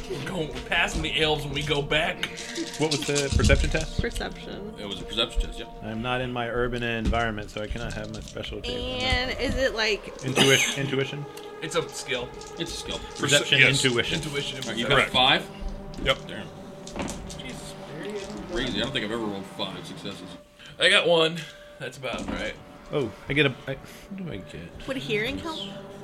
Speaker 4: we're going we're passing the elves when we go back.
Speaker 7: What was the perception test?
Speaker 5: Perception.
Speaker 2: It was a perception test. Yep.
Speaker 7: I'm not in my urban environment, so I cannot have my special achievement.
Speaker 5: And is it like
Speaker 7: Intuition, intuition,
Speaker 4: It's a skill.
Speaker 2: It's a skill. All
Speaker 7: perception,
Speaker 1: yes.
Speaker 7: intuition.
Speaker 4: Intuition.
Speaker 2: right, you
Speaker 4: and
Speaker 2: got
Speaker 1: Correct.
Speaker 2: five.
Speaker 1: Yep.
Speaker 2: Damn. Crazy. I don't think I've ever rolled five successes.
Speaker 4: I got one. That's about right.
Speaker 3: Oh, I get a. I, what do I get?
Speaker 5: Would hearing help?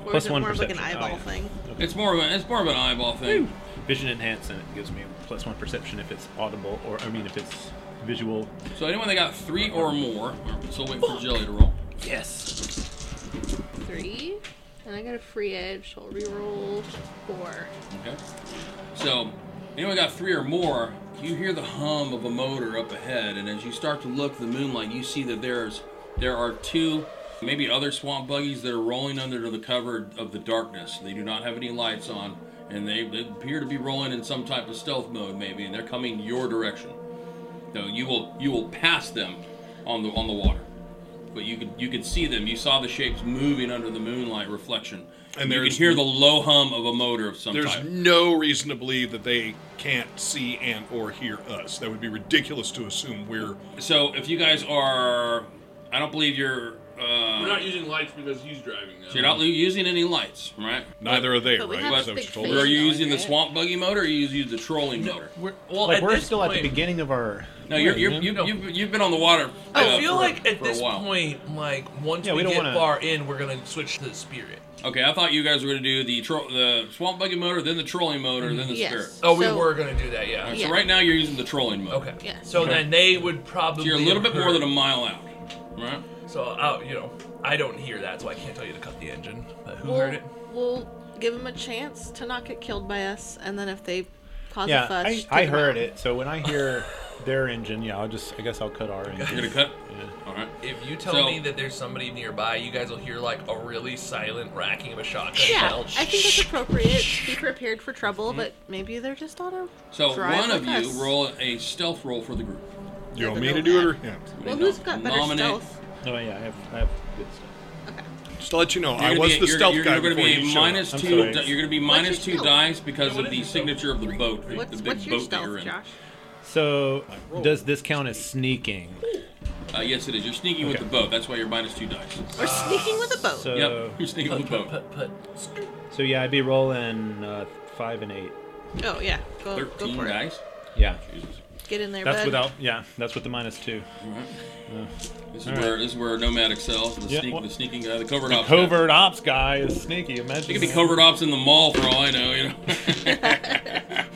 Speaker 5: Or
Speaker 3: Plus
Speaker 5: is it
Speaker 3: one
Speaker 5: more of like an
Speaker 3: perception. Oh,
Speaker 5: eyeball
Speaker 3: yeah.
Speaker 5: thing?
Speaker 2: It's more of a, it's more of an eyeball thing.
Speaker 3: Vision enhance, and it gives me plus one perception if it's audible, or I mean, if it's visual.
Speaker 2: So anyone that got three or more, we're still waiting for Jelly to roll.
Speaker 3: Yes.
Speaker 5: Three. And I got a free edge, so I'll reroll four.
Speaker 2: Okay. So, anyone got three or more, you hear the hum of a motor up ahead, and as you start to look at the moonlight, you see that there's there are two, maybe other swamp buggies that are rolling under the cover of the darkness. They do not have any lights on, and they, they appear to be rolling in some type of stealth mode, maybe, and they're coming your direction. So you will you will pass them on the on the water. But you could you could see them. You saw the shapes moving under the moonlight reflection,
Speaker 1: And
Speaker 2: and you could
Speaker 1: there's-
Speaker 2: hear the low hum of a motor of some
Speaker 1: There's
Speaker 2: type.
Speaker 1: no reason to believe that they can't see and or hear us. That would be ridiculous to assume we're
Speaker 2: So if you guys are, I don't believe you're. Uh,
Speaker 8: We're not using lights because he's driving now.
Speaker 2: so you're not lo- using any lights, right?
Speaker 1: neither are they,
Speaker 5: But we
Speaker 1: right?
Speaker 5: have
Speaker 1: Is that what
Speaker 5: big
Speaker 1: you told
Speaker 5: fish.
Speaker 1: us?
Speaker 2: Are you
Speaker 5: No,
Speaker 2: using the
Speaker 5: right?
Speaker 2: swamp buggy motor, or you use the trolling motor?
Speaker 3: We're,
Speaker 4: Well,
Speaker 3: like
Speaker 4: at
Speaker 3: we're
Speaker 4: this
Speaker 3: still at the
Speaker 4: point-
Speaker 3: beginning of our.
Speaker 2: No, you're,
Speaker 3: Right,
Speaker 2: you're,
Speaker 3: man.
Speaker 2: you've,
Speaker 3: No.
Speaker 2: you've, you've been on the water.
Speaker 4: I
Speaker 2: uh,
Speaker 4: feel
Speaker 2: for-
Speaker 4: like at
Speaker 2: for a
Speaker 4: this
Speaker 2: while.
Speaker 4: point, like once
Speaker 3: Yeah, we
Speaker 4: we,
Speaker 3: don't
Speaker 4: get
Speaker 3: wanna-
Speaker 4: far in, we're gonna switch to the spirit.
Speaker 2: Okay, I thought you guys were going to do the tro- the swamp buggy motor, then the trolling motor, then the
Speaker 5: Yes.
Speaker 2: spirit.
Speaker 4: Oh, we
Speaker 5: So-
Speaker 4: were gonna do that, Oh, yeah.
Speaker 2: All right,
Speaker 5: Yeah.
Speaker 2: So right now you're using the trolling motor.
Speaker 4: Okay.
Speaker 5: Yeah.
Speaker 4: So then they would
Speaker 2: So
Speaker 4: probably.
Speaker 2: you're a little bit
Speaker 4: have
Speaker 2: more than a
Speaker 4: heard-
Speaker 2: mile out, right?
Speaker 4: So I, you know, I don't hear that, so I can't tell you to cut the engine. But who
Speaker 5: We'll,
Speaker 4: heard it?
Speaker 5: we'll give them a chance to not get killed by us, and then if they cause
Speaker 3: Yeah,
Speaker 5: a fuss,
Speaker 3: I,
Speaker 5: take
Speaker 3: I
Speaker 5: 'em
Speaker 3: heard
Speaker 5: out.
Speaker 3: it. So when I hear their engine, yeah, I'll just. I guess I'll cut our engine.
Speaker 2: You're going to cut.
Speaker 3: Yeah.
Speaker 2: All right.
Speaker 4: If you tell
Speaker 2: So-
Speaker 4: me that there's somebody nearby, you guys will hear like a really silent racking of a shotgun
Speaker 5: Yeah,
Speaker 4: shell.
Speaker 5: I think it's appropriate. Be prepared for trouble,
Speaker 3: Mm-hmm.
Speaker 5: but maybe they're just on a.
Speaker 2: So
Speaker 5: drive
Speaker 2: one of
Speaker 5: with
Speaker 2: you
Speaker 5: us.
Speaker 2: roll a stealth roll for the group.
Speaker 1: You want
Speaker 5: Never
Speaker 1: me
Speaker 5: know
Speaker 1: to do it
Speaker 5: that.
Speaker 1: or him?
Speaker 5: Well,
Speaker 2: Nominate-
Speaker 5: who's got better
Speaker 2: nominate-
Speaker 5: stealth?
Speaker 3: No, Oh, yeah, I have. I have good stuff.
Speaker 5: Okay.
Speaker 1: Just to let you know,
Speaker 2: You're
Speaker 1: I
Speaker 2: gonna
Speaker 1: was
Speaker 2: be-
Speaker 1: the
Speaker 2: you're-
Speaker 1: stealth
Speaker 2: you're,
Speaker 1: guy
Speaker 2: You're gonna
Speaker 1: before
Speaker 2: be
Speaker 1: you showed
Speaker 2: minus
Speaker 3: I'm
Speaker 2: two.
Speaker 3: sorry.
Speaker 2: di- You're gonna be
Speaker 5: What's
Speaker 2: minus
Speaker 5: your
Speaker 2: two
Speaker 5: stealth?
Speaker 2: dice because
Speaker 8: Yeah, what
Speaker 2: of
Speaker 8: is
Speaker 2: the
Speaker 8: your stealth?
Speaker 2: signature of the boat. The,
Speaker 5: What's,
Speaker 2: the big
Speaker 5: what's your
Speaker 2: boat that you're
Speaker 5: stealth,
Speaker 2: in.
Speaker 5: Josh?
Speaker 3: So does this count as sneaking?
Speaker 2: Uh, yes, it is. You're sneaking with
Speaker 3: Okay.
Speaker 2: the boat. That's why you're minus two dice.
Speaker 5: Or sneaking with a boat.
Speaker 3: So
Speaker 2: yep, you're sneaking
Speaker 5: uh,
Speaker 2: with
Speaker 4: put,
Speaker 2: the boat.
Speaker 4: put, put, put.
Speaker 3: so yeah, I'd be rolling uh, five and eight.
Speaker 5: oh yeah, go, go
Speaker 2: Thirteen
Speaker 5: for it.
Speaker 2: dice.
Speaker 3: Yeah,
Speaker 2: Jesus.
Speaker 5: Get in there,
Speaker 3: that's
Speaker 5: bud.
Speaker 3: without. Yeah, that's with the minus two.
Speaker 2: All right. This is
Speaker 3: All right.
Speaker 2: where this is where nomad excels. The,
Speaker 3: Yeah,
Speaker 2: sneak,
Speaker 3: well-
Speaker 2: the sneaking guy, the covert ops. guy.
Speaker 3: Covert ops guy is sneaky. Imagine.
Speaker 2: It could be
Speaker 3: that.
Speaker 2: covert ops in the mall for all I know. You know.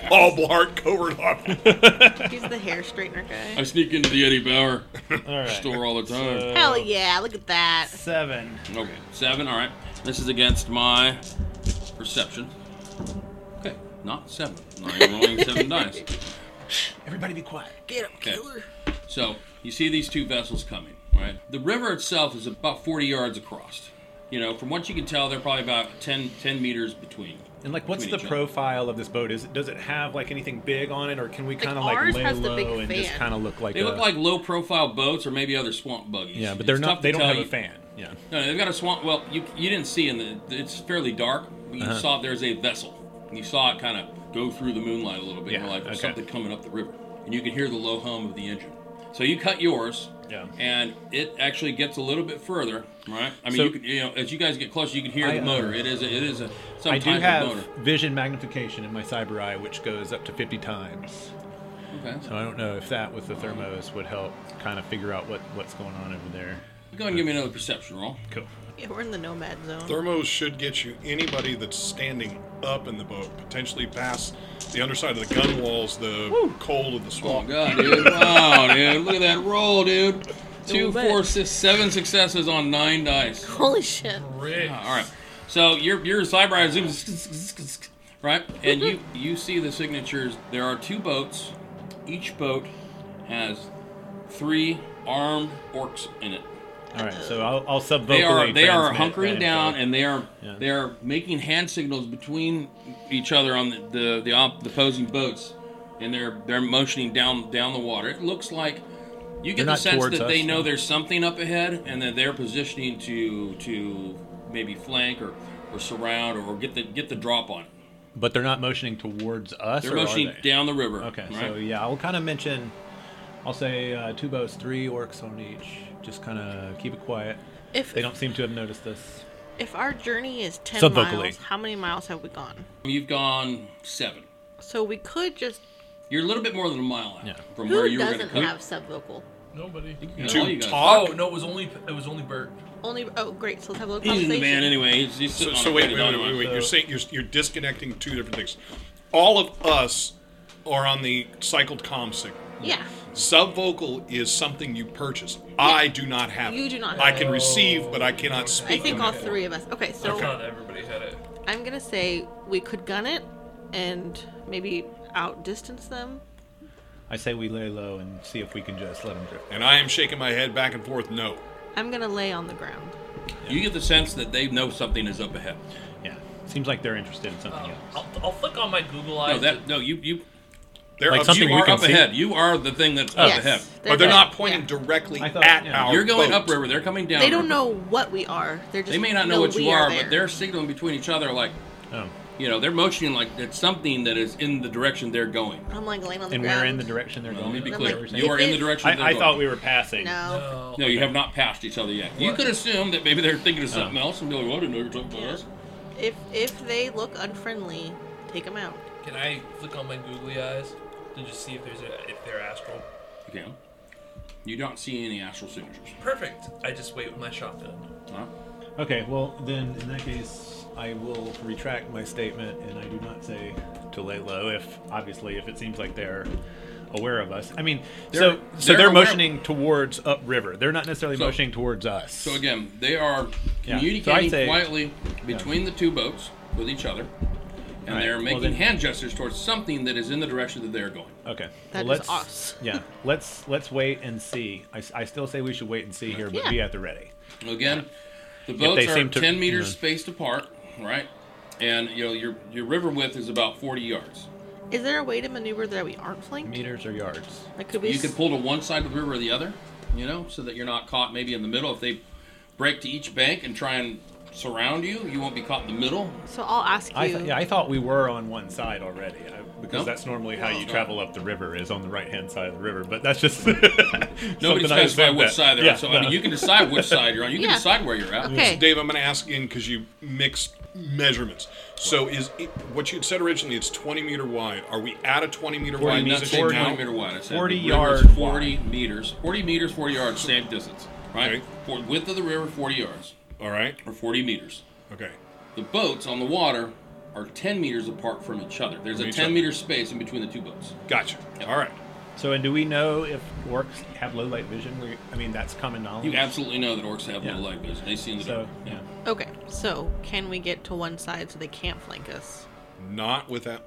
Speaker 1: All Blart covered up.
Speaker 5: He's the hair straightener
Speaker 2: I
Speaker 5: guy.
Speaker 2: sneak into the Eddie Bauer
Speaker 3: All right.
Speaker 2: store all the time.
Speaker 3: So-
Speaker 5: Hell yeah! Look at that.
Speaker 3: Seven.
Speaker 2: Okay, seven. All right. This is against my perception. Okay, not seven. Not even rolling seven dice.
Speaker 3: Everybody be quiet.
Speaker 5: Get him,
Speaker 2: Okay.
Speaker 5: killer.
Speaker 2: So you see these two vessels coming, right? The river itself is about 40 yards across. You know, from what you can tell, they're probably about 10, 10 meters between.
Speaker 3: And like, what's the
Speaker 2: Between each other.
Speaker 3: profile of this boat? Is it, does it have like anything big on it, or can we kind of like,
Speaker 5: ours
Speaker 3: lay
Speaker 5: has the
Speaker 3: low
Speaker 5: big
Speaker 3: and just
Speaker 5: fan.
Speaker 3: kind of look like?
Speaker 2: They
Speaker 3: a,
Speaker 2: look like low-profile boats or maybe other swamp buggies.
Speaker 3: yeah, but
Speaker 2: It's
Speaker 3: they're
Speaker 2: tough
Speaker 3: not.
Speaker 2: to
Speaker 3: They don't
Speaker 2: tell
Speaker 3: have a
Speaker 2: you-
Speaker 3: fan. Yeah.
Speaker 2: No, they've got a swamp. Well, you you didn't see in the. It's fairly dark. But you
Speaker 3: Uh-huh.
Speaker 2: saw there's a vessel. You saw it kind of go through the moonlight a little bit.
Speaker 3: Yeah,
Speaker 2: You're like there's
Speaker 3: okay.
Speaker 2: something coming up the river, and you can hear the low hum of the engine. So you cut yours.
Speaker 3: Yeah.
Speaker 2: And it actually gets a little bit further, right? I mean,
Speaker 3: So-
Speaker 2: you, can, you know, as you guys get closer, you can hear
Speaker 3: I,
Speaker 2: the motor.
Speaker 3: uh,
Speaker 2: it is. A, it is a. Some
Speaker 3: I do
Speaker 2: type
Speaker 3: have
Speaker 2: of motor.
Speaker 3: vision magnification in my cyber eye, which goes up to 50 times.
Speaker 2: Okay.
Speaker 3: So I don't know if that with the thermos would help kind of figure out what, what's going on over there.
Speaker 2: Go ahead and give me another perception roll.
Speaker 3: Cool.
Speaker 5: Yeah, we're in the nomad zone.
Speaker 1: Thermos should get you anybody that's standing up in the boat, potentially past the underside of the gun walls, the cold of the
Speaker 2: Oh
Speaker 1: swamp.
Speaker 2: god, dude! Wow, dude! Look at that roll, dude. Two,
Speaker 5: Don't bet.
Speaker 2: four, six, seven successes on nine dice.
Speaker 5: Holy shit!
Speaker 4: Rick.
Speaker 2: All right. So your your cyber eye zooms right, and you you see the signatures. There are two boats. Each boat has three armed orcs in it.
Speaker 3: All right, so I'll, I'll sub
Speaker 2: They are
Speaker 3: vocally
Speaker 2: they are
Speaker 3: transmit that
Speaker 2: hunkering
Speaker 3: info.
Speaker 2: down and they are
Speaker 3: Yeah.
Speaker 2: they are making hand signals between each other on the the, the op, the opposing boats, and they're they're motioning down down the water. It looks like. You
Speaker 3: They're
Speaker 2: get the
Speaker 3: not
Speaker 2: sense
Speaker 3: towards
Speaker 2: that
Speaker 3: us,
Speaker 2: they know
Speaker 3: no.
Speaker 2: there's something up ahead, and that they're positioning to to maybe flank or, or surround or get the get the drop on it.
Speaker 3: But they're not motioning towards us.
Speaker 2: They're
Speaker 3: or are
Speaker 2: motioning
Speaker 3: they?
Speaker 2: down the river.
Speaker 3: Okay,
Speaker 2: right?
Speaker 3: so yeah, I'll kind of mention. I'll say uh, two boats, three orcs on each. Just kind of keep it quiet.
Speaker 5: If
Speaker 3: They don't seem to have noticed this.
Speaker 5: if our journey is ten
Speaker 3: Subvocally.
Speaker 5: miles, how many miles have we gone?
Speaker 2: you've gone seven.
Speaker 5: So we could just.
Speaker 2: You're a little bit more than a mile out
Speaker 3: Yeah.
Speaker 2: from
Speaker 5: Who
Speaker 2: where you were going to
Speaker 5: doesn't
Speaker 2: cut.
Speaker 5: have subvocal?
Speaker 6: Nobody.
Speaker 2: You
Speaker 1: To
Speaker 2: all you guys-
Speaker 1: talk?
Speaker 6: Oh no, it was only it was only Bird.
Speaker 5: Only. Oh, great. So let's have a little
Speaker 2: He's in
Speaker 5: conversation.
Speaker 2: the van anyway. He's, he's
Speaker 1: So,
Speaker 2: sitting
Speaker 1: so
Speaker 2: on a
Speaker 1: wait,
Speaker 2: pretty
Speaker 1: wait, wait,
Speaker 2: dynamite.
Speaker 1: wait, wait. You're saying you're, you're disconnecting two different things. All of us are on the cycled comm signal.
Speaker 5: Yeah.
Speaker 1: Subvocal is something you purchase. I do not have.
Speaker 5: You
Speaker 1: it.
Speaker 5: do not
Speaker 1: I
Speaker 5: have
Speaker 1: can
Speaker 5: it.
Speaker 1: receive, but I cannot
Speaker 5: I
Speaker 1: speak.
Speaker 5: think all three of us. Okay, so
Speaker 6: I thought everybody had it.
Speaker 5: I'm gonna say we could gun it and maybe outdistance them.
Speaker 3: I say we lay low and see if we can just let them drift.
Speaker 1: And I am shaking my head back and forth. No.
Speaker 5: I'm gonna lay on the ground.
Speaker 2: You get the sense that they know something is up ahead.
Speaker 3: Yeah, seems like they're interested in something
Speaker 6: I'll,
Speaker 3: else.
Speaker 4: Oh.
Speaker 6: I'll, I'll flick on my Google
Speaker 2: No,
Speaker 6: Eyes.
Speaker 2: that no, you you
Speaker 1: They're
Speaker 3: Like
Speaker 1: up-
Speaker 3: something
Speaker 2: you
Speaker 3: we
Speaker 2: are
Speaker 3: can
Speaker 2: up
Speaker 3: see?
Speaker 2: ahead. You are the thing that's up
Speaker 5: Yes,
Speaker 2: ahead.
Speaker 1: Or they're
Speaker 5: dead.
Speaker 1: not pointing
Speaker 5: Yeah.
Speaker 1: directly
Speaker 3: I thought-
Speaker 1: at
Speaker 3: yeah.
Speaker 1: our
Speaker 2: You're going
Speaker 1: boat.
Speaker 2: upriver. They're coming down.
Speaker 5: They don't know what we are. They're just
Speaker 2: They may not know what
Speaker 5: we
Speaker 2: you are,
Speaker 5: there.
Speaker 2: but they're signaling between each other like
Speaker 3: Oh,
Speaker 2: you know they're motioning like it's something that is in the direction they're going.
Speaker 5: I'm like laying on the
Speaker 3: and
Speaker 5: ground.
Speaker 3: we're in the direction they're
Speaker 2: Let me
Speaker 3: going.
Speaker 2: be
Speaker 5: I'm
Speaker 2: clear.
Speaker 5: like,
Speaker 2: you are in the direction. they're
Speaker 3: I, I
Speaker 2: going.
Speaker 3: thought we were passing.
Speaker 5: No.
Speaker 6: No.
Speaker 2: No, you have not passed each other yet. You
Speaker 6: What?
Speaker 2: could assume that maybe they're thinking of something else and be like, well, I didn't know you were talking about
Speaker 5: Yeah.
Speaker 2: us.
Speaker 5: If if they look unfriendly, take them out.
Speaker 6: Can I flick on my googly eyes to just see if there's a, if they're astral?
Speaker 2: You can. You don't see any astral signatures.
Speaker 6: Perfect. I just wait with my shotgun.
Speaker 2: Huh?
Speaker 3: Okay, well then in that case, I will retract my statement, and I do not say to lay low if obviously if it seems like they're aware of us. I mean, so
Speaker 2: They're-
Speaker 3: so
Speaker 2: they're
Speaker 3: they're,
Speaker 2: aware-
Speaker 3: motioning towards upriver. They're not necessarily
Speaker 2: So-
Speaker 3: motioning towards us.
Speaker 2: So again, they are
Speaker 3: Yeah.
Speaker 2: communicating
Speaker 3: So I'd say-
Speaker 2: quietly between the two boats with each other, and
Speaker 3: Right.
Speaker 2: they're
Speaker 3: Well,
Speaker 2: making
Speaker 3: then-
Speaker 2: hand gestures towards something that is in the direction that they're going.
Speaker 3: Okay.
Speaker 5: That
Speaker 3: well,
Speaker 5: is
Speaker 3: let's,
Speaker 5: us.
Speaker 3: yeah. Let's let's wait and see. I, s- I still say we should wait and see here, but
Speaker 5: Yeah.
Speaker 3: be at the ready.
Speaker 2: Again, the boats
Speaker 3: they
Speaker 2: are
Speaker 3: seem to-
Speaker 2: ten meters
Speaker 3: yeah.
Speaker 2: spaced apart, right? And you know your your river width is about forty yards.
Speaker 5: Is there a way to maneuver that we aren't flanked?
Speaker 3: Meters or yards?
Speaker 5: Like could we?
Speaker 2: You
Speaker 5: s-
Speaker 2: can pull to one side of the river or the other, you know, so that you're not caught maybe in the middle. If they break to each bank and try and surround you, you won't be caught in the middle.
Speaker 5: so I'll ask you.
Speaker 3: I th- yeah, I thought we were on one side already I, because
Speaker 2: Nope.
Speaker 3: that's normally how you
Speaker 2: No.
Speaker 3: travel up the river is on the right hand side of the river. But that's just
Speaker 2: Nobody
Speaker 3: something I
Speaker 2: specifies
Speaker 3: assumed
Speaker 2: which
Speaker 3: that-
Speaker 2: side they're
Speaker 3: yeah,
Speaker 2: on, so
Speaker 3: no.
Speaker 2: I mean you can decide which side you're on. You can
Speaker 5: Yeah.
Speaker 2: decide where you're at.
Speaker 5: okay.
Speaker 1: Dave, I'm going to ask again because you mixed measurements. So is it, what you'd said originally? It's 20 meter wide. Are we at a 20 meter wide?
Speaker 2: I'm not
Speaker 1: music
Speaker 2: saying
Speaker 1: now?
Speaker 2: 20 meter wide. I said
Speaker 3: 40
Speaker 2: the river's
Speaker 3: yard
Speaker 2: 40 meters. 40 meters, 40 yards, same distance. Right?
Speaker 1: Okay.
Speaker 2: For width of the river, 40 yards
Speaker 1: All right.
Speaker 2: or 40 meters.
Speaker 1: Okay.
Speaker 2: The boats on the water are 10 meters apart from each other. There's
Speaker 1: From
Speaker 2: a
Speaker 1: each
Speaker 2: 10
Speaker 1: other.
Speaker 2: meter space in between the two boats.
Speaker 1: Gotcha. All right.
Speaker 3: So, and do we know if orcs have low light vision? We, I mean, that's common knowledge.
Speaker 2: You absolutely know that orcs have
Speaker 3: Yeah.
Speaker 2: little leg vision. They see in the
Speaker 3: So,
Speaker 2: dark.
Speaker 3: yeah.
Speaker 5: Okay. So can we get to one side so they can't flank us?
Speaker 1: Not with that.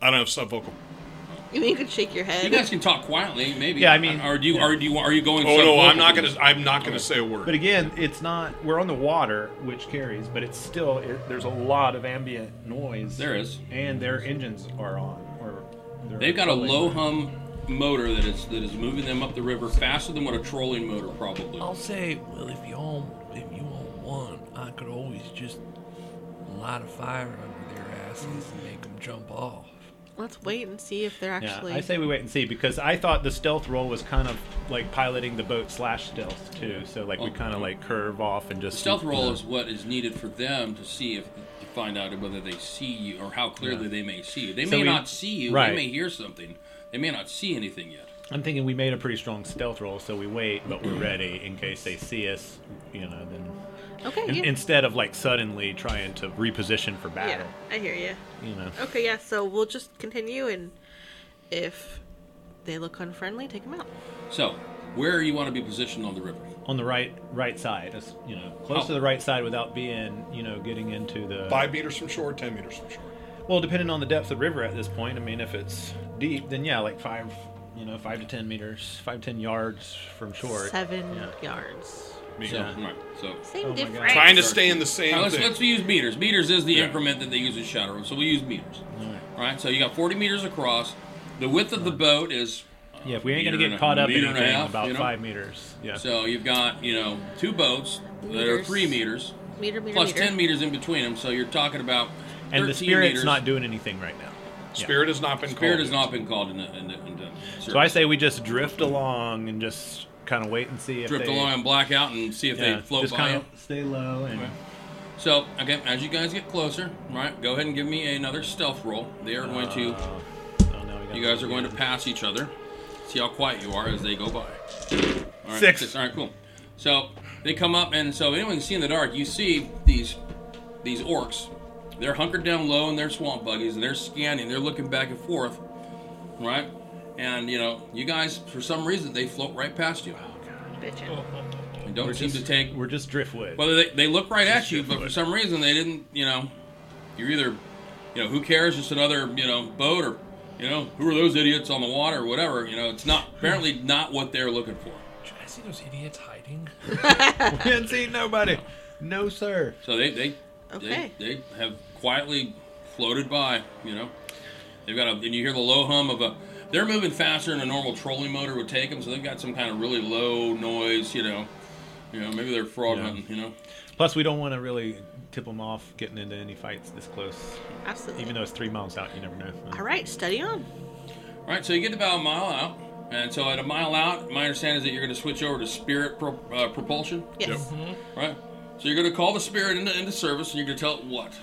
Speaker 1: I don't have subvocal.
Speaker 5: You mean you could shake your head?
Speaker 2: You guys can talk quietly, maybe.
Speaker 3: Yeah, I mean-
Speaker 2: are you are you are you going?
Speaker 1: Oh no, I'm not
Speaker 2: subvocal?
Speaker 1: gonna. I'm not gonna say a word.
Speaker 3: But again, it's not. We're on the water, which carries, but it's still. It, there's a lot of ambient noise.
Speaker 2: There is.
Speaker 3: And their engines are on. Or they're
Speaker 2: They've got a
Speaker 3: rolling.
Speaker 2: low hum motor that is that is moving them up the river faster than what a trolling motor probably.
Speaker 4: I'll say, well, if you all if you all want, I could always just light a fire under their asses and make them jump off.
Speaker 5: Let's wait and see if they're
Speaker 3: Yeah,
Speaker 5: actually.
Speaker 3: I say we wait and see because I thought the stealth roll was kind of like piloting the boat slash stealth too. So like we
Speaker 2: Oh.
Speaker 3: kind of like curve off and just
Speaker 2: Stealth roll
Speaker 3: you know.
Speaker 2: is what is needed for them to see if to find out whether they see you or how clearly they may see you. They
Speaker 3: So
Speaker 2: may
Speaker 3: we-
Speaker 2: not see you.
Speaker 3: right.
Speaker 2: They may hear something. They may not see anything yet.
Speaker 3: I'm thinking we made a pretty strong stealth roll, so we wait, but we're ready in case they see us. You know, then
Speaker 5: okay.
Speaker 3: in,
Speaker 5: yeah.
Speaker 3: instead of like suddenly trying to reposition for
Speaker 5: yeah.
Speaker 3: battle.
Speaker 5: I hear you.
Speaker 3: You know.
Speaker 5: Okay. Yeah. So we'll just continue, and if they look unfriendly, take them out.
Speaker 2: So, where you want to be positioned on the river?
Speaker 3: on the right right side, as- you know, close
Speaker 2: Oh.
Speaker 3: to the right side without being, you know, getting into the
Speaker 1: Five meters from shore. Ten meters from shore.
Speaker 3: Well, depending on the depth of the river at this point, I mean, if it's deep, then yeah, like five, you know, five to ten meters, five ten yards from shore.
Speaker 5: Seven
Speaker 3: Yeah.
Speaker 5: yards.
Speaker 1: Me.
Speaker 2: So,
Speaker 3: Yeah.
Speaker 2: right. So,
Speaker 5: Same
Speaker 3: my God.
Speaker 5: difference.
Speaker 1: Trying to stay in the same
Speaker 2: Now, let's,
Speaker 1: thing.
Speaker 2: let's use meters. Meters is the increment that they use in Shadowrun, so we use meters. All
Speaker 3: right.
Speaker 2: So you got 40 meters across. The width of the boat is
Speaker 3: Yeah, if we ain't
Speaker 2: Meter
Speaker 3: gonna
Speaker 2: and a-
Speaker 3: get caught up in
Speaker 2: meter and a
Speaker 3: anything,
Speaker 2: half,
Speaker 3: about
Speaker 2: you know?
Speaker 3: five meters. Yeah.
Speaker 2: so you've got you know two boats that are
Speaker 5: Meters.
Speaker 2: three meters
Speaker 5: Meter, meter,
Speaker 2: plus
Speaker 5: meter.
Speaker 2: 10 meters in between them. So you're talking about 13
Speaker 3: and the spirit's
Speaker 2: meters.
Speaker 3: not doing anything right now. Yeah.
Speaker 1: Spirit has not been
Speaker 2: Spirit
Speaker 1: called.
Speaker 2: has not been called in the, in the, in the service.
Speaker 3: So I say we just drift along and just kind of wait and see if
Speaker 2: drift
Speaker 3: they,
Speaker 2: along and black out and see if
Speaker 3: yeah,
Speaker 2: they float
Speaker 3: just
Speaker 2: by.
Speaker 3: kind
Speaker 2: you.
Speaker 3: of stay low and.
Speaker 2: So okay, as you guys get closer, right, go ahead and give me another stealth roll. They are going to.
Speaker 3: Uh, oh, no, we got
Speaker 2: You guys are going to
Speaker 3: again.
Speaker 2: pass each other. See how quiet you are as they go by. All right,
Speaker 7: Six.
Speaker 2: All right, cool. So they come up, and so if anyone can see in the dark, you see these these orcs. They're hunkered down low in their swamp buggies, and they're scanning. They're looking back and forth, right? And you know, you guys, for some reason, they float right past you
Speaker 5: Bitchin'.
Speaker 3: Oh,
Speaker 2: and don't
Speaker 3: We're
Speaker 2: seem to
Speaker 3: just,
Speaker 2: take.
Speaker 3: we're just driftwood.
Speaker 2: Well, they, they look right at you, but for
Speaker 3: different.
Speaker 2: some reason they didn't. You know, you're either, you know, who cares? Just another, you know, boat, or, you know, who are those idiots on the water, or whatever. You know, it's not apparently not what they're looking for.
Speaker 4: Should I see those idiots hiding?
Speaker 7: we didn't see nobody. No, sir.
Speaker 2: So they they
Speaker 5: Okay.
Speaker 2: they, they have quietly floated by. You know, they've got a and you hear the low hum of a. They're moving faster than a normal trolling motor would take them, so they've got some kind of really low noise. You know, you know, maybe they're frog
Speaker 3: Yeah.
Speaker 2: hunting. You know,
Speaker 3: Plus, we don't want to really tip them off getting into any fights this close.
Speaker 5: Absolutely.
Speaker 3: oh. Even though it's three miles out, you never know. uh,
Speaker 5: All right, study on.
Speaker 2: All right, so you get about a mile out, and so at a mile out, my understanding is that you're going to switch over to spirit pro, uh, propulsion,
Speaker 5: Yes.
Speaker 2: right? So you're going to call the spirit into, into service, and you're going to tell it what.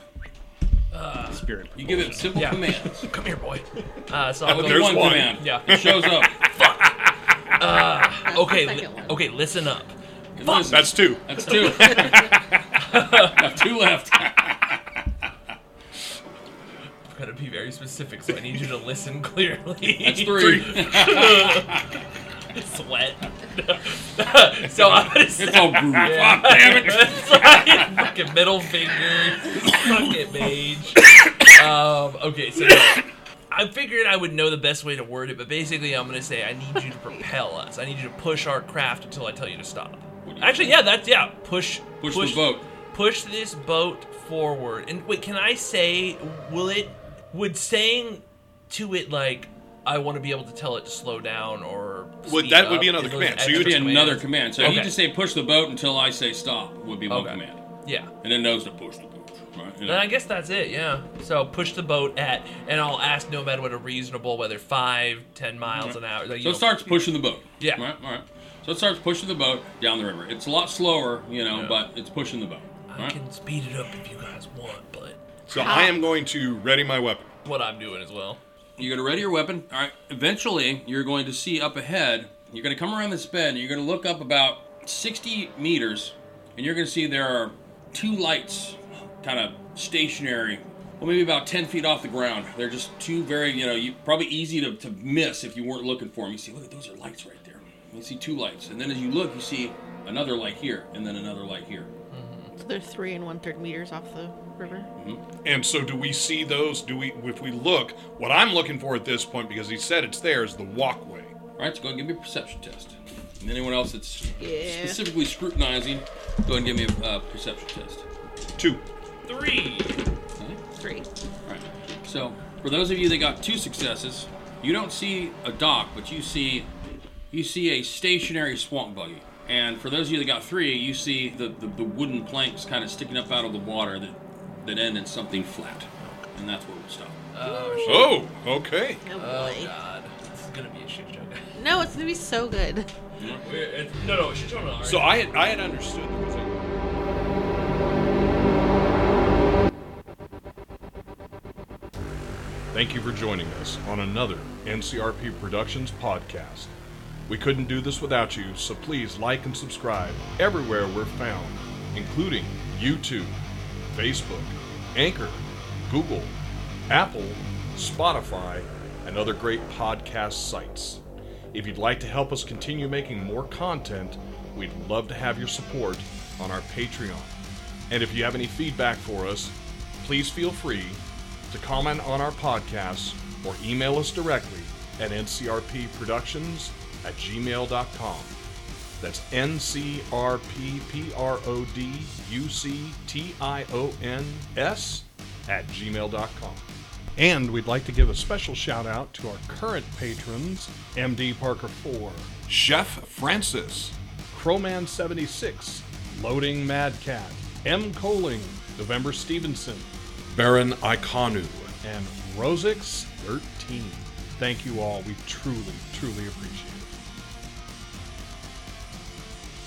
Speaker 3: Spirit.
Speaker 2: You give it simple
Speaker 4: Yeah.
Speaker 2: commands.
Speaker 4: Come here, boy. Uh, so I'll
Speaker 2: The
Speaker 4: go
Speaker 2: one,
Speaker 1: one.
Speaker 2: command.
Speaker 4: Yeah.
Speaker 2: It shows up.
Speaker 5: That's the
Speaker 4: Okay, li-
Speaker 5: second one.
Speaker 4: okay, listen up.
Speaker 2: Listen,
Speaker 1: That's two.
Speaker 2: that's two. Got two left.
Speaker 4: I'm gonna be very specific, so I need you to listen clearly.
Speaker 2: That's three.
Speaker 4: Sweat. so I'm gonna say,
Speaker 2: It's all brutal.
Speaker 4: Yeah.
Speaker 2: Ah, damn it.
Speaker 4: It's like fucking middle finger, fucking mage. Um, okay, so yeah, I figured I would know the best way to word it, but basically I'm gonna say I need you to propel us. I need you to push our craft until I tell you to stop.
Speaker 2: What do you
Speaker 4: Actually,
Speaker 2: think?
Speaker 4: yeah, that's yeah. Push,
Speaker 2: Push the boat.
Speaker 4: Push this boat forward. And wait, can I say will it? Would saying to it like I want to be able to tell it to slow down or
Speaker 1: Would-
Speaker 4: speed
Speaker 1: that would be
Speaker 4: up,
Speaker 1: another
Speaker 4: those
Speaker 1: command. So you
Speaker 2: It would be
Speaker 4: extra
Speaker 2: another
Speaker 4: commands?
Speaker 2: command. So you
Speaker 4: Okay.
Speaker 2: just say push the boat until I say stop would be one
Speaker 4: Okay.
Speaker 2: command,
Speaker 4: Yeah.
Speaker 2: and it knows to push the boat. Right? You know.
Speaker 4: Then I guess that's it, yeah. So push the boat at, and I'll ask Nomad what a reasonable, whether five, ten miles
Speaker 1: Mm-hmm.
Speaker 4: an hour. Like, you
Speaker 2: So
Speaker 4: know,
Speaker 2: it starts pushing the boat.
Speaker 4: Yeah.
Speaker 2: Right. All right. So it starts pushing the boat down the river. It's a lot slower, you know, but it's pushing the boat.
Speaker 4: I
Speaker 2: Right?
Speaker 4: can speed it up if you guys want, but
Speaker 1: So I am going to ready my weapon.
Speaker 4: what I'm doing as well.
Speaker 2: You're gonna ready your weapon. All right. Eventually, you're going to see up ahead. You're gonna come around this bend. And you're gonna look up about 60 meters, and you're gonna see there are two lights, kind of stationary. Well, maybe about 10 feet off the ground. They're just two very, you know, you, probably easy to, to miss if you weren't looking for them. You see, look at those are lights right there. You see two lights, and then as you look, you see another light here, and then another light here.
Speaker 5: So they're three and one third meters off the river.
Speaker 1: And so, do we see those? Do we, if we look, what I'm looking for at this point, because he said it's there, is the walkway.
Speaker 2: All right, so go ahead and give me a perception test. And anyone else that's
Speaker 5: Yeah.
Speaker 2: specifically scrutinizing, go ahead and give me a uh, perception test.
Speaker 1: Two.
Speaker 4: Three.
Speaker 2: Okay?
Speaker 5: Three.
Speaker 2: All right. So, for those of you that got two successes, you don't see a dock, but you see you see a stationary swamp buggy. And for those of you that got three, you see the, the, the wooden planks kind of sticking up out of the water that, that end in something flat. And that's where we stop.
Speaker 1: Oh, okay.
Speaker 5: Oh boy.
Speaker 4: Oh god, this is gonna be a shit show.
Speaker 5: No, it's gonna be so good.
Speaker 4: We're- it's- no, no, shit show. not
Speaker 1: So I had, I had understood. There was a- Thank you for joining us on another NCRP Productions podcast. We couldn't do this without you, so please like and subscribe everywhere we're found, including YouTube, Facebook, Anchor, Google, Apple, Spotify, and other great podcast sites. If you'd like to help us continue making more content, we'd love to have your support on our Patreon. And if you have any feedback for us, please feel free to comment on our podcasts or email us directly at ncrpproductions at gmail.com. That's N-C-R-P-P-R-O-D-U-C-T-I-O-N-S at gmail.com. And we'd like to give a special shout out to our current patrons, MD Parker 4, Chef Francis, Crowman76, Loading Mad Cat, M. Coling, November Stevenson, Baron Iconu, and Rosix13. Thank you all. We truly, truly appreciate it.